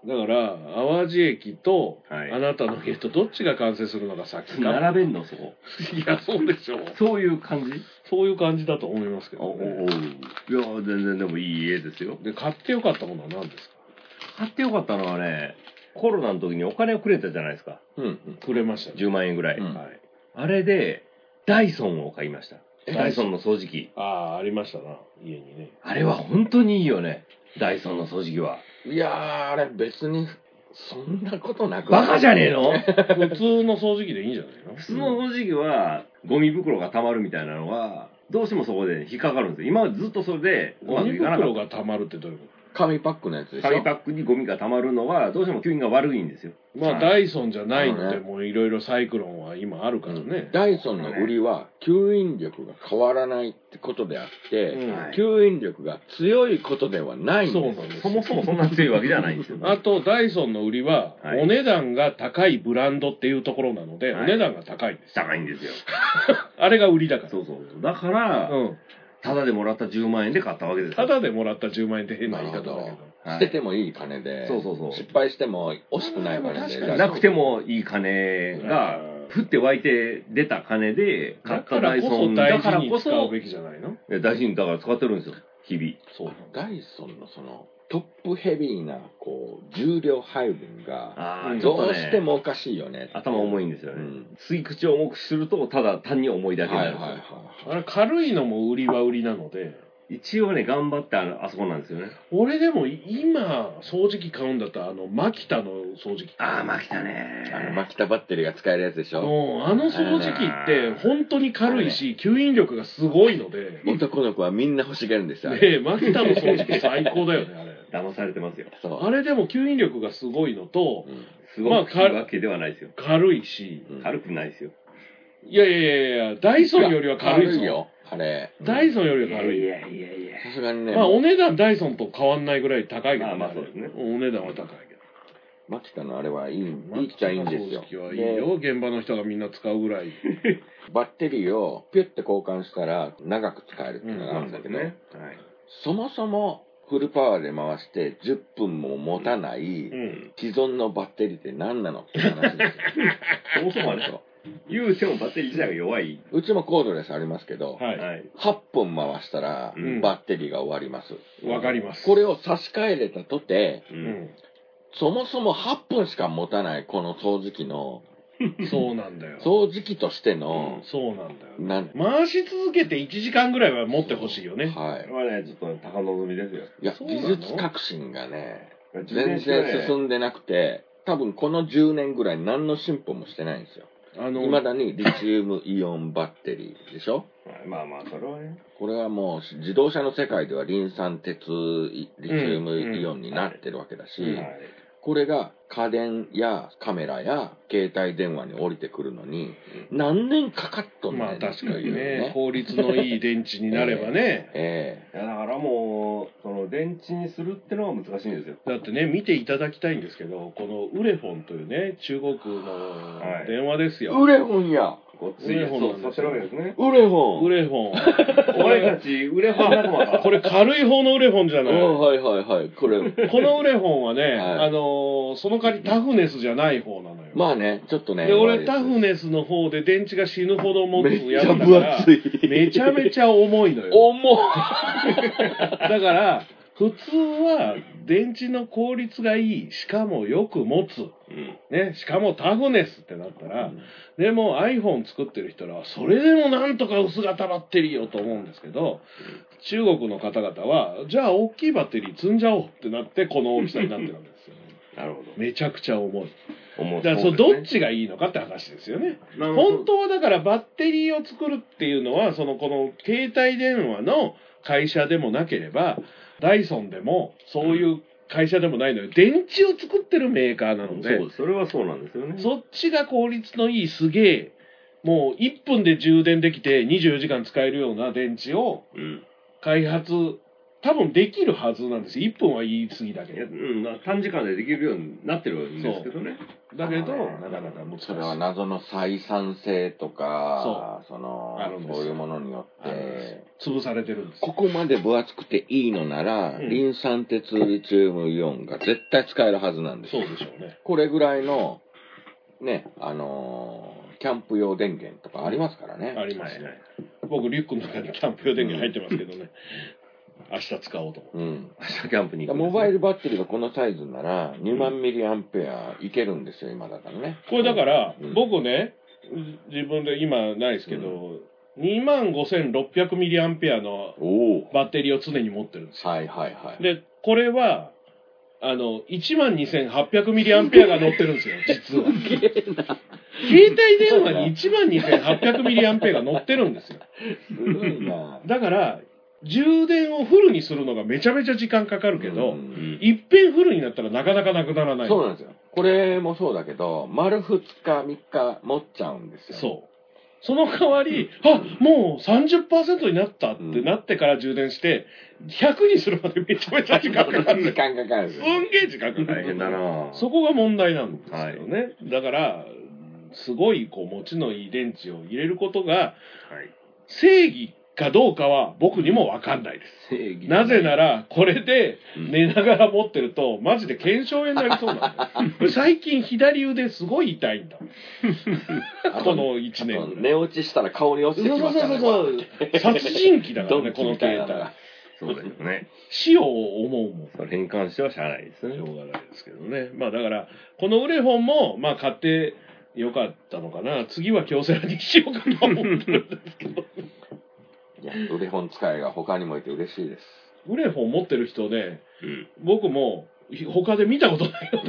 Speaker 3: だから、淡路駅と、
Speaker 2: はい
Speaker 3: あなたの家とどっちが完成するのが先か。
Speaker 2: 並べんの、そこ。
Speaker 3: いや、そうでしょう。
Speaker 2: そういう感じ
Speaker 3: そういう感じだと思いますけ
Speaker 2: お
Speaker 3: ど
Speaker 2: お
Speaker 3: ね、
Speaker 2: おいや、全然でもいい家ですよ。
Speaker 3: で、買ってよかったものは何です
Speaker 2: 買ってよかったのはね、コロナの時にお金をくれたじゃないですか。
Speaker 1: うんうん
Speaker 3: かくれましたね。
Speaker 2: 10万円ぐらい。
Speaker 1: うん
Speaker 3: はい。
Speaker 2: あれで、ダイソンを買いました。
Speaker 1: え
Speaker 2: ダイソンの掃除機。
Speaker 3: ああ、ありましたな、家にね。
Speaker 2: あれは本当にいいよね。ダイソンの掃除機は。
Speaker 1: いやー、あれ別に、そんなことなく
Speaker 2: バカじゃねえの
Speaker 3: 普通の掃除機でいいんじゃないの
Speaker 2: 普通の掃除機は、ゴミ袋が溜まるみたいなのは、どうしてもそこで引っかかるんですよ。今はずっとそれで、うま
Speaker 3: ゴ
Speaker 2: く
Speaker 3: ミ
Speaker 2: いかなか
Speaker 3: 袋
Speaker 2: っ
Speaker 3: が溜まるってどういうこ
Speaker 1: 紙パックのやつで
Speaker 2: た。
Speaker 1: しょ
Speaker 2: 紙パックにゴミが溜まるのは、どうしても吸引が悪いんですよ。
Speaker 3: とま
Speaker 2: は
Speaker 3: あ
Speaker 2: い
Speaker 3: ダイソンじゃないの
Speaker 1: な
Speaker 3: で
Speaker 1: る
Speaker 3: もういろいろサイクロンは今あるからね、
Speaker 1: ダイソンの売りは吸引力が変わらないってことであって、
Speaker 3: うん
Speaker 2: はい
Speaker 1: 吸引力が強いことではないん
Speaker 3: そう
Speaker 1: で
Speaker 3: なん
Speaker 1: す
Speaker 3: です
Speaker 2: そもそもそんな強いわけじゃないんですよ、
Speaker 3: あとダイソンの売りは
Speaker 2: はい
Speaker 3: お値段が高いブランドっていうところなので、
Speaker 2: はい
Speaker 3: お値段が高いんです
Speaker 2: 高いんですよ。
Speaker 3: あれが売りだから
Speaker 2: そうそう。だから、
Speaker 3: うん、
Speaker 2: ただでもらった10万円で買ったわけです
Speaker 3: た
Speaker 2: よ。
Speaker 3: だでもらった10万円って変な言い方だけど
Speaker 1: なるほ
Speaker 2: は
Speaker 1: 捨
Speaker 2: い
Speaker 1: ててもいい金で、
Speaker 2: そうそうそう
Speaker 1: 失敗しても惜しくない金
Speaker 3: 確
Speaker 1: で
Speaker 3: かに
Speaker 2: なくてもいい金が
Speaker 3: うん、
Speaker 2: 降って湧いて出た金で買
Speaker 3: だ
Speaker 2: った
Speaker 3: か
Speaker 2: ダ
Speaker 3: ら
Speaker 2: イ
Speaker 3: こ
Speaker 2: ソ
Speaker 3: そ
Speaker 2: ン
Speaker 3: 大
Speaker 2: だか
Speaker 3: 事
Speaker 2: ら
Speaker 3: に
Speaker 2: こそ
Speaker 3: 使、うべきじゃないの
Speaker 2: いや大事にだから使ってるんですよ、日々。
Speaker 3: そう
Speaker 1: ダイソンのそのトップヘビーなこう重量配分が
Speaker 2: あ
Speaker 3: う
Speaker 2: あ、
Speaker 3: ん
Speaker 2: ちょ
Speaker 1: ど
Speaker 2: っ
Speaker 1: う
Speaker 2: とね、
Speaker 1: してもおかしいよね
Speaker 2: 頭重いんですよ
Speaker 1: う
Speaker 2: ね。
Speaker 1: ん
Speaker 2: 吸い口を重くすると、ただ単に重いだけに
Speaker 1: は
Speaker 2: ないる
Speaker 1: は
Speaker 2: ん
Speaker 1: い
Speaker 2: ですよ、
Speaker 3: あれ軽いのも売りは売りなので
Speaker 2: 一応ね、頑張ってあのあそこなんですよね。
Speaker 3: 俺でも今掃除機買うんだったらあのマキタの掃除機
Speaker 2: ああ、まあ来た
Speaker 1: はいあの
Speaker 2: ね。
Speaker 1: 巻きたばってるが使えるやつでしょ
Speaker 3: うんあの掃除機って本当に軽いし吸引力がすごいので
Speaker 1: 男の子はみんな欲しがるんですよ、あれ
Speaker 3: ねえマキタの掃除機最高だよねあれ
Speaker 2: 騙されてますよ。
Speaker 1: そう
Speaker 3: あれでも吸引力がすごいのと
Speaker 1: うん
Speaker 2: すご
Speaker 3: まあ
Speaker 2: くいいわけではないですよ。
Speaker 3: 軽いし
Speaker 1: うん
Speaker 2: 軽くないですよ。
Speaker 3: いやいやいやいやダイソンよりは軽いぞ
Speaker 1: よあれ
Speaker 3: ダイソンよりは軽い
Speaker 2: やいやいや。
Speaker 1: さすがにね
Speaker 3: まあお値段ダイソンと変わんないぐらい高いけど、
Speaker 2: まあまあそうですね
Speaker 3: お値段は高いけど
Speaker 1: マキタのあれはいい
Speaker 3: まあ
Speaker 1: いいっちゃいいんですよ
Speaker 3: 掃除機はいいよ現場の人がみんな使うぐらい
Speaker 1: でバッテリーをピュッて交換したら長く使えるっていうのがあるんだけど、
Speaker 2: ね。はい。
Speaker 1: そもそもフルパワーで回して10分も持たない
Speaker 3: うん
Speaker 1: 既存のバッテリーって何なのって話です
Speaker 2: そもそもあれ
Speaker 1: よ
Speaker 2: 言うてもバッテリー自体が弱い。
Speaker 1: うちもコードレスありますけど、
Speaker 3: はい
Speaker 2: はい。
Speaker 1: 8分回したら
Speaker 2: うん
Speaker 1: バッテリーが終わります、
Speaker 3: わかります
Speaker 1: これを差し替えれたとて
Speaker 2: う。
Speaker 3: うんん
Speaker 1: そもそも8分しか持たないこの掃除機の
Speaker 3: そうなんだよ
Speaker 1: 掃除機としての、
Speaker 3: そうなんだよ
Speaker 1: なん
Speaker 3: 回し続けて1時間ぐらいは持ってほしいよね
Speaker 1: はい
Speaker 2: これはね、ちょっとね高望みですよ。
Speaker 1: いや、
Speaker 3: そうなの
Speaker 1: 技術革新がね、全
Speaker 2: して
Speaker 1: 然
Speaker 2: ね
Speaker 1: 進んでなくて、多分この10年ぐらい何の進歩もしてないんですよ。
Speaker 3: あの
Speaker 1: いまだにリチウムイオンバッテリーでしょ
Speaker 2: はいまあまあ、それはね。
Speaker 1: これはもう自動車の世界ではリン酸鉄リチウムイオンになってるわけだし、
Speaker 3: うんうん
Speaker 2: はい
Speaker 1: これが家電やカメラや携帯電話に降りてくるのに何年かかっとんねん
Speaker 3: まあ確か
Speaker 1: ってい
Speaker 3: に
Speaker 1: う
Speaker 3: ね効率のいい電池になればね
Speaker 1: え
Speaker 2: いやだからもう、その電池にするってのは難しいんですよ。
Speaker 3: だってね見ていただきたいんですけどこのウレフォンというね中国の
Speaker 2: はい
Speaker 3: 電話です
Speaker 1: え
Speaker 3: よ、
Speaker 1: ウレホンや
Speaker 2: ごっついやつを使ってるわけですね。
Speaker 1: ウレホン
Speaker 3: ウレフォン
Speaker 2: 俺たち、売れ方仲間だ。
Speaker 3: これ軽い方のウレフォンじゃない
Speaker 1: うんはいはいはいこれ
Speaker 3: このウレフォンはね、
Speaker 1: はい
Speaker 3: あのーその代わりタフネスじゃない方なのよ。
Speaker 1: まあね、ちょっとね。
Speaker 3: で、俺タ
Speaker 1: あれ
Speaker 3: フ
Speaker 1: です
Speaker 3: ネスの方で電池が死ぬほど持つ
Speaker 1: めっ
Speaker 3: やつ
Speaker 1: ちゃ
Speaker 3: だか
Speaker 1: 分
Speaker 3: ら
Speaker 1: 厚、い。
Speaker 3: めちゃめちゃ重いのよ。
Speaker 1: 重い。
Speaker 3: だから、普通は電池の効率がいい、しかもよく持つ、
Speaker 2: うん
Speaker 3: ね、しかもタフネスってなったら、でも iPhone 作ってる人らは、それでもなんとか薄型バッテリーよと思うんですけど、中国の方々は、じゃあ大きいバッテリー積んじゃおうってなって、この大きさになってるわけですよ。
Speaker 2: なるほ
Speaker 3: めちゃくちゃ重い。
Speaker 2: ど。思
Speaker 3: だ
Speaker 2: う
Speaker 3: からそうどっちがいいのかって話ですよね。本当はだからバッテリーを作るっていうのは、そのこの携帯電話の会社でもなければ、ダイソンでもそういう会社でもないのよ。電池を作ってるメーカーな
Speaker 2: 当
Speaker 3: の
Speaker 2: そ
Speaker 3: で、
Speaker 2: う、それはそうなんですよね。
Speaker 3: そっちが効率のいいすげえ、もう1分で充電できて24時間使えるような電池を
Speaker 2: うん。
Speaker 3: 開発、多分できるはずなんです。1分は言い過ぎだけ
Speaker 2: いや
Speaker 3: ど
Speaker 2: う。ん、まあ短時間でできるようになってるんですけどね。
Speaker 3: だけど、
Speaker 2: あー
Speaker 3: なかなか難しい。
Speaker 1: それは謎の採算性とか、その
Speaker 3: あるんですよ
Speaker 1: そういうものによっ
Speaker 3: あるんで
Speaker 1: て、
Speaker 3: 潰されてるんです。
Speaker 1: ここまで分厚くていいのなら、
Speaker 3: うん
Speaker 1: リン酸鉄リチウムイオンが絶対使えるはずなんです
Speaker 3: そう
Speaker 1: よ。
Speaker 3: でしょうね。
Speaker 1: これぐらいの、ね、あのーキャンプ用電源とかありますからね。
Speaker 3: ありますね。僕、リュックの中にキャンプ用電源入ってますけどね。明日使おうと思
Speaker 1: うん。
Speaker 2: 明日キャンプに行くんです
Speaker 1: モ
Speaker 2: ね
Speaker 1: バイルバッテリーがこのサイズなら2万ミリアンペアいけるんですよ、今だからね。
Speaker 3: う。これだから、
Speaker 1: うん
Speaker 3: 僕ね、自分で今ないですけど、2万5600ミリアンペアの
Speaker 1: おお。
Speaker 3: バッテリーを常に持ってるんですよ。
Speaker 1: はいはいはい。
Speaker 3: で、これは、あの、12,800ミリアンペアが乗ってるん ですよ、実は。
Speaker 1: すげえな。
Speaker 3: 携帯電話に12,800ミリアンペアが乗ってるんですよ。
Speaker 1: すごいな。
Speaker 3: だから、充電をフルにするのがめちゃめちゃ時間かかるけど、
Speaker 1: うん
Speaker 3: いっぺんフルになったらなかなかなくならない。
Speaker 1: そうなんですよ。これもそうだけど、丸2日、3日持っちゃうんですよ。
Speaker 3: そう。その代わり、あもう30%になったってなってから充電して、100にするまでめちゃめちゃ時間 かかるん
Speaker 1: 時間かかるんですす
Speaker 3: ん
Speaker 1: よ。
Speaker 3: げえ時間かか
Speaker 2: 大変
Speaker 3: る。
Speaker 2: だな
Speaker 3: そこが問題なんですよね。だから、すごいこう持ちのいい電池を入れることが
Speaker 2: はい
Speaker 3: 正義かどうかは僕にもわかんないです。
Speaker 2: 正義
Speaker 3: なぜなら、これで
Speaker 2: うん
Speaker 3: 寝ながら持ってると、マジで腱鞘炎になりそうなんだよ最近左腕すごい痛いんだ。
Speaker 1: あと
Speaker 3: この1
Speaker 1: あ
Speaker 3: 年
Speaker 1: と
Speaker 3: ぐらい。
Speaker 1: 寝落ちしたら顔に落ちてきますからね。
Speaker 3: 殺人鬼だからね、 こ
Speaker 1: ド
Speaker 3: の
Speaker 1: ンキみたい
Speaker 3: 携
Speaker 1: なの
Speaker 3: 帯
Speaker 1: が。
Speaker 2: そうだよね
Speaker 3: 死を思うもん。
Speaker 2: それに関してはしゃあないですね
Speaker 3: しょうがないですけどね。まあだから、このウレホンも、まあ買ってよかったのかな。次は京セラにしようかと思ってるんですけど。
Speaker 1: いや、ウレホン使いが他にもいて嬉しい です。
Speaker 3: ウレホン持ってる人ね、
Speaker 2: うん
Speaker 3: 僕も他で見たことない。
Speaker 2: 少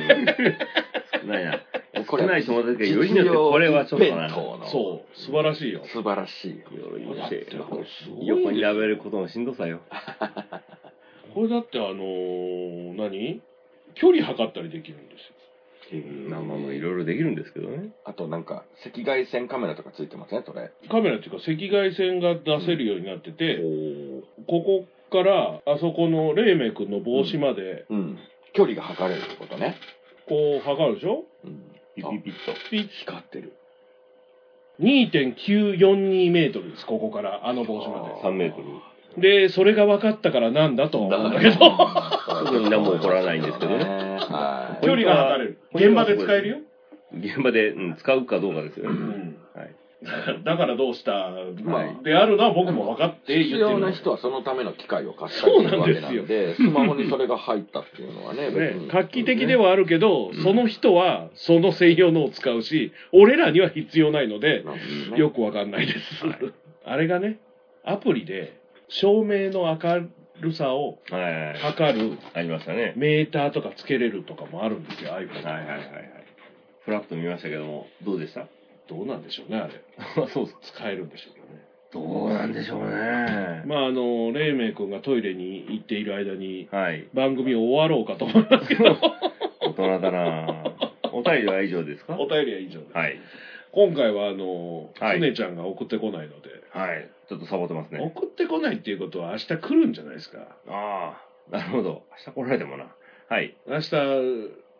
Speaker 2: ないな
Speaker 1: こ
Speaker 2: 少
Speaker 1: れ
Speaker 2: ない友達がよりによってこれはちょっとな
Speaker 1: 実用弁当の
Speaker 3: そう、素晴らしいよ。
Speaker 1: 素晴らしいよ。
Speaker 2: よりに
Speaker 3: だ
Speaker 2: よ
Speaker 3: っ
Speaker 2: ってて
Speaker 3: これすご
Speaker 2: 横
Speaker 3: い
Speaker 2: に
Speaker 3: よ。
Speaker 2: 並べることのしんどさよ
Speaker 3: これだってあのー何距離測ったりできるんですよ。
Speaker 2: まあまあまあいろいろできるんですけどね
Speaker 1: あとなんか、赤外線カメラとかついてますね、それ。
Speaker 3: カメラっていうか赤外線が出せるようになってて、
Speaker 1: お
Speaker 3: ここからあそこの黎明君の帽子まで
Speaker 1: うん。距離が測れるってことね。
Speaker 3: こう測るでしょ、
Speaker 1: うん。
Speaker 2: ピ
Speaker 1: あ
Speaker 2: ピピッと
Speaker 3: ピッ
Speaker 1: 光ってる。
Speaker 3: 2.942メートルです、ここから、あの帽子ま
Speaker 1: あ
Speaker 2: 3メートル
Speaker 3: で。で、それが分かったからなんだ とは思うんだけど、
Speaker 2: 特に何も起こらないんですけどね
Speaker 1: は
Speaker 2: こ
Speaker 1: い。
Speaker 3: 距離が測れる。現場で使えるよ。
Speaker 2: 現場で、うん使うかどうかですよ
Speaker 3: う
Speaker 2: ね
Speaker 3: ん
Speaker 2: はい
Speaker 3: だからどうした、ま
Speaker 1: は
Speaker 3: あ、
Speaker 1: い
Speaker 3: であるのは僕も分かって言って
Speaker 1: 必
Speaker 3: る。
Speaker 1: 要な人はそのための機械を貸したりするわけな
Speaker 3: そ
Speaker 1: ん
Speaker 3: うなん
Speaker 1: で、スマホにそれが入ったっていうのはね、別
Speaker 3: ね
Speaker 1: に。、
Speaker 3: 画期的ではあるけど、その人はその専用のを使うし、俺らには必要ないので、
Speaker 1: なんですね
Speaker 3: よくわかんないです。あれがね、アプリで照明の明るさを
Speaker 2: はいはいはい
Speaker 3: 測る
Speaker 2: ありましたね
Speaker 3: メーターとかつけれるとかもあるんですよ、iPhone
Speaker 2: はいはいはいはいフラッと見ましたけどもどうでした
Speaker 3: どうなんでしょうね、あ れ。
Speaker 2: そうです
Speaker 3: 使えるんでしょうけどね。
Speaker 2: どうなんでしょうね
Speaker 3: まあ、あの、黎明君がトイレに行っている間に、
Speaker 2: はい
Speaker 3: 番組終わろうかと思いますけど、
Speaker 2: 大人だな お便りは以上ですか
Speaker 3: お便りは以上です。
Speaker 2: はい
Speaker 3: 今回は、あの、
Speaker 2: はい
Speaker 3: つねちゃんが送ってこないので、
Speaker 2: はいちょっとサボってますね
Speaker 3: 送ってこないっていうことは明日来るんじゃないですか
Speaker 2: ああなるほど明日来られてもなはい
Speaker 3: 明日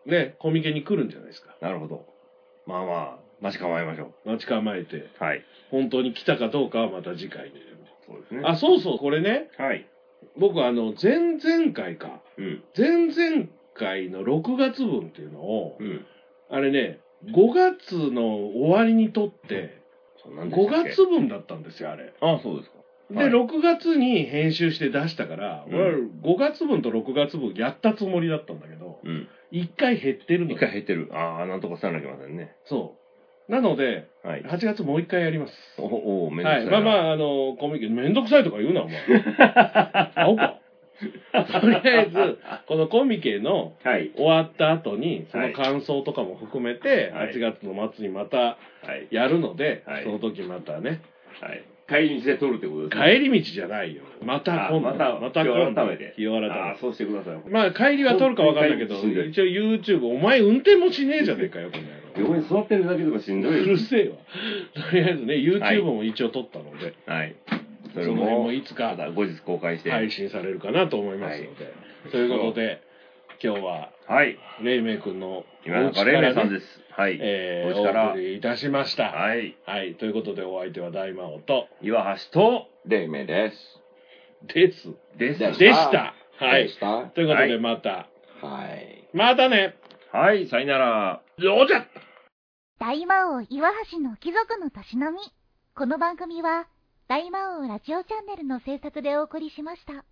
Speaker 3: ねコミケに来るんじゃないですか
Speaker 2: なるほどまあまあ待ち構えましょ
Speaker 3: 待ち構えて
Speaker 2: うはい
Speaker 3: 本当に来たかどうかはまた次回で
Speaker 2: そうですね
Speaker 3: あそうそうこれね
Speaker 2: はい
Speaker 3: 僕あの前々回か
Speaker 2: うん
Speaker 3: 前々回の6月分っていうのを
Speaker 2: うん
Speaker 3: あれね5月の終わりに撮って
Speaker 2: そんなんでし
Speaker 3: 5
Speaker 2: たっけ
Speaker 3: 月分だったんですよあれ
Speaker 2: ああそうですか
Speaker 3: で、
Speaker 2: はい
Speaker 3: 6月に編集して出したから、
Speaker 2: うん
Speaker 3: 俺は5月分と6月分やったつもりだったんだけど、
Speaker 2: うん
Speaker 3: 1回減ってるの
Speaker 2: 一回減ってるああなんとかせなきゃいけませんね
Speaker 3: そう。なので、
Speaker 2: はい
Speaker 3: 8月もう一回やります。
Speaker 2: おおおめんどく
Speaker 3: は
Speaker 2: さ
Speaker 3: い。
Speaker 2: い
Speaker 3: まあま
Speaker 2: あ
Speaker 3: あ、あの、コミケ、めんどくさいとか言う な、お前。青か。とりあえず、このコミケの
Speaker 2: はい
Speaker 3: 終わった後に、そ
Speaker 2: は
Speaker 3: の
Speaker 2: い
Speaker 3: 感想とかも含めて、
Speaker 2: はい
Speaker 3: 8月の末にまた
Speaker 2: はい
Speaker 3: やるので、
Speaker 2: はい
Speaker 3: その時またね、
Speaker 2: はい帰り道で撮るってことですね
Speaker 3: 帰り道じゃないよ。また今度、
Speaker 2: あまた
Speaker 3: 今度
Speaker 2: 日改めて
Speaker 3: 日改めて
Speaker 2: ああそうしてください
Speaker 3: まあ、帰りは撮るか分かんないけど、
Speaker 2: 本当に帰り
Speaker 3: 一応 YouTube、お前運転もしねえじゃねえかよ、この野郎。
Speaker 2: 横に座ってるだけでもしんど
Speaker 3: う
Speaker 2: い
Speaker 3: るせえわ。とりあえずね、YouTube も一応撮ったので、
Speaker 2: はいそれ
Speaker 3: その辺
Speaker 2: も
Speaker 3: もいつ
Speaker 2: ま
Speaker 3: か
Speaker 2: た後日公開して
Speaker 3: 配信されるかなと思いますので。ということで、今日は、
Speaker 2: はい
Speaker 3: 黎明君の
Speaker 2: 今
Speaker 3: お
Speaker 2: 中
Speaker 3: 家
Speaker 2: レイメイさ
Speaker 3: ね
Speaker 2: んですはい
Speaker 3: えー
Speaker 2: お家から
Speaker 3: お送りいたしました。はい。
Speaker 2: はい
Speaker 3: ということで、お相手は大魔王と、
Speaker 2: 岩橋と
Speaker 1: 黎明です。
Speaker 3: です。
Speaker 2: です
Speaker 3: で
Speaker 1: で
Speaker 3: した。は
Speaker 1: どう
Speaker 3: い
Speaker 1: し。た
Speaker 3: ということ
Speaker 2: は
Speaker 3: で、
Speaker 2: い
Speaker 3: また、
Speaker 1: はい。
Speaker 3: またね
Speaker 2: はいさよなら
Speaker 3: どうじゃ
Speaker 5: 大魔王岩橋の貴族のたしなみ。この番組は大魔王ラジオチャンネルの制作でお送りしました。